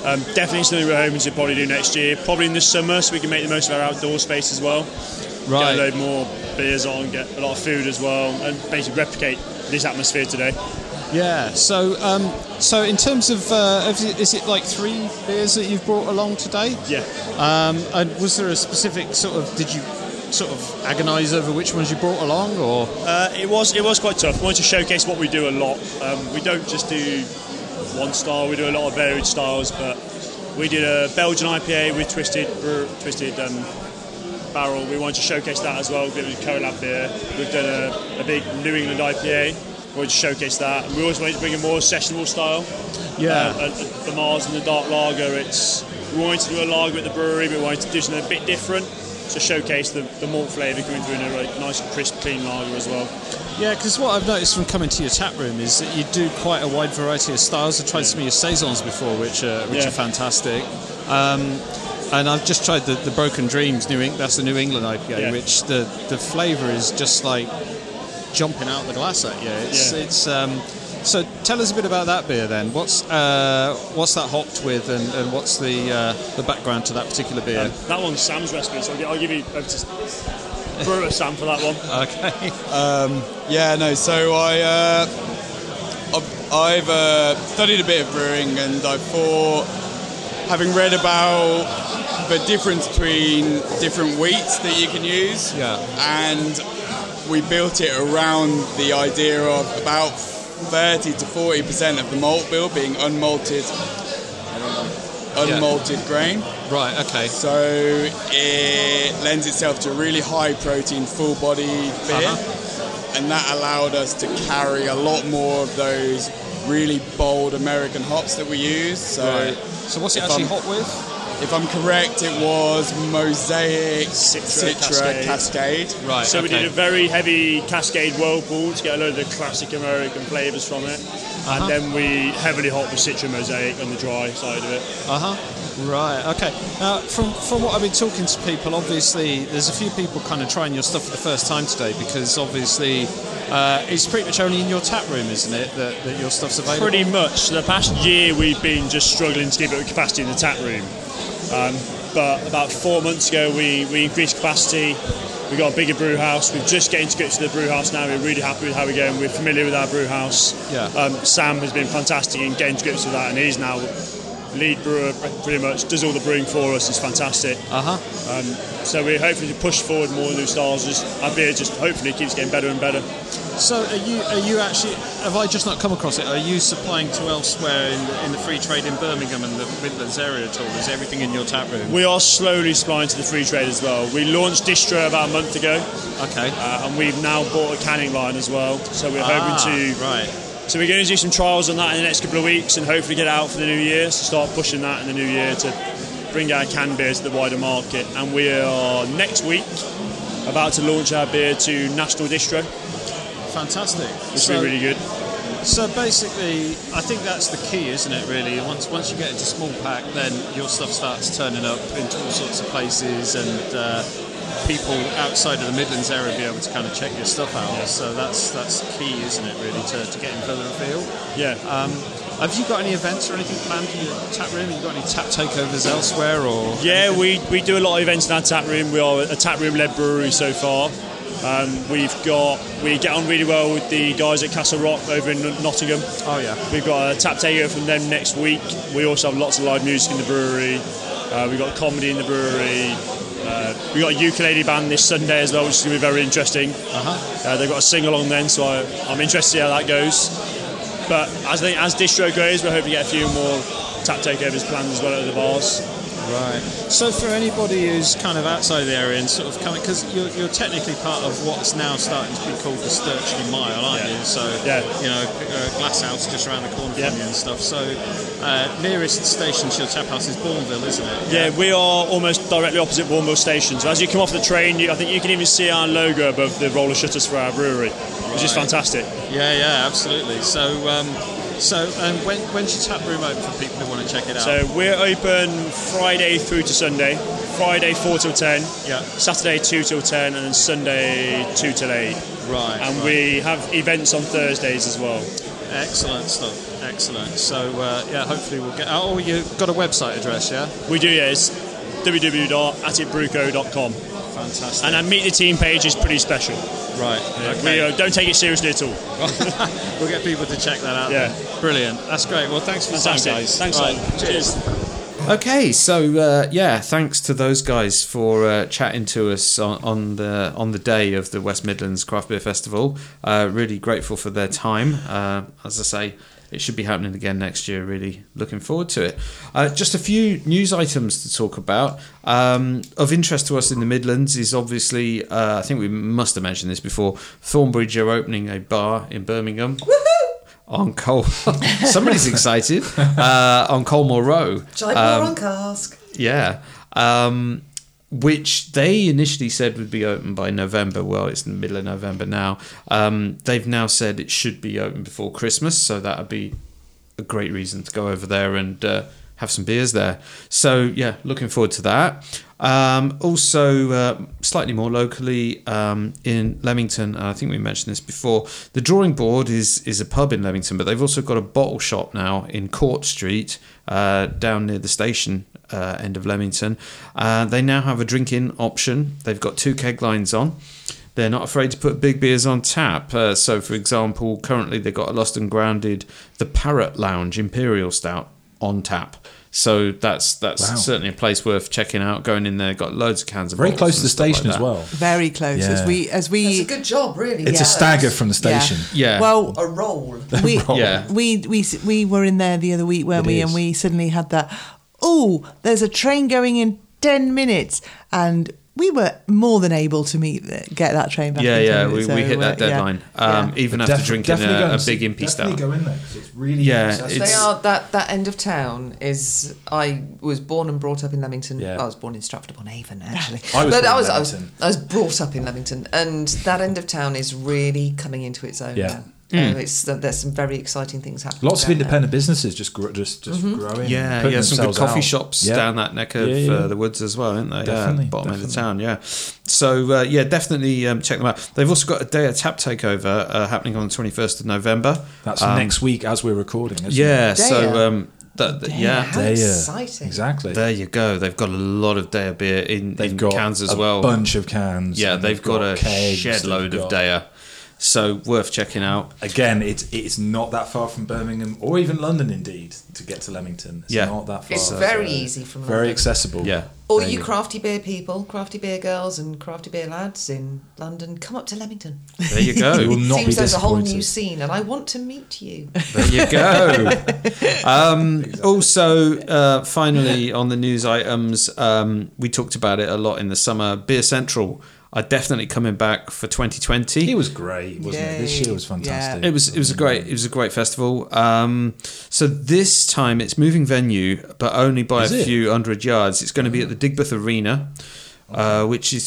Um, definitely something we're hoping to probably do next year, probably in the summer, so we can make the most of our outdoor space as well. Get a Right. load more beers on, get a lot of food as well, and basically replicate this atmosphere today. Yeah. So, um, so in terms of, uh, of- is it like three beers that you've brought along today? Yeah. Um, and was there a specific sort of? Did you sort of agonise over which ones you brought along, or Uh, it was it was quite tough. We wanted to showcase what we do a lot. Um, we don't just do one style. We do a lot of varied styles. But we did a Belgian IPA with twisted brew, twisted um, barrel. We wanted to showcase that as well. It was a collab beer. We've done a, a big New England IPA. We wanted to showcase that. And we always wanted to bring a more sessionable style. Yeah. Uh, at the- the Mars and the Dark Lager. It's we wanted to do a lager at the brewery, but we wanted to do something a bit different. To showcase the, the malt flavour coming through in a really nice, crisp, clean lager as well. Yeah, because what I've noticed from coming to your tap room is that you do quite a wide variety of styles. I've tried some of your saisons before, which are which Yeah. are fantastic, um, and I've just tried the, the Broken Dreams New Eng- That's the New England IPA, Yeah. which the the flavour is just like jumping out the glass at you. It's Yeah. it's. Um, so tell us a bit about that beer then. What's uh, what's that hopped with, and, and what's the uh, the background to that particular beer? That one's Sam's recipe, so I'll give, I'll give you over to brewer Sam for that one. (laughs) okay. Um, Yeah, no. So I uh, I've, I've uh, studied a bit of brewing, and I thought, having read about the difference between different wheats that you can use, Yeah. and we built it around the idea of about 30 to 40 percent of the malt bill being unmalted. I don't know, Yeah. Unmalted grain, Right. Okay. so it lends itself to really high protein, full body beer Uh-huh. and that allowed us to carry a lot more of those really bold American hops that we use. So, Right. So what's it if actually I'm- hot with? if I'm correct, it was Mosaic Citra Citra, Cascade. Cascade. Right. So we okay. did a very heavy Cascade Whirlpool to get a load of the classic American flavours from it. And then we heavily hot the Citra Mosaic on the dry side of it. Uh huh. Right. Okay. Now, from from what I've been talking to people, obviously there's a few people kind of trying your stuff for the first time today because obviously uh, it's pretty much only in your tap room, isn't it, that, that your stuff's available? Pretty much. So the past year we've been just struggling to keep up with capacity in the tap room. Um, but about four months ago we, we increased capacity. We got a bigger brew house. We're just getting to grips with the brew house now. We're really happy with how we're going. We're familiar with our brew house. Yeah. Um, Sam has been fantastic in getting to grips with that, and he's now lead brewer pretty much. Does all the brewing for us. It's fantastic. Uh huh. Um, so we're hoping to push forward more new styles. Just, our beer just hopefully keeps getting better and better. So are you are you actually? Have I just not come across it? Are you supplying to elsewhere in the, in the free trade in Birmingham and the Midlands area at all? Is everything in your tap room? We are slowly supplying to the free trade as well. We launched Distro about a month ago, Okay. uh, and we've now bought a canning line as well. So we're Ah, hoping to. right. So we're going to do some trials on that in the next couple of weeks, and hopefully get out for the new year. So start pushing that in the new year to bring our canned beer to the wider market. And we are next week about to launch our beer to National Distro, Fantastic. which So- will be really good. So basically, I think that's the key, isn't it? Really, once once you get into small pack, then your stuff starts turning up into all sorts of places, and uh, people outside of the Midlands area will be able to kind of check your stuff out. So that's that's key, isn't it? Really, to, to getting further afield. Yeah. Um, have you got any events or anything planned in your tap room? Have you got any tap takeovers elsewhere, or Yeah, we, we do a lot of events in our tap room. We are a tap room led brewery so far. Um, we've got we get on really well with the guys at Castle Rock over in Nottingham. Oh yeah, We've got a tap takeover from them next week. We also have lots of live music in the brewery. Uh, we've got comedy in the brewery. Uh, we got a ukulele band this Sunday as well, which is going to be very interesting. uh-huh. Uh, they've got a sing along then, so I, I'm interested to see how that goes. But as I think as distro goes, we're hoping to get a few more tap takeovers planned as well at the bars. right. So for anybody who's kind of outside the area and sort of coming, because you're, you're technically part of what's now starting to be called the Sturchley Mile, aren't Yeah. you? So Yeah. you know, uh, glass house just around the corner Yeah. from you and stuff. So uh, nearest station to your tap house is Bourneville, isn't it? Yeah, we are almost directly opposite Bournemouth Station. So as you come off the train, you, I think you can even see our logo above the roller shutters for our brewery, which is Right. fantastic. Yeah, yeah, absolutely. So. Um, so, um, when, when's your tap room open for people who want to check it out? So we're open Friday through to Sunday. Friday four till ten, yeah, Saturday two till ten, and then Sunday two till eight. right. And right. we have events on Thursdays as well. Excellent stuff. Oh, Excellent. So uh, yeah, hopefully we'll get. Oh, you've got a website address, yeah? We do, yeah. It's www.atitbruco.com. Fantastic. And our Meet the Team page is pretty special. Right. Yeah, okay. We uh, don't take it seriously at all. (laughs) we'll get people to check that out. Yeah. then. Brilliant. That's great. Well, thanks for the time, Fantastic. guys. Thanks, Right, Simon. Cheers. Cheers. Okay, so uh, yeah, thanks to those guys for uh, chatting to us on, on the on the day of the West Midlands Craft Beer Festival. Uh, really grateful for their time. Uh, as I say, it should be happening again next year. Really looking forward to it. Uh, just a few news items to talk about. Um, of interest to us in the Midlands is obviously, uh, I think we must have mentioned this before. Thornbridge are opening a bar in Birmingham. On Col, (laughs) somebody's excited uh, on Colmore Row. Giant um, on cask. Yeah. Um, which they initially said would be open by November. Well, it's in the middle of November now. Um, they've now said it should be open before Christmas, so that would be a great reason to go over there and uh, have some beers there. So, yeah, looking forward to that. Um, also, uh, slightly more locally um, in Leamington, and I think we mentioned this before. The Drawing Board is is a pub in Leamington, but they've also got a bottle shop now in Court Street, uh, down near the station uh, end of Leamington. Uh, they now have a drink-in option. They've got two keg lines on. They're not afraid to put big beers on tap. Uh, so, for example, currently they've got a Lost and Grounded, the Parrot Lounge Imperial Stout on tap. So that's that's Wow. certainly a place worth checking out. Going in there, got loads of cans of Very bottles close to and the stuff like station as that. well. Very close as Yeah. we as It's we a good job, really. It's It's Yeah. a stagger from the station. Yeah. Well, A (laughs) roll. we, Yeah. we we s- we were in there the other week, weren't It we? is. And we suddenly had that. Oh, there's a train going in ten minutes, and we were more than able to meet the, get that train back. yeah, in 10 yeah, we, minutes, so, we hit uh, that yeah. deadline. Um, Yeah. Even after drinking definitely go a, a and see- big impy Definitely stout. go in there 'cause it's really Yeah, nice. That's- it's- They are that, that end of town is. I was born and brought up in Leamington. Yeah. I was born in Stratford upon Avon, actually. (laughs) I was but born I in was I was, Leamington. I was brought up in Leamington, and that end of town is really coming into its own. Yeah. now. Hmm. Uh, it's there's some very exciting things happening. Lots of down there. independent businesses just gr- just just growing. and Mm-hmm. Yeah, putting yeah, some good themselves coffee out. shops Yeah. down that neck of Yeah, yeah. Uh, the woods as well, aren't they? Definitely, yeah, bottom of the definitely. town. Yeah, so uh, yeah, definitely um, check them out. They've also got a day of tap takeover uh, happening on the twenty first of November. That's Um, next week as we're recording. Isn't Yeah, Day of- so um, that, that- yeah, How It? Yeah. exciting! Exactly. there you go. They've got a lot of day of beer in, They've in got cans as a well. bunch of cans. yeah, and they've got, a kegs, shed they've load of got- day. So worth checking out. Again, it's it's not that far from Birmingham or even London, indeed, to get to Leamington. It's Yeah. not that far. It's so- very easy from Very London. accessible. Yeah. All There you go. crafty beer people, crafty beer girls, and crafty beer lads in London, come up to Leamington. There (laughs) you You will go. not be Seems there's a whole new disappointed. scene, and I want to meet you. there you go. (laughs) Um, Also, uh, finally, on the news items, um, we talked about it a lot in the summer. Beer Central are definitely coming back for 2020. It was great, wasn't it? This Yay. year was fantastic. It was it was a great it was a great festival. Um, so this time it's moving venue, but only by Is a it? few hundred yards. It's going to be at the Digbeth Arena, uh, which is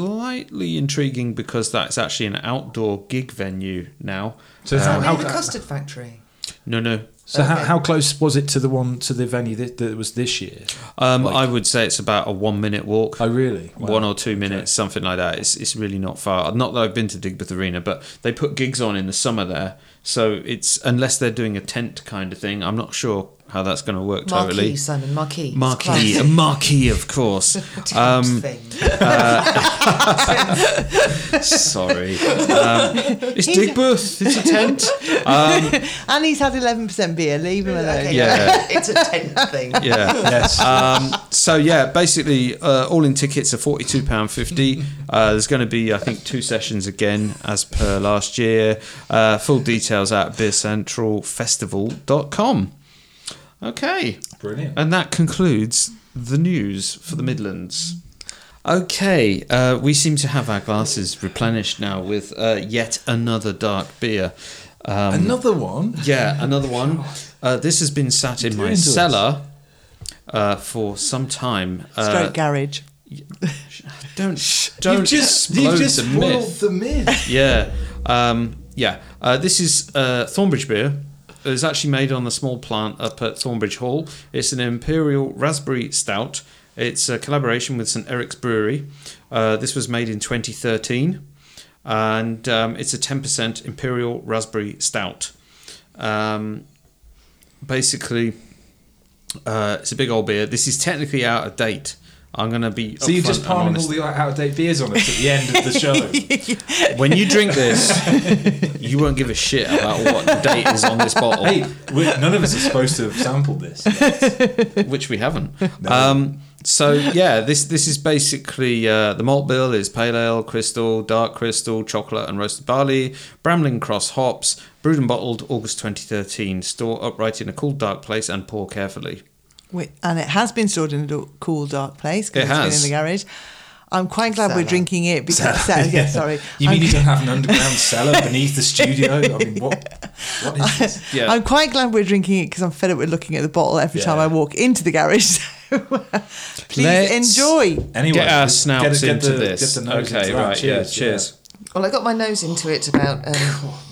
slightly intriguing because that's actually an outdoor gig venue now. Um, So, Is that how, near (laughs) the how, custard factory? No, no. so how, Okay. how close was it to the one to the venue that, that was this year? Um, Like- I would say it's about a one minute walk. Oh, really? Wow. One or two minutes, something like that. It's, it's really not far. Not that I've been to Digbeth Arena, but they put gigs on in the summer there. So it's, unless they're doing a tent kind of thing, I'm not sure how that's going to work Marquee, totally. Simon, Marquee. It's Marquee, class. a marquee, of (laughs) course. Tent Um, thing. Uh, (laughs) sorry, um, it's Digbeth. It's a tent. Um, (laughs) And he's had eleven percent beer. Leave him alone. Okay, yeah. (laughs) it's a tent thing. yeah. (laughs) Yes. um, so yeah, basically, uh, all in tickets are forty two pound fifty. Uh, there's going to be, I think, two sessions again as per last year. Uh, full details at beercentralfestival.com. Okay, Brilliant. and that concludes the news for the Midlands. Okay, uh, we seem to have our glasses replenished now with uh, yet another dark beer. Um, Another one. (laughs) yeah, another (laughs) one. Uh, this has been sat in my doing to us? cellar uh, for some time. Stroke Uh, garage. (laughs) don't don't explode the myth. the (laughs) myth. Yeah, um, yeah. Uh, this is uh, Thornbridge beer. It's actually made on the small plant up at Thornbridge Hall. It's an imperial raspberry stout. It's a collaboration with St Eric's Brewery. Uh, this was made in 2013, and um, it's a 10% imperial raspberry stout. Um, basically, uh, it's a big old beer. This is technically out of date. I'm gonna be. So you're upfront just and piling all honest. the out of date beers on us at the end of the (laughs) show. when you drink this, you won't give a shit about what date is on this bottle, hey, we none of us are supposed to have sampled this. which we haven't. Um, so yeah, this this is basically uh, the malt bill is pale ale, crystal, dark crystal, chocolate, and roasted barley. Bramlin Cross hops, brewed and bottled August 2013. Store upright in a cool, dark place and pour carefully. Wi- and it has been stored in a do- cool, dark place because It it has has. been in the garage. I'm quite glad we're Cellar. drinking it because Cellar, (laughs) (laughs) yeah, sorry. (laughs) You I'm, mean you (laughs) don't have an underground cellar beneath the studio? I mean, what? What is this? Yeah. I'm quite glad we're drinking it because I'm fed up with looking at the bottle every time Yeah. I walk into the garage. So, (laughs) please Let's- enjoy. Anyway, get our get- snouts get into the- this. get the nose okay, into that. right. Cheers, yeah, cheers. (laughs) Well, I got my nose into it about (laughs) um, Oh,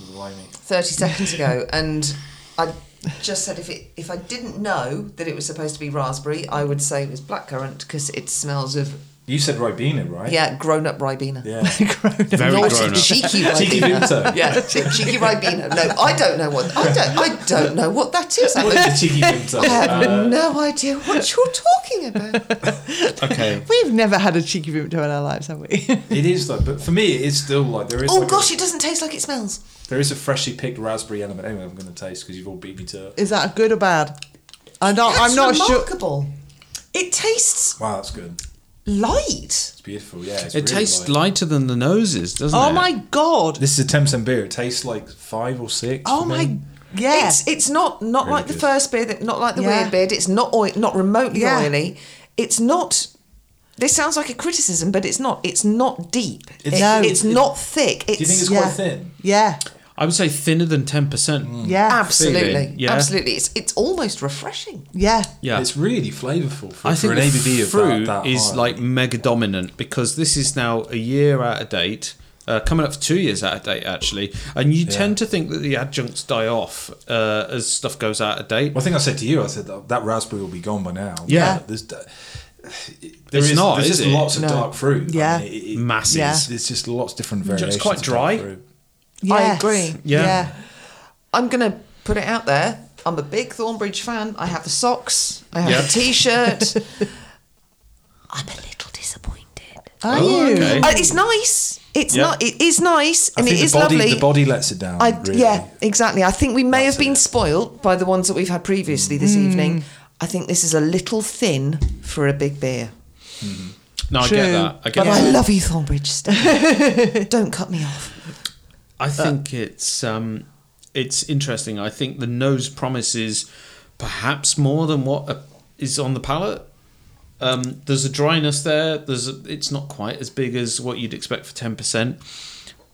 30 seconds ago, and I just said if it if I didn't know that it was supposed to be raspberry, I would say it was blackcurrant because it smells of You said Ribena, right? yeah grown up ribena. (laughs) Yeah. Very Not grown up. cheeky Cheeky ribena. Vimto. yeah, cheeky ribena. No, I don't know what I don't I don't know what that is. I What have- is (laughs) a cheeky Vimto? I have Uh, no idea what you're talking about. Okay. We've never had a cheeky vimto in our lives, have we? it is though, but for me, it is still like there is. Oh like gosh, a, it doesn't taste like it smells. there is a freshly picked raspberry element. Anyway, I'm going to taste because you've all beat me to it. Is that good or bad? I'm not. That's I'm not sure. remarkable. It tastes Wow, that's good. light. It's beautiful. Yeah, it's It really tastes light. lighter than the noses, doesn't it? Oh my god! This is a Thameson beer. It tastes like five or six. Oh for my me. yeah. It's it's not not Really like the good. first beer, that, not like the Yeah. weird beer. It's not oil, not remotely Yeah. oily. It's not. This sounds like a criticism, but it's not. It's not deep. It's, It's- No. it's not thick. It's, Do you think it's yeah. quite thin? Mm. yeah, I would say thinner than ten percent. yeah, absolutely, feeling, yeah. absolutely. It's it's almost refreshing. yeah. Yeah. It's really flavourful for, I for an think ABV the of fruit that, that is high. like mega dominant because this is now a year out of date, uh, coming up for two years out of date actually. And you tend to think that the adjuncts die off uh, as stuff goes out of date. Well, I think I said to you, I said that, that raspberry will be gone by now. Yeah. But There's, there is- not, There's is just it? lots of No. dark fruit. Yeah. I mean, it- it- Masses. Yeah. There's just lots of different variations. quite of dark dry. fruit. I Yes. agree. Yeah. yeah. I'm gonna put it out there. I'm a big Thornbridge fan. I have the socks. I have Yeah. the (laughs) T-shirt. I'm a little disappointed. Are Oh, you? okay. Uh, it's nice. It's Yeah. not. It is nice, I and think it the is body, lovely. The body lets it down. I, really. Yeah, exactly. I think we may That's have been it. spoilt by the ones that we've had previously this evening. I think this is a little thin for a big beer. Mm-hmm. No, I get True, that. I get But I that. love you, Thornbridge. Steve. (laughs) Don't cut me off. I think it's um, it's interesting. I think the nose promises perhaps more than what uh, is on the palate. Um, there's a dryness there. There's a, it's not quite as big as what you'd expect for ten percent.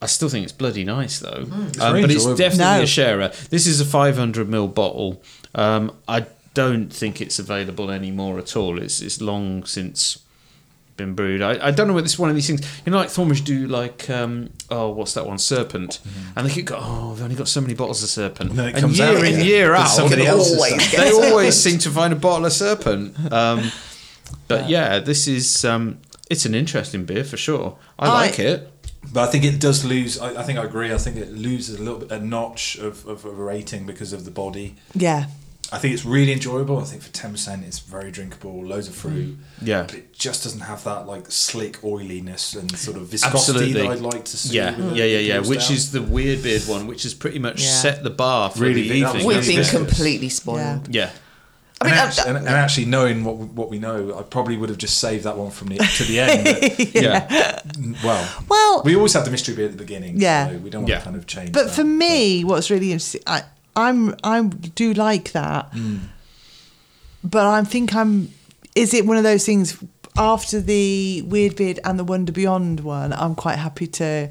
I still think it's bloody nice though, Um, very but it's enjoyable. definitely No. a sharer. This is a 500 ml bottle. Um, I don't think it's available anymore at all. It's it's long since been brewed. I, I don't know whether it's one of these things. You know, like Thornbridge do, like um, oh, what's that one, Serpent, and they keep going. Oh, we've only got so many bottles of Serpent. Mm-hmm. And then it and comes year out in again. year There's out, somebody they else's always, stuff. they always seem to find a bottle of Serpent. (laughs) Um, but yeah, this is um, it's an interesting beer for sure. I, I- like it. But I think it does lose. I, I think I agree. I think it loses a little bit a notch of, of, of a rating because of the body. Yeah. I think it's really enjoyable. I think for ten percent, it's very drinkable, loads of fruit. Yeah. but it just doesn't have that like slick oiliness and sort of viscosity that I'd like to see. Yeah, with a yeah, yeah, yeah. Imperial Which Stout. is the weird beard one, which has pretty much Yeah. set the bar for Really the big. That evening. was We've really been good. completely spoiled. Yeah. yeah. I mean, and, I- actually, and, and actually, knowing what what we know, I probably would have just saved that one from the to the end. But, yeah, well, Well, we always have the mystery beer at the beginning. Yeah. so we don't want Yeah. to kind of change. but that. for me, what's really interesting, I, I'm I do like that, mm. but I think I'm. Is it one of those things after the Weird Beard and the Wonder Beyond one? I'm quite happy to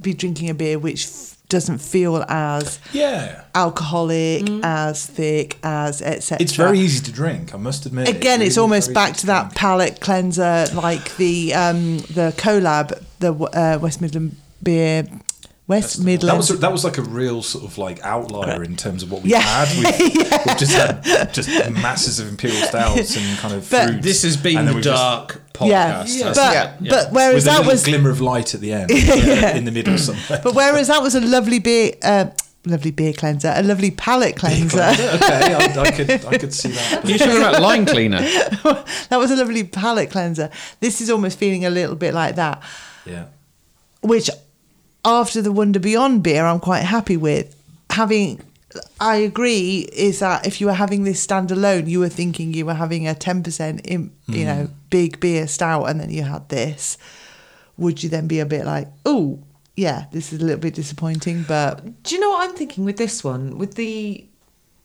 be drinking a beer which f- doesn't feel as yeah, alcoholic, as thick, as etc. it's very easy to drink. I must admit. Again, it's, really almost very back easy to that drink. palate cleanser, like the um, the collab, the uh, West Midland beer, West Midland. That was that was like a real sort of like outlier in terms of what we Yeah. (laughs) had. We've, we've just had just masses of imperial stouts and kind of But- fruits. this has been And then the we've just- dark podcast. yeah, That's but it. Yeah. but whereas with a that little was (laughs) glimmer of light at the end in the uh, middle somewhere. but whereas that was a lovely beer, uh, lovely beer cleanser, a lovely palate cleanser. (laughs) okay, I, I could (laughs) I could see that. You're talking about line (laughs) cleaner. that was a lovely palate cleanser. This is almost feeling a little bit like that, Yeah. which after the Wonder Beyond beer, I'm quite happy with. Having, I agree, is that if you were having this standalone, you were thinking you were having a 10%, im you know, big beer stout, and then you had this. Would you then be a bit like, oh, yeah, this is a little bit disappointing, but Do you know what I'm thinking with this one? With the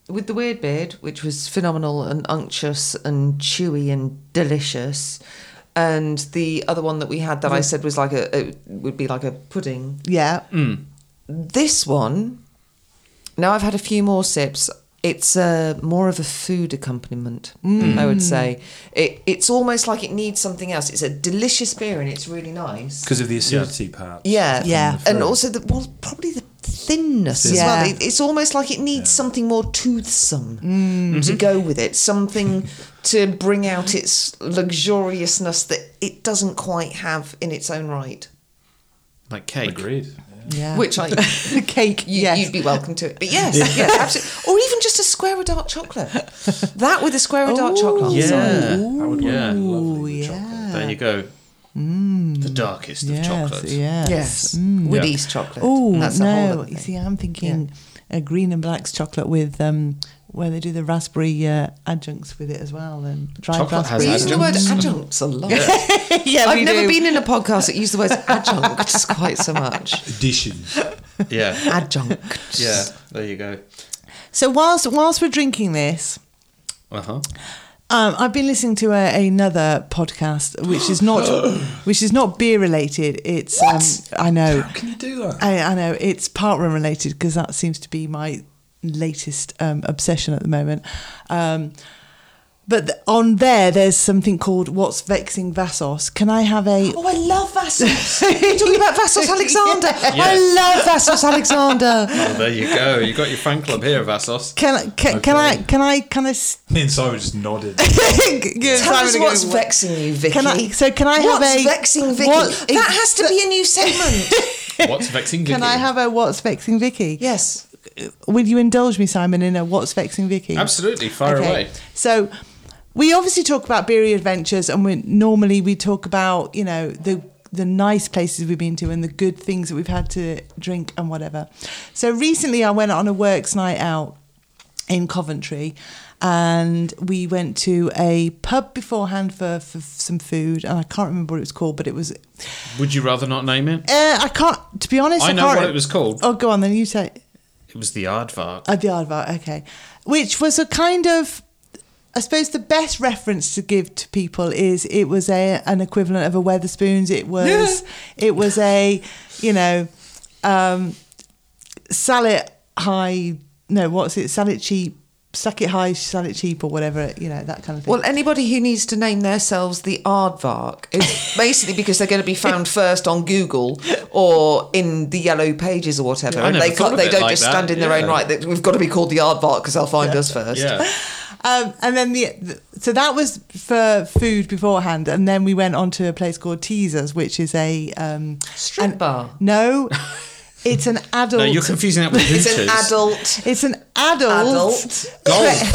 with the weird beard, which was phenomenal and unctuous and chewy and delicious, and the other one that we had that I said was like a it would be like a pudding. yeah, This one, now I've had a few more sips. It's uh, more of a food accompaniment, I would say. It it's almost like it needs something else. It's a delicious beer and it's really nice. Because of the acidity, perhaps. Yeah, Yeah. and also the well, probably the thinness as Yeah. Mm. well. It, it's almost like it needs something more toothsome to Mm-hmm. go with it, something to bring out its luxuriousness that it doesn't quite have in its own right. Like cake. Agreed. yeah. Which I, you, (laughs) cake, yes. you'd be welcome to it, but yes, yes, absolutely, or even just a square of dark chocolate. That with a square of dark chocolate. Yeah. That would yeah. Yeah. lovely with yeah. Mm. chocolate. There you go. The darkest of yes, chocolates. Yes. Mm. Yes, with Yeah. East chocolate. Oh That's a whole no! other You thing. see, I'm thinking a green and black's chocolate with um, where they do the raspberry uh, adjuncts with it as well, and dried Chocolate has We raspberries. use the word adjuncts a (laughs) lot. yeah, (laughs) I've we never do. been in a podcast that used the words (laughs) adjuncts quite so much. Edition. (laughs) Yeah. Adjunct. Yeah. There you go. So whilst whilst we're drinking this, Uh huh. um, I've been listening to a, another podcast, which (gasps) is not which is not beer related. It's Um, I know. How can you do that? I, I know it's part room related because that seems to be my latest um, obsession at the moment. Um, but th- on there, there's something called "What's Vexing Vassos." Can I have a? Oh, I love Vassos. You're talking about (laughs) Vassos Alexander. I love Vassos Alexander. Well, there you go. You got your fan club (laughs) here, Vassos. Can I? Can, can I? Okay. Can I? Can I? s- Me and Simon just (laughs) nodded. Tell us what's Can I- vexing you, Vicky. Can I? So can I have what's a? vexing Vicky? what- that has to be a new segment. What's (laughs) vexing Can I Vicky? have a what's vexing Vicky? yes. Will you indulge me, Simon, in a what's vexing Vicky? Absolutely. Fire away. So we obviously talk about beery adventures, and we normally we talk about you know the the nice places we've been to and the good things that we've had to drink and whatever. So recently, I went on a works night out in Coventry. And we went to a pub beforehand for, for some food, and I can't remember what it was called, but it was. Uh, Would you rather not name it? I can't, to be honest. I know can't what re- it was called. Oh, go on then. You say. It was the (laughs) Aardvark. Uh, the Aardvark, okay. Which was a kind of, I suppose the best reference to give to people is it was a an equivalent of a Weatherspoons. It was, it was a, you know, um, sell it high, no, what's it? Sell it cheap, suck it high, sell it cheap or whatever, you know, that kind of thing. Well, anybody who needs to name themselves the Aardvark (laughs) is basically because they're going to be found first on Google or in the yellow pages or whatever. Yeah, I and never they thought can't, of they it don't like just that, stand in their own yeah. right. That we've got to be called the Aardvark because they'll find us first. Yeah. Um, and then the, the so that was for food beforehand, and then we went on to a place called Teasers, which is a um, Strip bar. (laughs) No, it's an adult. No, you're confusing that with It's an Hooters. adult. It's an adult. Adult. Golf.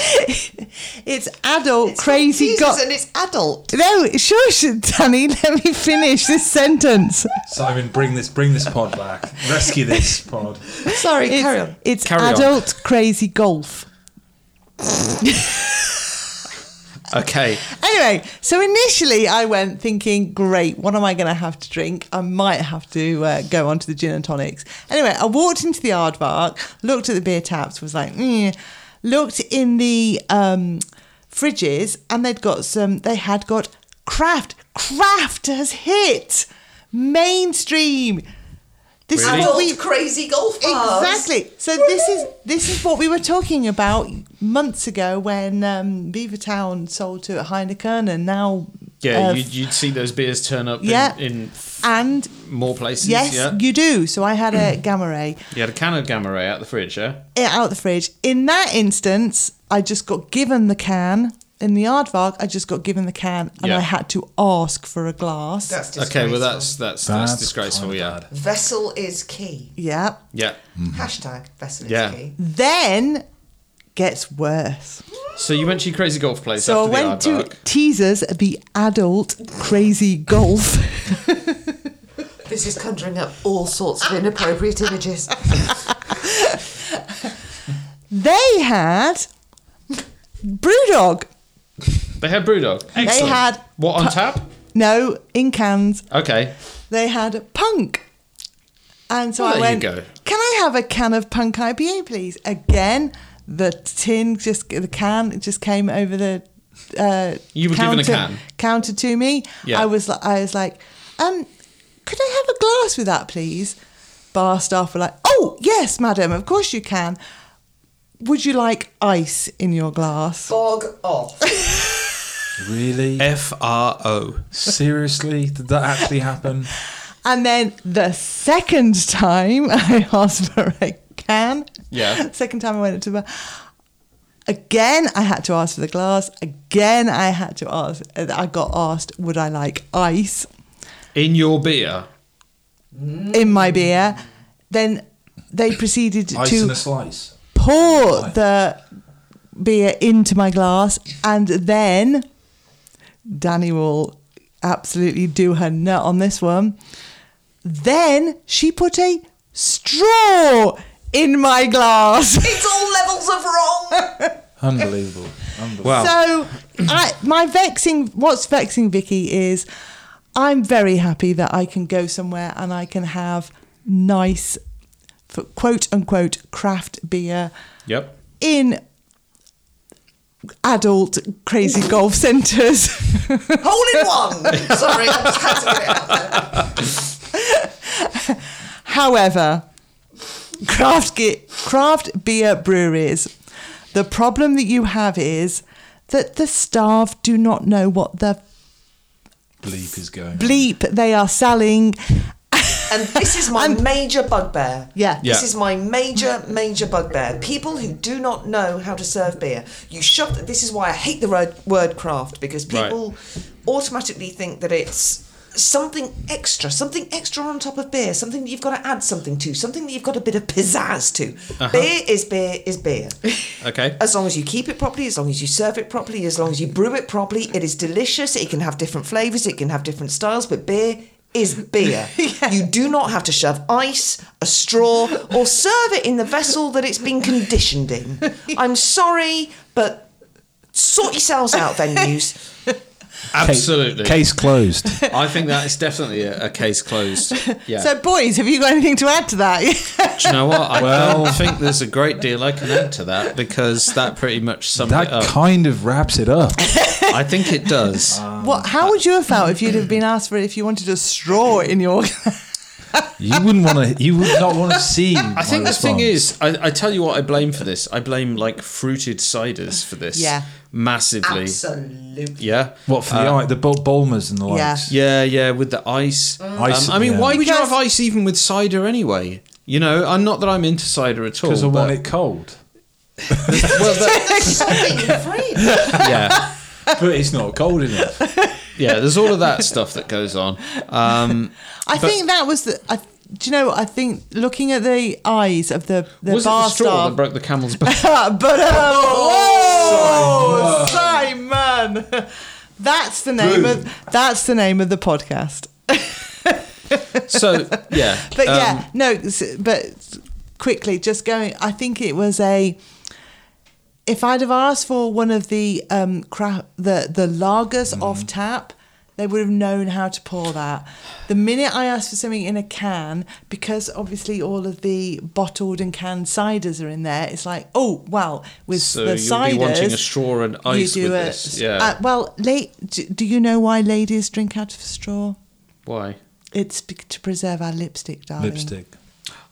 (laughs) It's adult crazy Jesus, golf. and it's adult. No, shush, (laughs) Danny. Let me finish this sentence. Simon, bring this, bring this pod back. Rescue this pod. Sorry, It's, carry on. it's Carry on. adult crazy golf. Okay. Anyway, so initially I went thinking, great, what am I going to have to drink? I might have to uh, go on to the gin and tonics. Anyway, I walked into the Aardvark, looked at the beer taps, was like, mm. looked in the um, fridges, and they'd got some, they had got craft. Craft has hit mainstream. This is what we crazy golf Exactly. So this is this is what we were talking about months ago when um, Beavertown sold to Heineken, and now Yeah, uh, you'd, you'd see those beers turn up Yeah. in, in and more places. yes, yeah. you do. So I had (clears throat) a gamma ray You had a can of gamma ray out the fridge, yeah? it out the fridge. In that instance, I just got given the can in the aardvark, I just got given the can and Yeah. I had to ask for a glass. That's disgraceful. Okay, well that's that's that's, That's disgraceful. Yeah, Vessel is key. yeah. yeah. Hashtag vessel Yeah. is key. Then gets worse. So you went to your crazy golf place So I after went the to aardvark. Teasers, the adult crazy golf. This is conjuring up all sorts of inappropriate images. they had Brewdog. They had brewdog. They Excellent. had what on tap? no in cans. Okay. They had punk. And so Well, I Oh, there you went, go. "Can I have a can of punk IPA, please?" Again, the tin just the can just came over the. Uh, You were given counter, a can. counter to me. Yeah. I was like, I was like, um, could I have a glass with that, please? Bar staff were like, "Oh yes, madam, of course you can." Would you like ice in your glass? Bog off. Really? F R O. Seriously? Did that actually (laughs) happen? And then the second time (laughs) I asked for a can. (laughs) (laughs) Yeah. Second time I went to the Again, I had to ask for the glass. Again, I had to ask. I got asked, would I like ice In your beer. in my beer? Then they proceeded Ice to in a slice. pour the beer into my glass, and then Danny will absolutely do her nut on this one. Then she put a straw in my (laughs) glass. it's all levels of (laughs) wrong. Unbelievable. Unbelievable. Wow. So, I, my vexing, what's vexing Vicky is I'm very happy that I can go somewhere and I can have nice, for quote unquote, craft beer. yep. in adult crazy golf centres. (laughs) Hole in one. Sorry, I just had to get it out there. However, craft, ge- craft beer breweries, the problem that you have is that the staff do not know what the Bleep is going. on. bleep they are selling. And this is my major bugbear. Yeah. This Yeah. is my major, major bugbear. People who do not know how to serve beer. You shove. This is why I hate the word, word craft because Right. people automatically think that it's something extra, something extra on top of beer, something that you've got to add something to, something that you've got a bit of pizzazz to. Beer is beer is beer. (laughs) Okay. As long as you keep it properly, as long as you serve it properly, as long as you brew it properly, it is delicious. It can have different flavours, it can have different styles, but beer is beer. (laughs) You do not have to shove ice, a straw, or serve it in the vessel that it's been conditioned in. (laughs) I'm sorry, but sort yourselves out, venues. (laughs) Absolutely. Case closed. (laughs) I think that is definitely a, a case (laughs) closed. Yeah. So, boys, have you got anything to add to that? Do you know what? I don't think there's a great deal I can add to that because that pretty much sums it That up. kind of wraps it up. I think it (laughs) does. what? How would you have felt if you'd have been asked for if you wanted a straw in your? You wouldn't want to. You would not (laughs) want to see. I think the thing is, I, I tell you what, I blame for this. I blame like fruited ciders for this. Yeah. Massively. Absolutely. Yeah. Uh, What for Um, the eye? The Bul- Bulmers and the likes. Mm. Yeah, yeah, with the ice. Ice, Um, I mean, yeah. why would you Because- have ice even with cider anyway? You know, I'm not that I'm into cider at all. Because I but- want (laughs) it cold. well, that- Something afraid. yeah, but it's not cold enough. (laughs) yeah. There's all of that stuff that goes on. Um, I think that was the. I, do you know? I think looking at the eyes of the the was it bar the straw staff, that broke the (laughs) camel's back? but uh, oh, Simon. (laughs) That's the name of that's the name of the podcast. so (laughs) yeah, But um, yeah, no, s- but quickly, just going. I think it was a. If I'd have asked for one of the um cra- the the lagers Mm-hmm. off tap, they would have known how to pour that. The minute I asked for something in a can, because obviously all of the bottled and canned ciders are in there, it's like, oh well, with So the you'll ciders, be wanting a straw and ice you do with a- this. Yeah. uh, well, la- do, do you know why ladies drink out of straw? why? It's be- to preserve our lipstick, darling. Lipstick.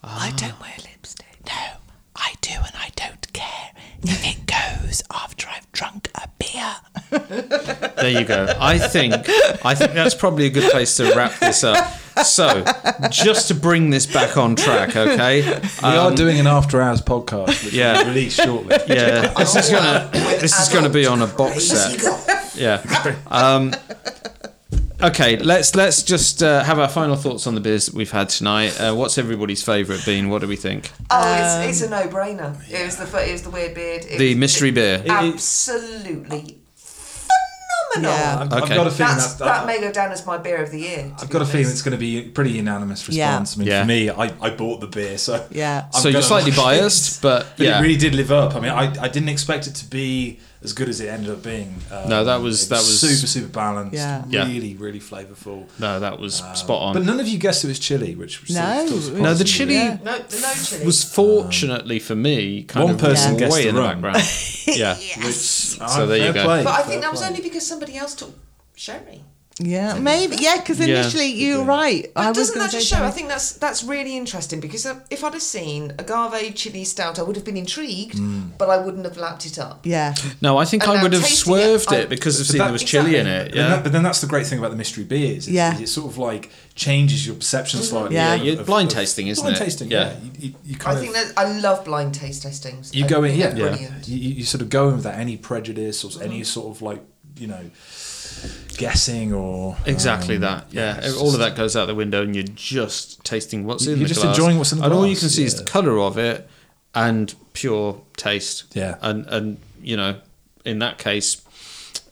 I don't wear lipstick. No, I do, and I don't care if it goes after I've drunk a beer. (laughs) (laughs) There you go. I think I think that's probably a good place to wrap this up. so, just to bring this back on track, okay? (laughs) Um, We are doing an after hours podcast, which yeah. will released shortly. Yeah, this is gonna this is gonna be on a box set. Yeah. Um, okay, let's let's just uh, have our final thoughts on the beers that we've had tonight. Uh, what's everybody's favourite bean? What do we think? (laughs) Um, Oh, it's, it's a no-brainer. It was the fu- it was the weird beard. It The was- mystery beer. It- it- absolutely phenomenal. Yeah. I've- I've Okay. got a feeling That's, that's- that may go down as my beer of the year. to I've be got a feeling honest. it's going to be a pretty unanimous Yeah. response. I mean, Yeah. for me, I, I bought the beer, so Yeah. I'm So you're gonna slightly like it. (laughs) biased, but But yeah. it really did live up. I mean, I, I didn't expect it to be as good as it ended up being. Um, No, that was- it that was- super super balanced. Yeah. Yeah. really really flavourful. No, that was spot on. But none of you guessed it was chili, which was No, still, still no, the surprising, chili really. no, no chili. was fortunately for me kind One of person way gets the in (laughs) rum. the background. Yeah. Yes. So there you go. But I think that was only because somebody else took sherry. Yeah, maybe. Yeah, because Yeah. initially you were right. But I was doesn't gonna that say just show? I something. think that's that's really interesting because uh, if I'd have seen agave chili stout, I would have been intrigued, but I wouldn't have lapped it up. Yeah. No, I think And I now would have tasting swerved it, it, I- because of But seeing that- there was chili in But it. then Yeah. that- but then that's the great thing about the mystery beers. Is, Yeah. is it sort of like changes your perception Mm-hmm. slightly. Yeah. of- Yeah, of- blind of- tasting, isn't blind it? tasting, Yeah. yeah. You, you, you I kind of, think that I love blind taste testings. you I go in, think yeah, they're yeah. brilliant. You, you you sort of go in without any prejudice or any sort of like you know guessing or Exactly um, that. Yeah, it's all just- of that goes out the window, and you're just tasting what's in. You're the just glass. enjoying what's in the and all you glass, can see is the color of it and pure taste. Yeah. and and you know, in that case,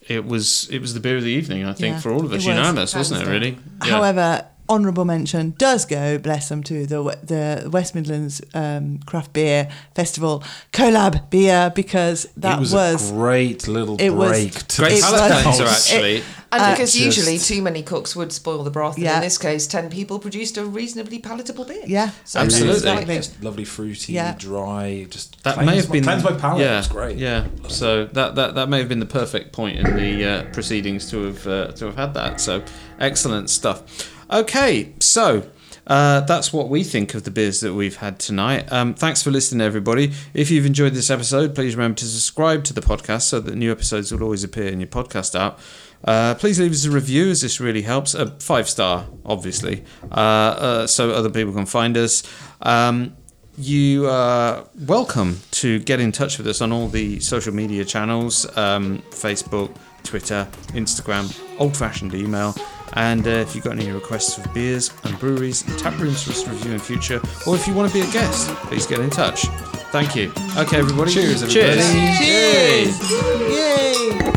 it was it was the beer of the evening. I think Yeah, for all of us, it was. unanimous, wasn't it? Hands Really. Yeah. However, honourable mention does go, bless them too, the the West Midlands um, Craft Beer Festival collab beer because that it was, a great little it was- break. to Great the palate stouts. cleanser, actually. And Uh, because just- usually too many cooks would spoil the broth, and Yeah. in this case, ten people produced a reasonably palatable beer. Yeah, so absolutely. it's like- Just lovely, fruity, Yeah. dry. Just That cleanse may have my- been cleanse my palate. Yeah, It was great. Yeah. So that, that that may have been the perfect point in the uh, proceedings to have uh, to have had that. So excellent stuff. Okay, so. Uh, that's what we think of the beers that we've had tonight. Um, thanks for listening, everybody. If you've enjoyed this episode, please remember to subscribe to the podcast so that new episodes will always appear in your podcast app. Uh, please leave us a review as this really helps. A five star, obviously, uh, uh, so other people can find us. Um, you are welcome to get in touch with us on all the social media channels um, Facebook, Twitter, Instagram, old fashioned email. And uh, if you've got any requests for beers and breweries and tap rooms for us to review in future, or if you want to be a guest, please get in touch. Thank you. Okay, everybody. Cheers, Cheers. everybody. Cheers. Yay!